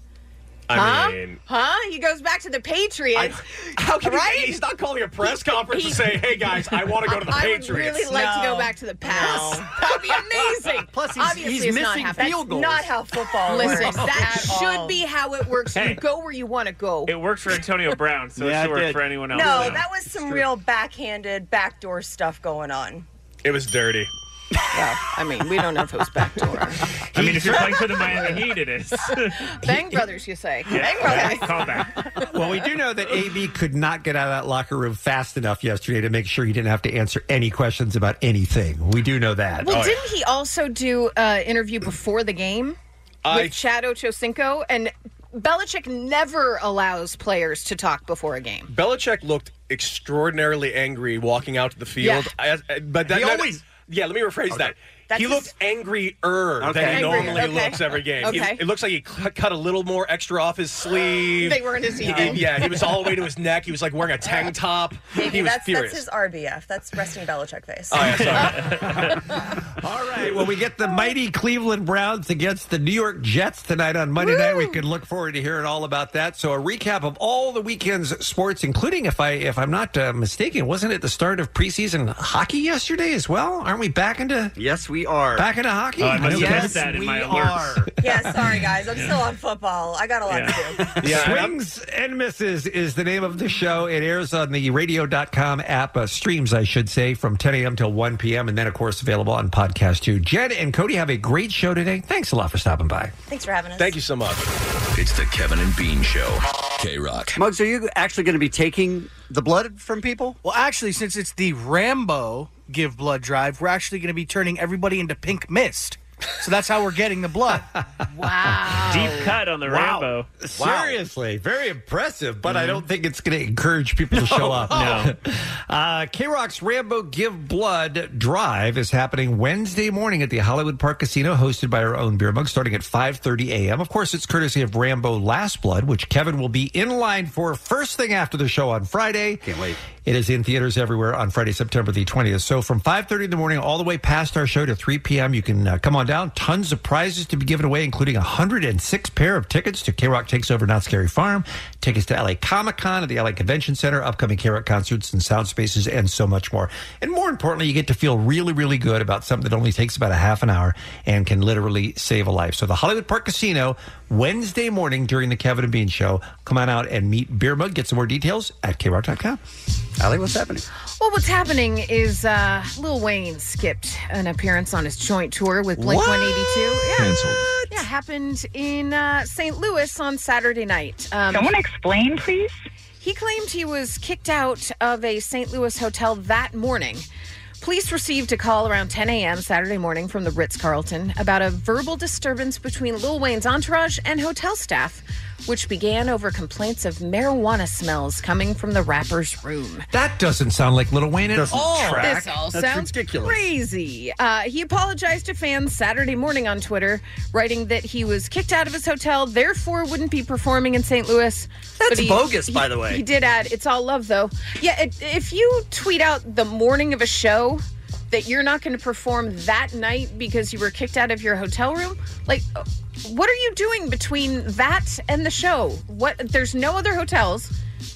Speaker 20: I
Speaker 12: huh?
Speaker 20: mean,
Speaker 12: huh? He goes back to the Patriots.
Speaker 20: how can he-
Speaker 12: right?
Speaker 20: he's not calling a press conference to say, "Hey guys, I want to go to the
Speaker 12: I
Speaker 20: Patriots."
Speaker 12: would really like to go back to the Pats. That'd be amazing. Plus,
Speaker 2: he's-
Speaker 12: Obviously,
Speaker 2: he's
Speaker 12: it's not
Speaker 2: missing
Speaker 12: how
Speaker 2: field
Speaker 12: that's
Speaker 2: goals.
Speaker 12: Not how football
Speaker 2: Listen,
Speaker 12: works.
Speaker 2: that
Speaker 12: That
Speaker 2: should
Speaker 12: should be how it works.
Speaker 17: Hey.
Speaker 12: You go where you want to go.
Speaker 17: It worked for Antonio Brown, so
Speaker 20: Yeah,
Speaker 17: it
Speaker 20: it
Speaker 17: should work
Speaker 20: did.
Speaker 17: for anyone
Speaker 14: No,
Speaker 17: else.
Speaker 14: that was some real backhanded, backdoor stuff going on.
Speaker 20: It was dirty.
Speaker 12: Well, I mean, we don't know if it was backdoor.
Speaker 17: I mean, if you're playing for the Miami Heat, it is.
Speaker 12: Bang Brothers, you say.
Speaker 17: Yeah.
Speaker 12: Bang Brothers.
Speaker 10: well, we do know that AB could not get out of that locker room fast enough yesterday to make sure he didn't have to answer any questions about anything. We do know that.
Speaker 12: Well, didn't he also do an interview before the game
Speaker 10: I-
Speaker 12: with Chad Ochocinco? And Belichick never allows players to talk before a game.
Speaker 20: Belichick looked extraordinarily angry walking out to the field. I- I- but that,
Speaker 12: He
Speaker 20: that-
Speaker 12: always-
Speaker 20: yeah, let me rephrase that.
Speaker 12: That's
Speaker 20: he looked angrier than
Speaker 2: Okay.
Speaker 20: he
Speaker 2: Angrier,
Speaker 20: normally
Speaker 2: okay.
Speaker 20: looks every game. He-
Speaker 2: Okay.
Speaker 20: it looks like he cu- cut a little more extra off his sleeve.
Speaker 14: They were in his
Speaker 20: He-
Speaker 14: ego.
Speaker 20: yeah, he was all the way to his neck. He was like wearing a tank top.
Speaker 14: Maybe
Speaker 20: he was
Speaker 14: that's,
Speaker 20: furious.
Speaker 14: that's his RBF. That's resting Belichick face.
Speaker 10: All right. Well, we get the mighty Cleveland Browns against the New York Jets tonight on Monday night. We can look forward to hearing all about that. So a recap of all the weekend's sports, including if I if I'm not uh, mistaken, wasn't it the start of preseason hockey yesterday as well? Aren't we back into
Speaker 16: Yes, we are
Speaker 10: back into hockey?
Speaker 16: Uh, I must have
Speaker 10: Yes,
Speaker 16: missed that in
Speaker 10: we
Speaker 16: my
Speaker 10: are.
Speaker 14: yeah, sorry guys, I'm still on football. I got a lot to do.
Speaker 10: Swings and Misses is the name of the show. It airs on the radio.com app, uh, streams, I should say, from 10 a.m. till 1 p.m., and then, of course, available on podcast too. Jed and Cody have a great show today. Thanks a lot for stopping by.
Speaker 14: Thanks for having us.
Speaker 20: Thank you so much.
Speaker 4: It's the Kevin and Bean Show. K Rock.
Speaker 16: Muggs, are you actually going to be taking the blood from people?
Speaker 6: Well, actually, since it's the Rambo Give Blood Drive, we're actually going to be turning everybody into pink mist. So that's how we're getting the blood.
Speaker 12: wow.
Speaker 17: Deep cut on the Rambo. Mm-hmm.
Speaker 10: Seriously, very impressive, but I don't think it's going to encourage people to show up.
Speaker 17: No.
Speaker 10: uh, K Rock's Rambo Give Blood Drive is happening Wednesday morning at the Hollywood Park Casino, hosted by our own beer mug, starting at 5.30 a.m. Of course, it's courtesy of Rambo Last Blood, which Kevin will be in line for first thing after the show on Friday. Can't wait. It is in theaters everywhere on Friday, September the 20th. So from 5.30 in the morning all the way past our show to 3 p.m., you can uh, come on down. Tons of prizes to be given away, including 106 pair of tickets to K-Rock Takes Over Not Scary Farm, tickets to LA Comic-Con at the LA Convention Center, upcoming K-Rock concerts and sound spaces, and so much more. And more importantly, you get to feel really, really good about something that only takes about a half an hour and can literally save a life. So the Hollywood Park Casino, Wednesday morning during the Kevin and Bean Show. Come on out and meet Beer Mug. Get some more details at krock.com. Allie, what's happening?
Speaker 12: Well, what's happening is uh, Lil Wayne skipped an appearance on his joint tour with Blink
Speaker 2: What?
Speaker 12: 182. Yeah.
Speaker 2: Canceled.
Speaker 12: Yeah, happened in uh, St. Louis on Saturday night. Um,
Speaker 5: Someone explain, please.
Speaker 12: He claimed he was kicked out of a St. Louis hotel that morning. Police received a call around 10 a.m. Saturday morning from the Ritz Carlton about a verbal disturbance between Lil Wayne's entourage and hotel staff, which began over complaints of marijuana smells coming from the rapper's room.
Speaker 10: That doesn't sound like Little Wayne at
Speaker 12: Doesn't
Speaker 10: all.
Speaker 12: This all sounds crazy. Uh, he apologized to fans Saturday morning on Twitter, writing that he was kicked out of his hotel, therefore wouldn't be performing in St. Louis.
Speaker 16: That's
Speaker 12: But he-
Speaker 16: bogus,
Speaker 12: he-
Speaker 16: by the way.
Speaker 12: He did add, "It's all love, though." Yeah, it, if you tweet out the morning of a show that you're not going to perform that night because you were kicked out of your hotel room, like. What are you doing between that and the show? What there's no other hotels.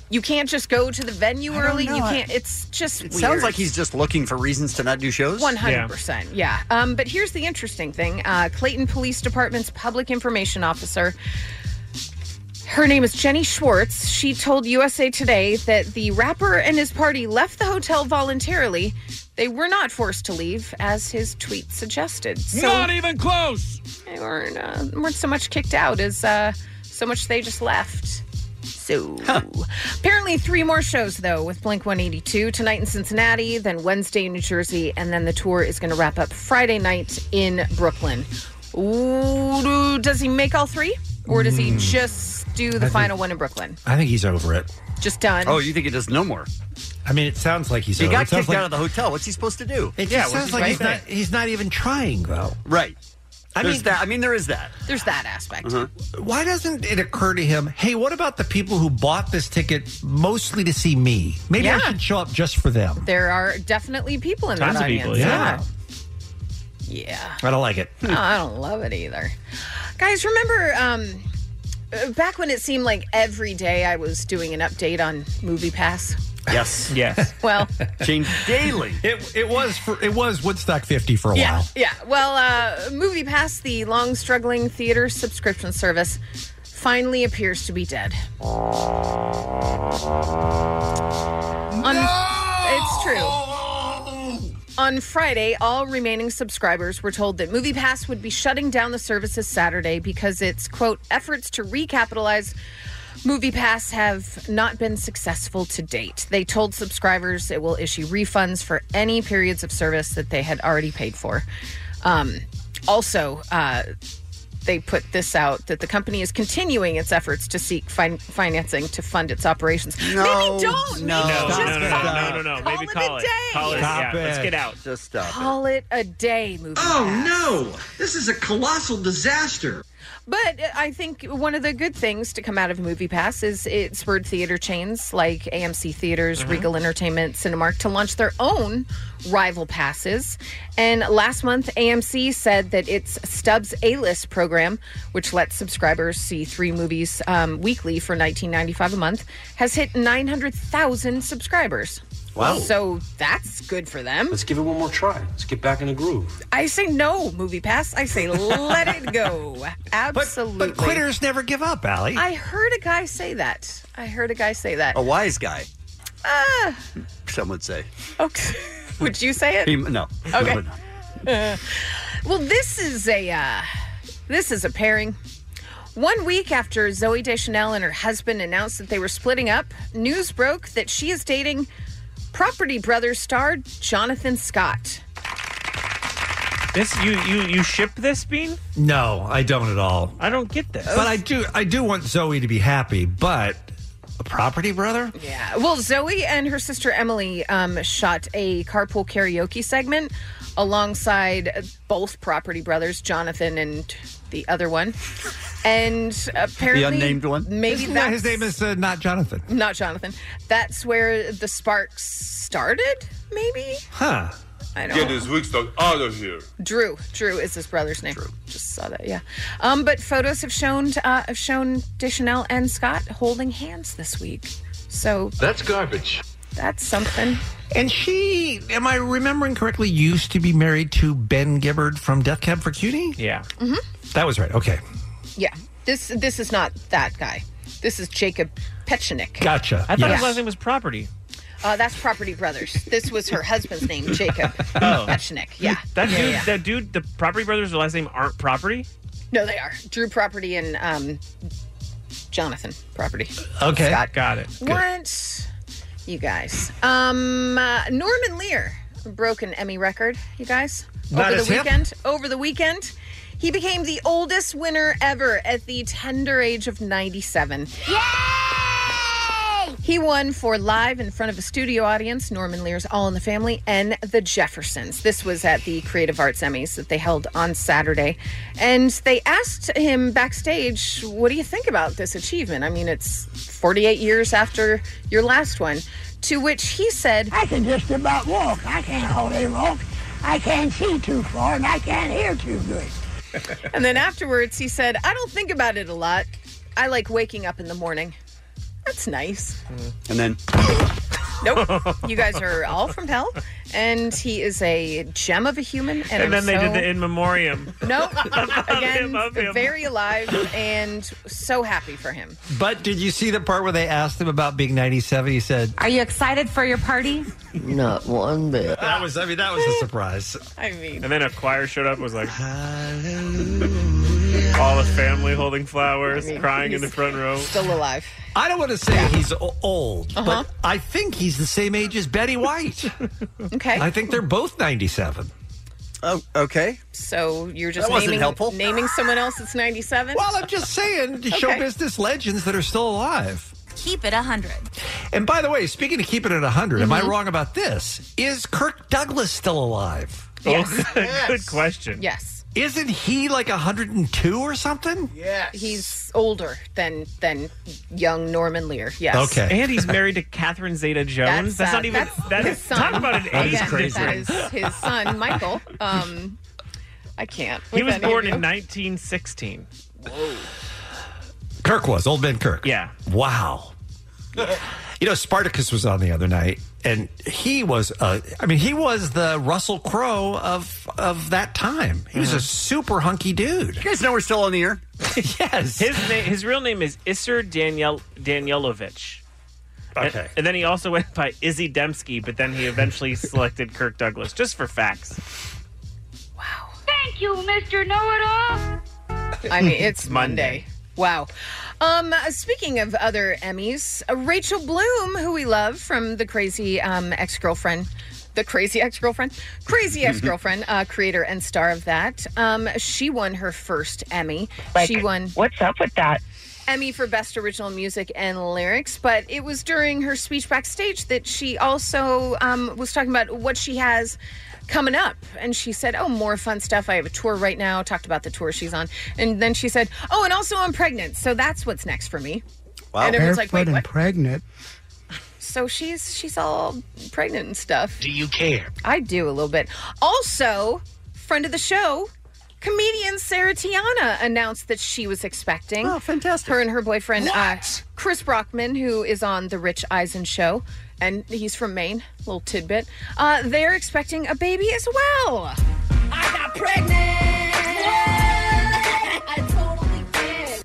Speaker 12: You can't just go to the venue
Speaker 16: don't
Speaker 12: early.
Speaker 16: know.
Speaker 12: You
Speaker 16: I-
Speaker 12: can't. It's just.
Speaker 16: It sounds
Speaker 12: weird.
Speaker 16: like he's just looking for reasons to not do shows.
Speaker 12: One hundred percent, yeah. Um, but here's the interesting thing: uh, Clayton Police Department's public information officer. Her name is Jenny Schwartz. She told USA Today that the rapper and his party left the hotel voluntarily. They were not forced to leave, as his tweet suggested. So
Speaker 2: Not even close.
Speaker 12: they weren't, uh, weren't so much kicked out as uh, so much they just left. So, apparently, three more shows though with Blink 182 tonight in Cincinnati, then Wednesday in New Jersey, and then the tour is going to wrap up Friday night in Brooklyn. Ooh, do- does he make all three? Or does he just do
Speaker 10: Hmm.
Speaker 12: the
Speaker 10: I think-
Speaker 12: final one in Brooklyn?
Speaker 10: I think he's over it.
Speaker 12: Just done.
Speaker 8: Oh,
Speaker 10: you think he does no more? I mean, it sounds like he's.
Speaker 8: He
Speaker 10: over.
Speaker 8: got
Speaker 10: it sounds
Speaker 8: kicked out of the hotel. What's he supposed to do?
Speaker 10: It just sounds like he's not. He's not even trying though.
Speaker 8: Right. I
Speaker 10: There's
Speaker 8: mean that. I mean there is that.
Speaker 12: There's that aspect.
Speaker 10: Uh-huh. Why doesn't it occur to him? Hey, what about the people who bought this ticket mostly to see me? Maybe I
Speaker 12: Yeah.
Speaker 10: should show up just for them.
Speaker 12: There are definitely people in
Speaker 10: Tons
Speaker 12: that
Speaker 10: of people,
Speaker 12: audience.
Speaker 10: yeah. Hmm.
Speaker 12: Yeah. Yeah.
Speaker 10: I don't like it.
Speaker 12: No, I don't love it either. Guys, remember um, uh, back when it seemed like every day I was doing an update on Movie Pass?
Speaker 10: Yes. yes.
Speaker 12: Well,
Speaker 10: Change daily. It it was for it was Woodstock 50 for a
Speaker 12: yeah,
Speaker 10: while.
Speaker 12: yeah. Well, uh, Movie Pass, the long struggling theater subscription service, finally appears to be dead. On, It's true. On Friday, all remaining subscribers were told that MoviePass would be shutting down the service this Saturday because its quote efforts to recapitalize MoviePass have not been successful to date. They told subscribers it will issue refunds for any periods of service that they had already paid for. Um, also, uh, they put this out that the company is continuing its efforts to seek fin- financing to fund its operations. Maybe don't.
Speaker 17: No,
Speaker 12: Maybe
Speaker 17: no,
Speaker 12: just
Speaker 17: no, no,
Speaker 12: call
Speaker 17: no, no,
Speaker 12: it-
Speaker 17: no, no.
Speaker 12: call
Speaker 17: Maybe
Speaker 12: it a
Speaker 17: call it.
Speaker 12: day.
Speaker 17: Call it.
Speaker 8: Stop
Speaker 17: yeah, let's
Speaker 8: it.
Speaker 17: get out. Just stop.
Speaker 12: Call it a day movie.
Speaker 18: Oh,
Speaker 12: pass.
Speaker 8: Oh, This is a colossal disaster.
Speaker 12: But uh, I think one of the good things to come out of Movie Pass is it spurred theater chains like AMC Theaters, Regal Entertainment, Cinemark to launch their own rival passes. And last month, AMC said that its Stubbs A List program, which lets subscribers see three movies um, weekly for $19.95 a month, has hit 900,000 subscribers.
Speaker 5: Wow.
Speaker 12: So that's good for them.
Speaker 5: Let's give it one more try. Let's get back in the groove.
Speaker 12: I say no, Movie Pass. I say let it go. Absolutely.
Speaker 10: But quitters never give up, Allie.
Speaker 12: I heard a guy say that. I heard a guy say that.
Speaker 16: Oh.
Speaker 8: A wise guy,
Speaker 12: Ah,
Speaker 8: some would say.
Speaker 12: okay. Would you say it?
Speaker 8: He- no.
Speaker 12: Okay.
Speaker 8: No, no.
Speaker 12: Uh, well, this is a uh, this is a pairing. One week after Zoe Deschanel and her husband announced that they were splitting up, news broke that she is dating Property Brothers star Jonathan Scott.
Speaker 17: This you you you ship this bean?
Speaker 10: No, I don't at all.
Speaker 17: I don't get this.
Speaker 10: But I do I do want Zoe to be happy, but a property brother?
Speaker 12: Yeah. Well, Zoe and her sister Emily um, shot a carpool karaoke segment alongside both property brothers, Jonathan and the other one. And apparently, Maybe
Speaker 10: Isn't that-
Speaker 12: that's
Speaker 10: his name is uh, not Jonathan.
Speaker 12: not Jonathan. That's where the sparks started. Maybe
Speaker 10: Huh.
Speaker 12: I don't. Get
Speaker 21: this Woodstock out of here.
Speaker 12: Drew. Drew is his brother's name. Just saw that. Yeah. Um, but photos have shown uh, have shown Deschanel and Scott holding hands this week. So
Speaker 10: That's garbage.
Speaker 12: that's something.
Speaker 10: And she, am I remembering correctly, used to be married to Ben Gibbard from Death Cab for Cutie?
Speaker 17: Yeah.
Speaker 12: hmm
Speaker 10: That was right. Okay.
Speaker 12: Yeah. This this is not that guy. This is Jacob Pechenik.
Speaker 10: Gotcha.
Speaker 17: I thought
Speaker 10: Yes.
Speaker 17: his last name was property.
Speaker 12: Uh, that's Property Brothers. This was her husband's name, Jacob
Speaker 17: Oh.
Speaker 12: Pechenik. Yeah.
Speaker 17: That
Speaker 12: Yeah,
Speaker 17: dude,
Speaker 12: yeah.
Speaker 17: that dude, the property brothers' last name aren't property.
Speaker 12: No, they are Drew Property and um, Jonathan Property.
Speaker 10: Okay,
Speaker 17: Scott got it.
Speaker 12: What? You guys. Um, uh, Norman Lear broke an Emmy record, you guys.
Speaker 2: Not
Speaker 12: over
Speaker 2: as
Speaker 12: the
Speaker 2: hip?
Speaker 12: weekend. Over the weekend. He became the oldest winner ever at the tender age of 97. Yay! He won for Live in front of a studio audience, Norman Lear's All in the Family, and The Jeffersons. This was at the Creative Arts Emmys that they held on Saturday. And they asked him backstage, What do you think about this achievement? I mean, it's 48 years after your last one. To which he said, I can just about walk. I can't hold a walk. I can't see too far, and I can't hear too good. And then afterwards, he said, I don't think about it a lot. I like waking up in the morning. That's nice.
Speaker 8: And then
Speaker 12: Nope. you guys are all from hell. And he is a gem of a human. And,
Speaker 17: And,
Speaker 12: I'm
Speaker 17: then they did
Speaker 12: so-
Speaker 17: the in memoriam.
Speaker 12: Nope. Again,
Speaker 17: of him.
Speaker 12: very alive and so happy for him.
Speaker 10: But did you see the part where they asked him about being 97? He said,
Speaker 22: Are you excited for your party?
Speaker 10: Not one bit. That was, I mean, that was a surprise.
Speaker 12: I mean,
Speaker 17: and then a choir showed up. and Was like, all the family holding flowers, crying in the front row.
Speaker 12: Still alive.
Speaker 10: I don't want to say he's o- old,
Speaker 12: Uh-huh.
Speaker 10: but I think he's the same age as Betty White.
Speaker 12: Okay.
Speaker 10: I think they're both 97.
Speaker 16: Oh, okay.
Speaker 12: So you're just
Speaker 10: That wasn't
Speaker 12: naming
Speaker 10: helpful.
Speaker 12: naming someone else that's 97.
Speaker 10: Well, I'm just saying, to show business legends that are still alive.
Speaker 7: Keep it 100.
Speaker 10: And by the way, speaking of keeping it 100, am I
Speaker 7: Mhm.
Speaker 17: Mm-hmm.
Speaker 10: wrong about this? Is Kirk Douglas still alive?
Speaker 12: Yes.
Speaker 17: Oh, Good question.
Speaker 12: Yes.
Speaker 10: Isn't he like 102 or something?
Speaker 12: Yes. He's older than than young Norman Lear. Yes.
Speaker 17: And he's married to Catherine Zeta Jones. That's,
Speaker 12: uh,
Speaker 17: not even.
Speaker 12: that's
Speaker 17: That's,
Speaker 12: his son.
Speaker 17: talk about an
Speaker 12: That
Speaker 17: age
Speaker 12: is-
Speaker 17: difference.
Speaker 12: That is his son, Michael. Um, I can't.
Speaker 17: He
Speaker 12: with
Speaker 17: was
Speaker 12: any
Speaker 17: born
Speaker 12: of
Speaker 17: in
Speaker 12: you.
Speaker 17: 1916.
Speaker 10: Kirk was, old man Kirk. Yeah. Wow. You know, Spartacus was on the other night, and he was, uh, I mean, he was the Russell Crowe of of that time. He
Speaker 17: Mm-hmm.
Speaker 10: was a super hunky dude. You
Speaker 16: guys know we're still on the air?
Speaker 10: yes.
Speaker 17: His name, his real name is Isser Daniel Danielovich. Okay. And, and then he also went by Izzy Dembski, but then he eventually selected Kirk Douglas just for facts.
Speaker 2: Thank you, Mr. Know It All.
Speaker 12: I mean, it's Monday. Wow. Um, uh, speaking of other Emmys, uh, Rachel Bloom, who we love from the crazy um, ex girlfriend, the crazy ex girlfriend, crazy ex girlfriend, uh, creator and star of that, um, she won her first Emmy. she won. What's up with that? Emmy for Best Original Music and Lyrics, but it was during her speech backstage that she also um, was talking about what she has coming up. And she said, Oh, more fun stuff. I have a tour right now. Talked about the tour she's on. And then she said, Oh, and also I'm pregnant. So that's what's next for me. And everyone's like, Wait, what?
Speaker 9: pregnant.
Speaker 12: So she's she's all pregnant and stuff.
Speaker 9: Do you care?
Speaker 12: I do a little bit. Also, friend of the show, comedian Sarah Tiana announced that she was expecting. Oh, fantastic. Her and her boyfriend, uh, Chris Brockman, who is on The Rich Eisen Show, and he's from Maine, little tidbit. Uh, they're expecting a baby as well. I got pregnant. I totally did.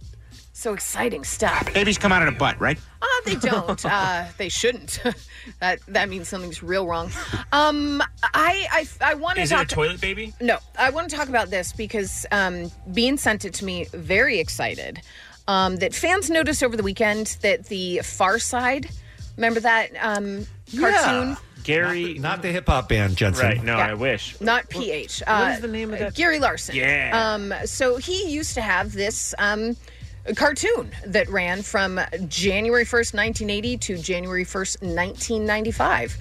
Speaker 12: So exciting stuff.
Speaker 21: Babies come out of the butt, right?
Speaker 12: Uh, they don't. Uh, they shouldn't. that that means something's real wrong. Um, I I, I want to
Speaker 17: Is it
Speaker 12: talk
Speaker 17: a toilet baby?
Speaker 12: No, I want to talk about this because um, Bean sent it to me. Very excited um, that fans noticed over the weekend that the Far Side, remember that um, cartoon,
Speaker 17: Gary.
Speaker 10: Not the hip hop band, Jensen.
Speaker 17: Right, no,
Speaker 12: Yeah.
Speaker 17: I wish.
Speaker 12: not PH.
Speaker 17: what is the name of that-
Speaker 12: Gary Larson.
Speaker 17: Yeah.
Speaker 12: Um, so he used to have this. Um, cartoon that ran from January 1st, 1980 to January 1st, 1995.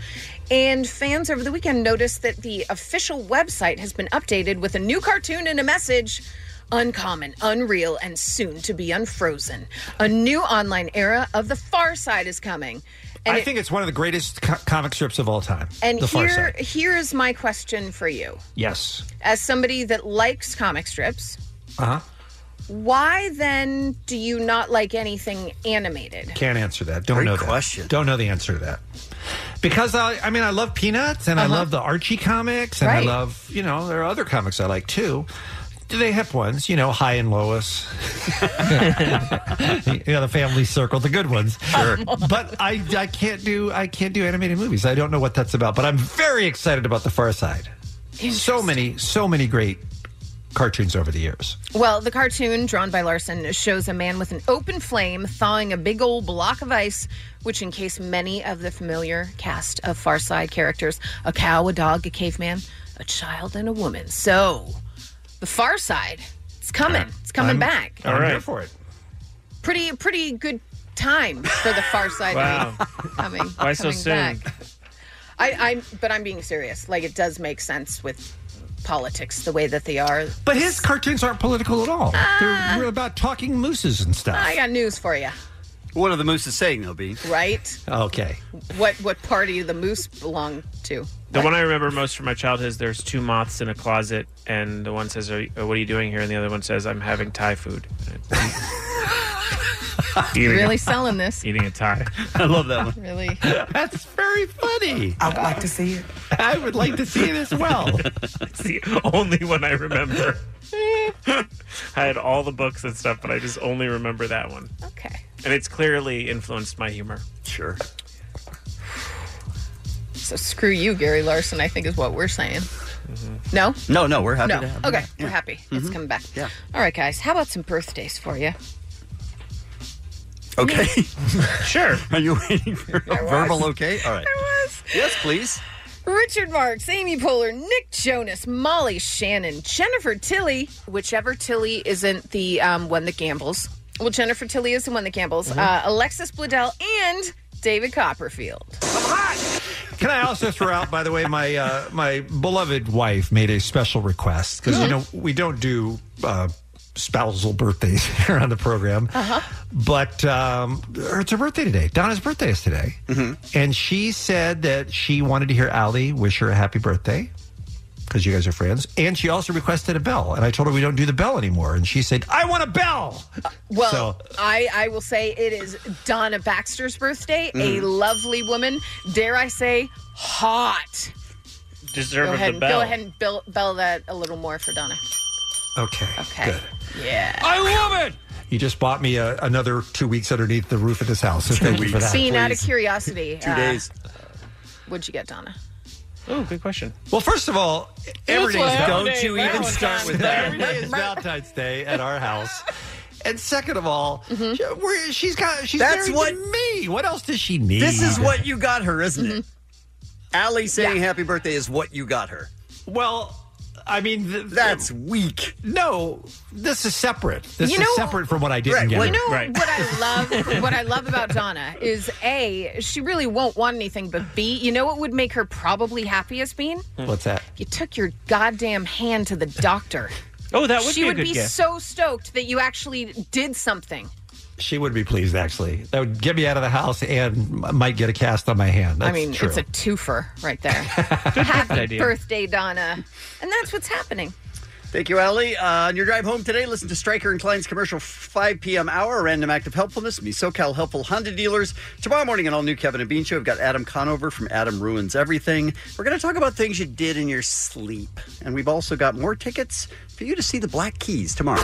Speaker 12: And fans over the weekend noticed that the official website has been updated with a new cartoon and a message uncommon, unreal, and soon to be unfrozen. A new online era of the far side is coming. And
Speaker 10: I
Speaker 12: it-
Speaker 10: think it's one of the greatest co- comic strips of all time.
Speaker 12: and
Speaker 10: the Far
Speaker 12: here
Speaker 10: Side.
Speaker 12: here is my question for you.
Speaker 10: Yes.
Speaker 12: As somebody that likes comic strips,
Speaker 10: Uh huh.
Speaker 12: why then do you not like anything animated?
Speaker 10: Can't answer that. Don't know question. Don't know the answer to that. Because I, I mean, I love Peanuts and I love the Archie comics and
Speaker 12: Right.
Speaker 10: I love, you know, there are other comics I like too. Do they hip ones? You know, High and Lois. you know, the Family Circle, the good ones. Sure. but I, I can't do, I can't do animated movies. I don't know what that's about. But I'm very excited about the Far Side. So many, so many great cartoons over the years.
Speaker 12: Well, the cartoon drawn by Larson shows a man with an open flame thawing a big old block of ice, which encased many of the familiar cast of Far Side characters a cow, a dog, a caveman, a child, and a woman. So, the Far Side, it's coming. It's coming
Speaker 10: I'm-
Speaker 12: back.
Speaker 10: I'm here for it.
Speaker 12: Pretty, pretty good time for the Far Side
Speaker 17: Wow.
Speaker 12: coming.
Speaker 17: Why so
Speaker 12: coming
Speaker 17: soon?
Speaker 12: Back. I, I'm, but I'm being serious. Like, it does make sense with politics the way that they are.
Speaker 10: But his cartoons aren't political at all. They're, they're about talking mooses and stuff.
Speaker 12: I got news for you,
Speaker 16: What are the moose is saying, though, B?
Speaker 12: right?
Speaker 10: Okay.
Speaker 12: What what party the moose belong to?
Speaker 17: The one I remember most from my childhood is there's two moths in a closet, and the one says, are, you- uh, "What are you doing here?" and the other one says, "I'm having Thai food." Eating
Speaker 12: You're
Speaker 17: a-
Speaker 12: really selling this.
Speaker 17: Eating a Thai. I love that one.
Speaker 12: Really?
Speaker 10: That's very funny.
Speaker 12: I would like to see it.
Speaker 10: I would like to see it as well.
Speaker 17: it's the only one I remember. I had all the books and stuff, but I just only remember that one.
Speaker 12: Okay.
Speaker 17: And it's clearly influenced my humor. Sure.
Speaker 12: So screw you, Gary Larson. I think is what we're saying. No.
Speaker 16: No, no, we're happy
Speaker 12: No.
Speaker 16: to have
Speaker 12: Okay,
Speaker 16: him.
Speaker 12: we're happy. It's coming back.
Speaker 16: Yeah.
Speaker 12: All right, guys. How about some birthdays for you?
Speaker 16: Okay.
Speaker 17: sure.
Speaker 16: Are you waiting for a verbal okay? All right. Yes, please.
Speaker 12: Richard Marks, Amy Poehler, Nick Jonas, Molly Shannon, Jennifer Tilly, whichever Tilly isn't the um, one that gambles. Well, Jennifer Tilly is the one that gambles.
Speaker 10: Mhm.
Speaker 12: Uh, Alexis Bledel and David Copperfield.
Speaker 10: Can I also throw out, by the way, my uh, my beloved wife made a special request because you
Speaker 12: Mm-hmm.
Speaker 10: know we don't do uh, spousal birthdays here on the program,
Speaker 25: Uh-huh.
Speaker 10: but um, it's her birthday today. Donna's birthday is today,
Speaker 12: Mm-hmm.
Speaker 10: and she said that she wanted to hear Allie wish her a happy birthday because you guys are friends, and she also requested a bell. And I told her we don't do the bell anymore, and she said I want a bell.
Speaker 12: Well,
Speaker 10: So-
Speaker 12: I, I will say it is Donna Baxter's birthday, a
Speaker 10: Mm.
Speaker 12: lovely woman, dare I say, hot.
Speaker 17: Deserve
Speaker 12: go, ahead
Speaker 17: the
Speaker 12: and,
Speaker 17: bell.
Speaker 12: go ahead and bell, bell that a little more for Donna.
Speaker 10: Okay,
Speaker 12: Okay.
Speaker 10: good.
Speaker 12: Yeah. I love it.
Speaker 10: You just bought me a, another two weeks underneath the roof of this house. So thank you for that.
Speaker 12: Seeing out of curiosity,
Speaker 10: Two
Speaker 12: uh,
Speaker 10: days.
Speaker 12: what'd you get, Donna?
Speaker 26: Oh, good question.
Speaker 10: Well, first of all, every day
Speaker 26: what
Speaker 10: is
Speaker 26: holiday
Speaker 10: Don't you even
Speaker 26: Valentine's
Speaker 10: start with
Speaker 26: Day.
Speaker 10: that. Every day is Valentine's Day at our house. And second of all,
Speaker 12: Mm-hmm.
Speaker 10: she, we're- she's got she's
Speaker 16: That's
Speaker 10: married
Speaker 16: what-
Speaker 10: to me. What else does she need?
Speaker 16: This is what you got her, isn't it?
Speaker 12: Mm-hmm.
Speaker 16: Allie saying happy birthday is what you got her.
Speaker 10: Well, I mean,
Speaker 16: that's weak.
Speaker 10: No, this is separate. This
Speaker 12: You
Speaker 10: is
Speaker 12: know-
Speaker 10: separate from what I didn't
Speaker 16: Right,
Speaker 10: get.
Speaker 16: what-
Speaker 10: her.
Speaker 16: you know
Speaker 12: what I love what I love about Donna is A, she really won't want anything, but B, you know what would make her probably happiest, Bean?
Speaker 10: What's that?
Speaker 12: You took your goddamn hand to the doctor.
Speaker 26: Oh, that would
Speaker 12: she
Speaker 26: be a
Speaker 12: would
Speaker 26: good
Speaker 12: be
Speaker 10: gift.
Speaker 12: so stoked that you actually did something.
Speaker 10: She would be pleased. Actually, that would get me out of the house and m- might get a cast on my hand. That's
Speaker 12: I mean,
Speaker 10: true.
Speaker 12: it's a twofer right there. Happy
Speaker 10: idea.
Speaker 12: birthday, Donna. And that's what's happening.
Speaker 16: Thank you, Allie. Uh, on your drive home today, listen to Stryker and Klein's commercial 5 p.m. hour, Random Act of Helpfulness, and the SoCal Helpful Honda Dealers. Tomorrow morning on All New Kevin and Bean Show, we've got Adam Conover from Adam Ruins Everything. We're going to talk about things you did in your sleep. And we've also got more tickets for you to see the Black Keys tomorrow.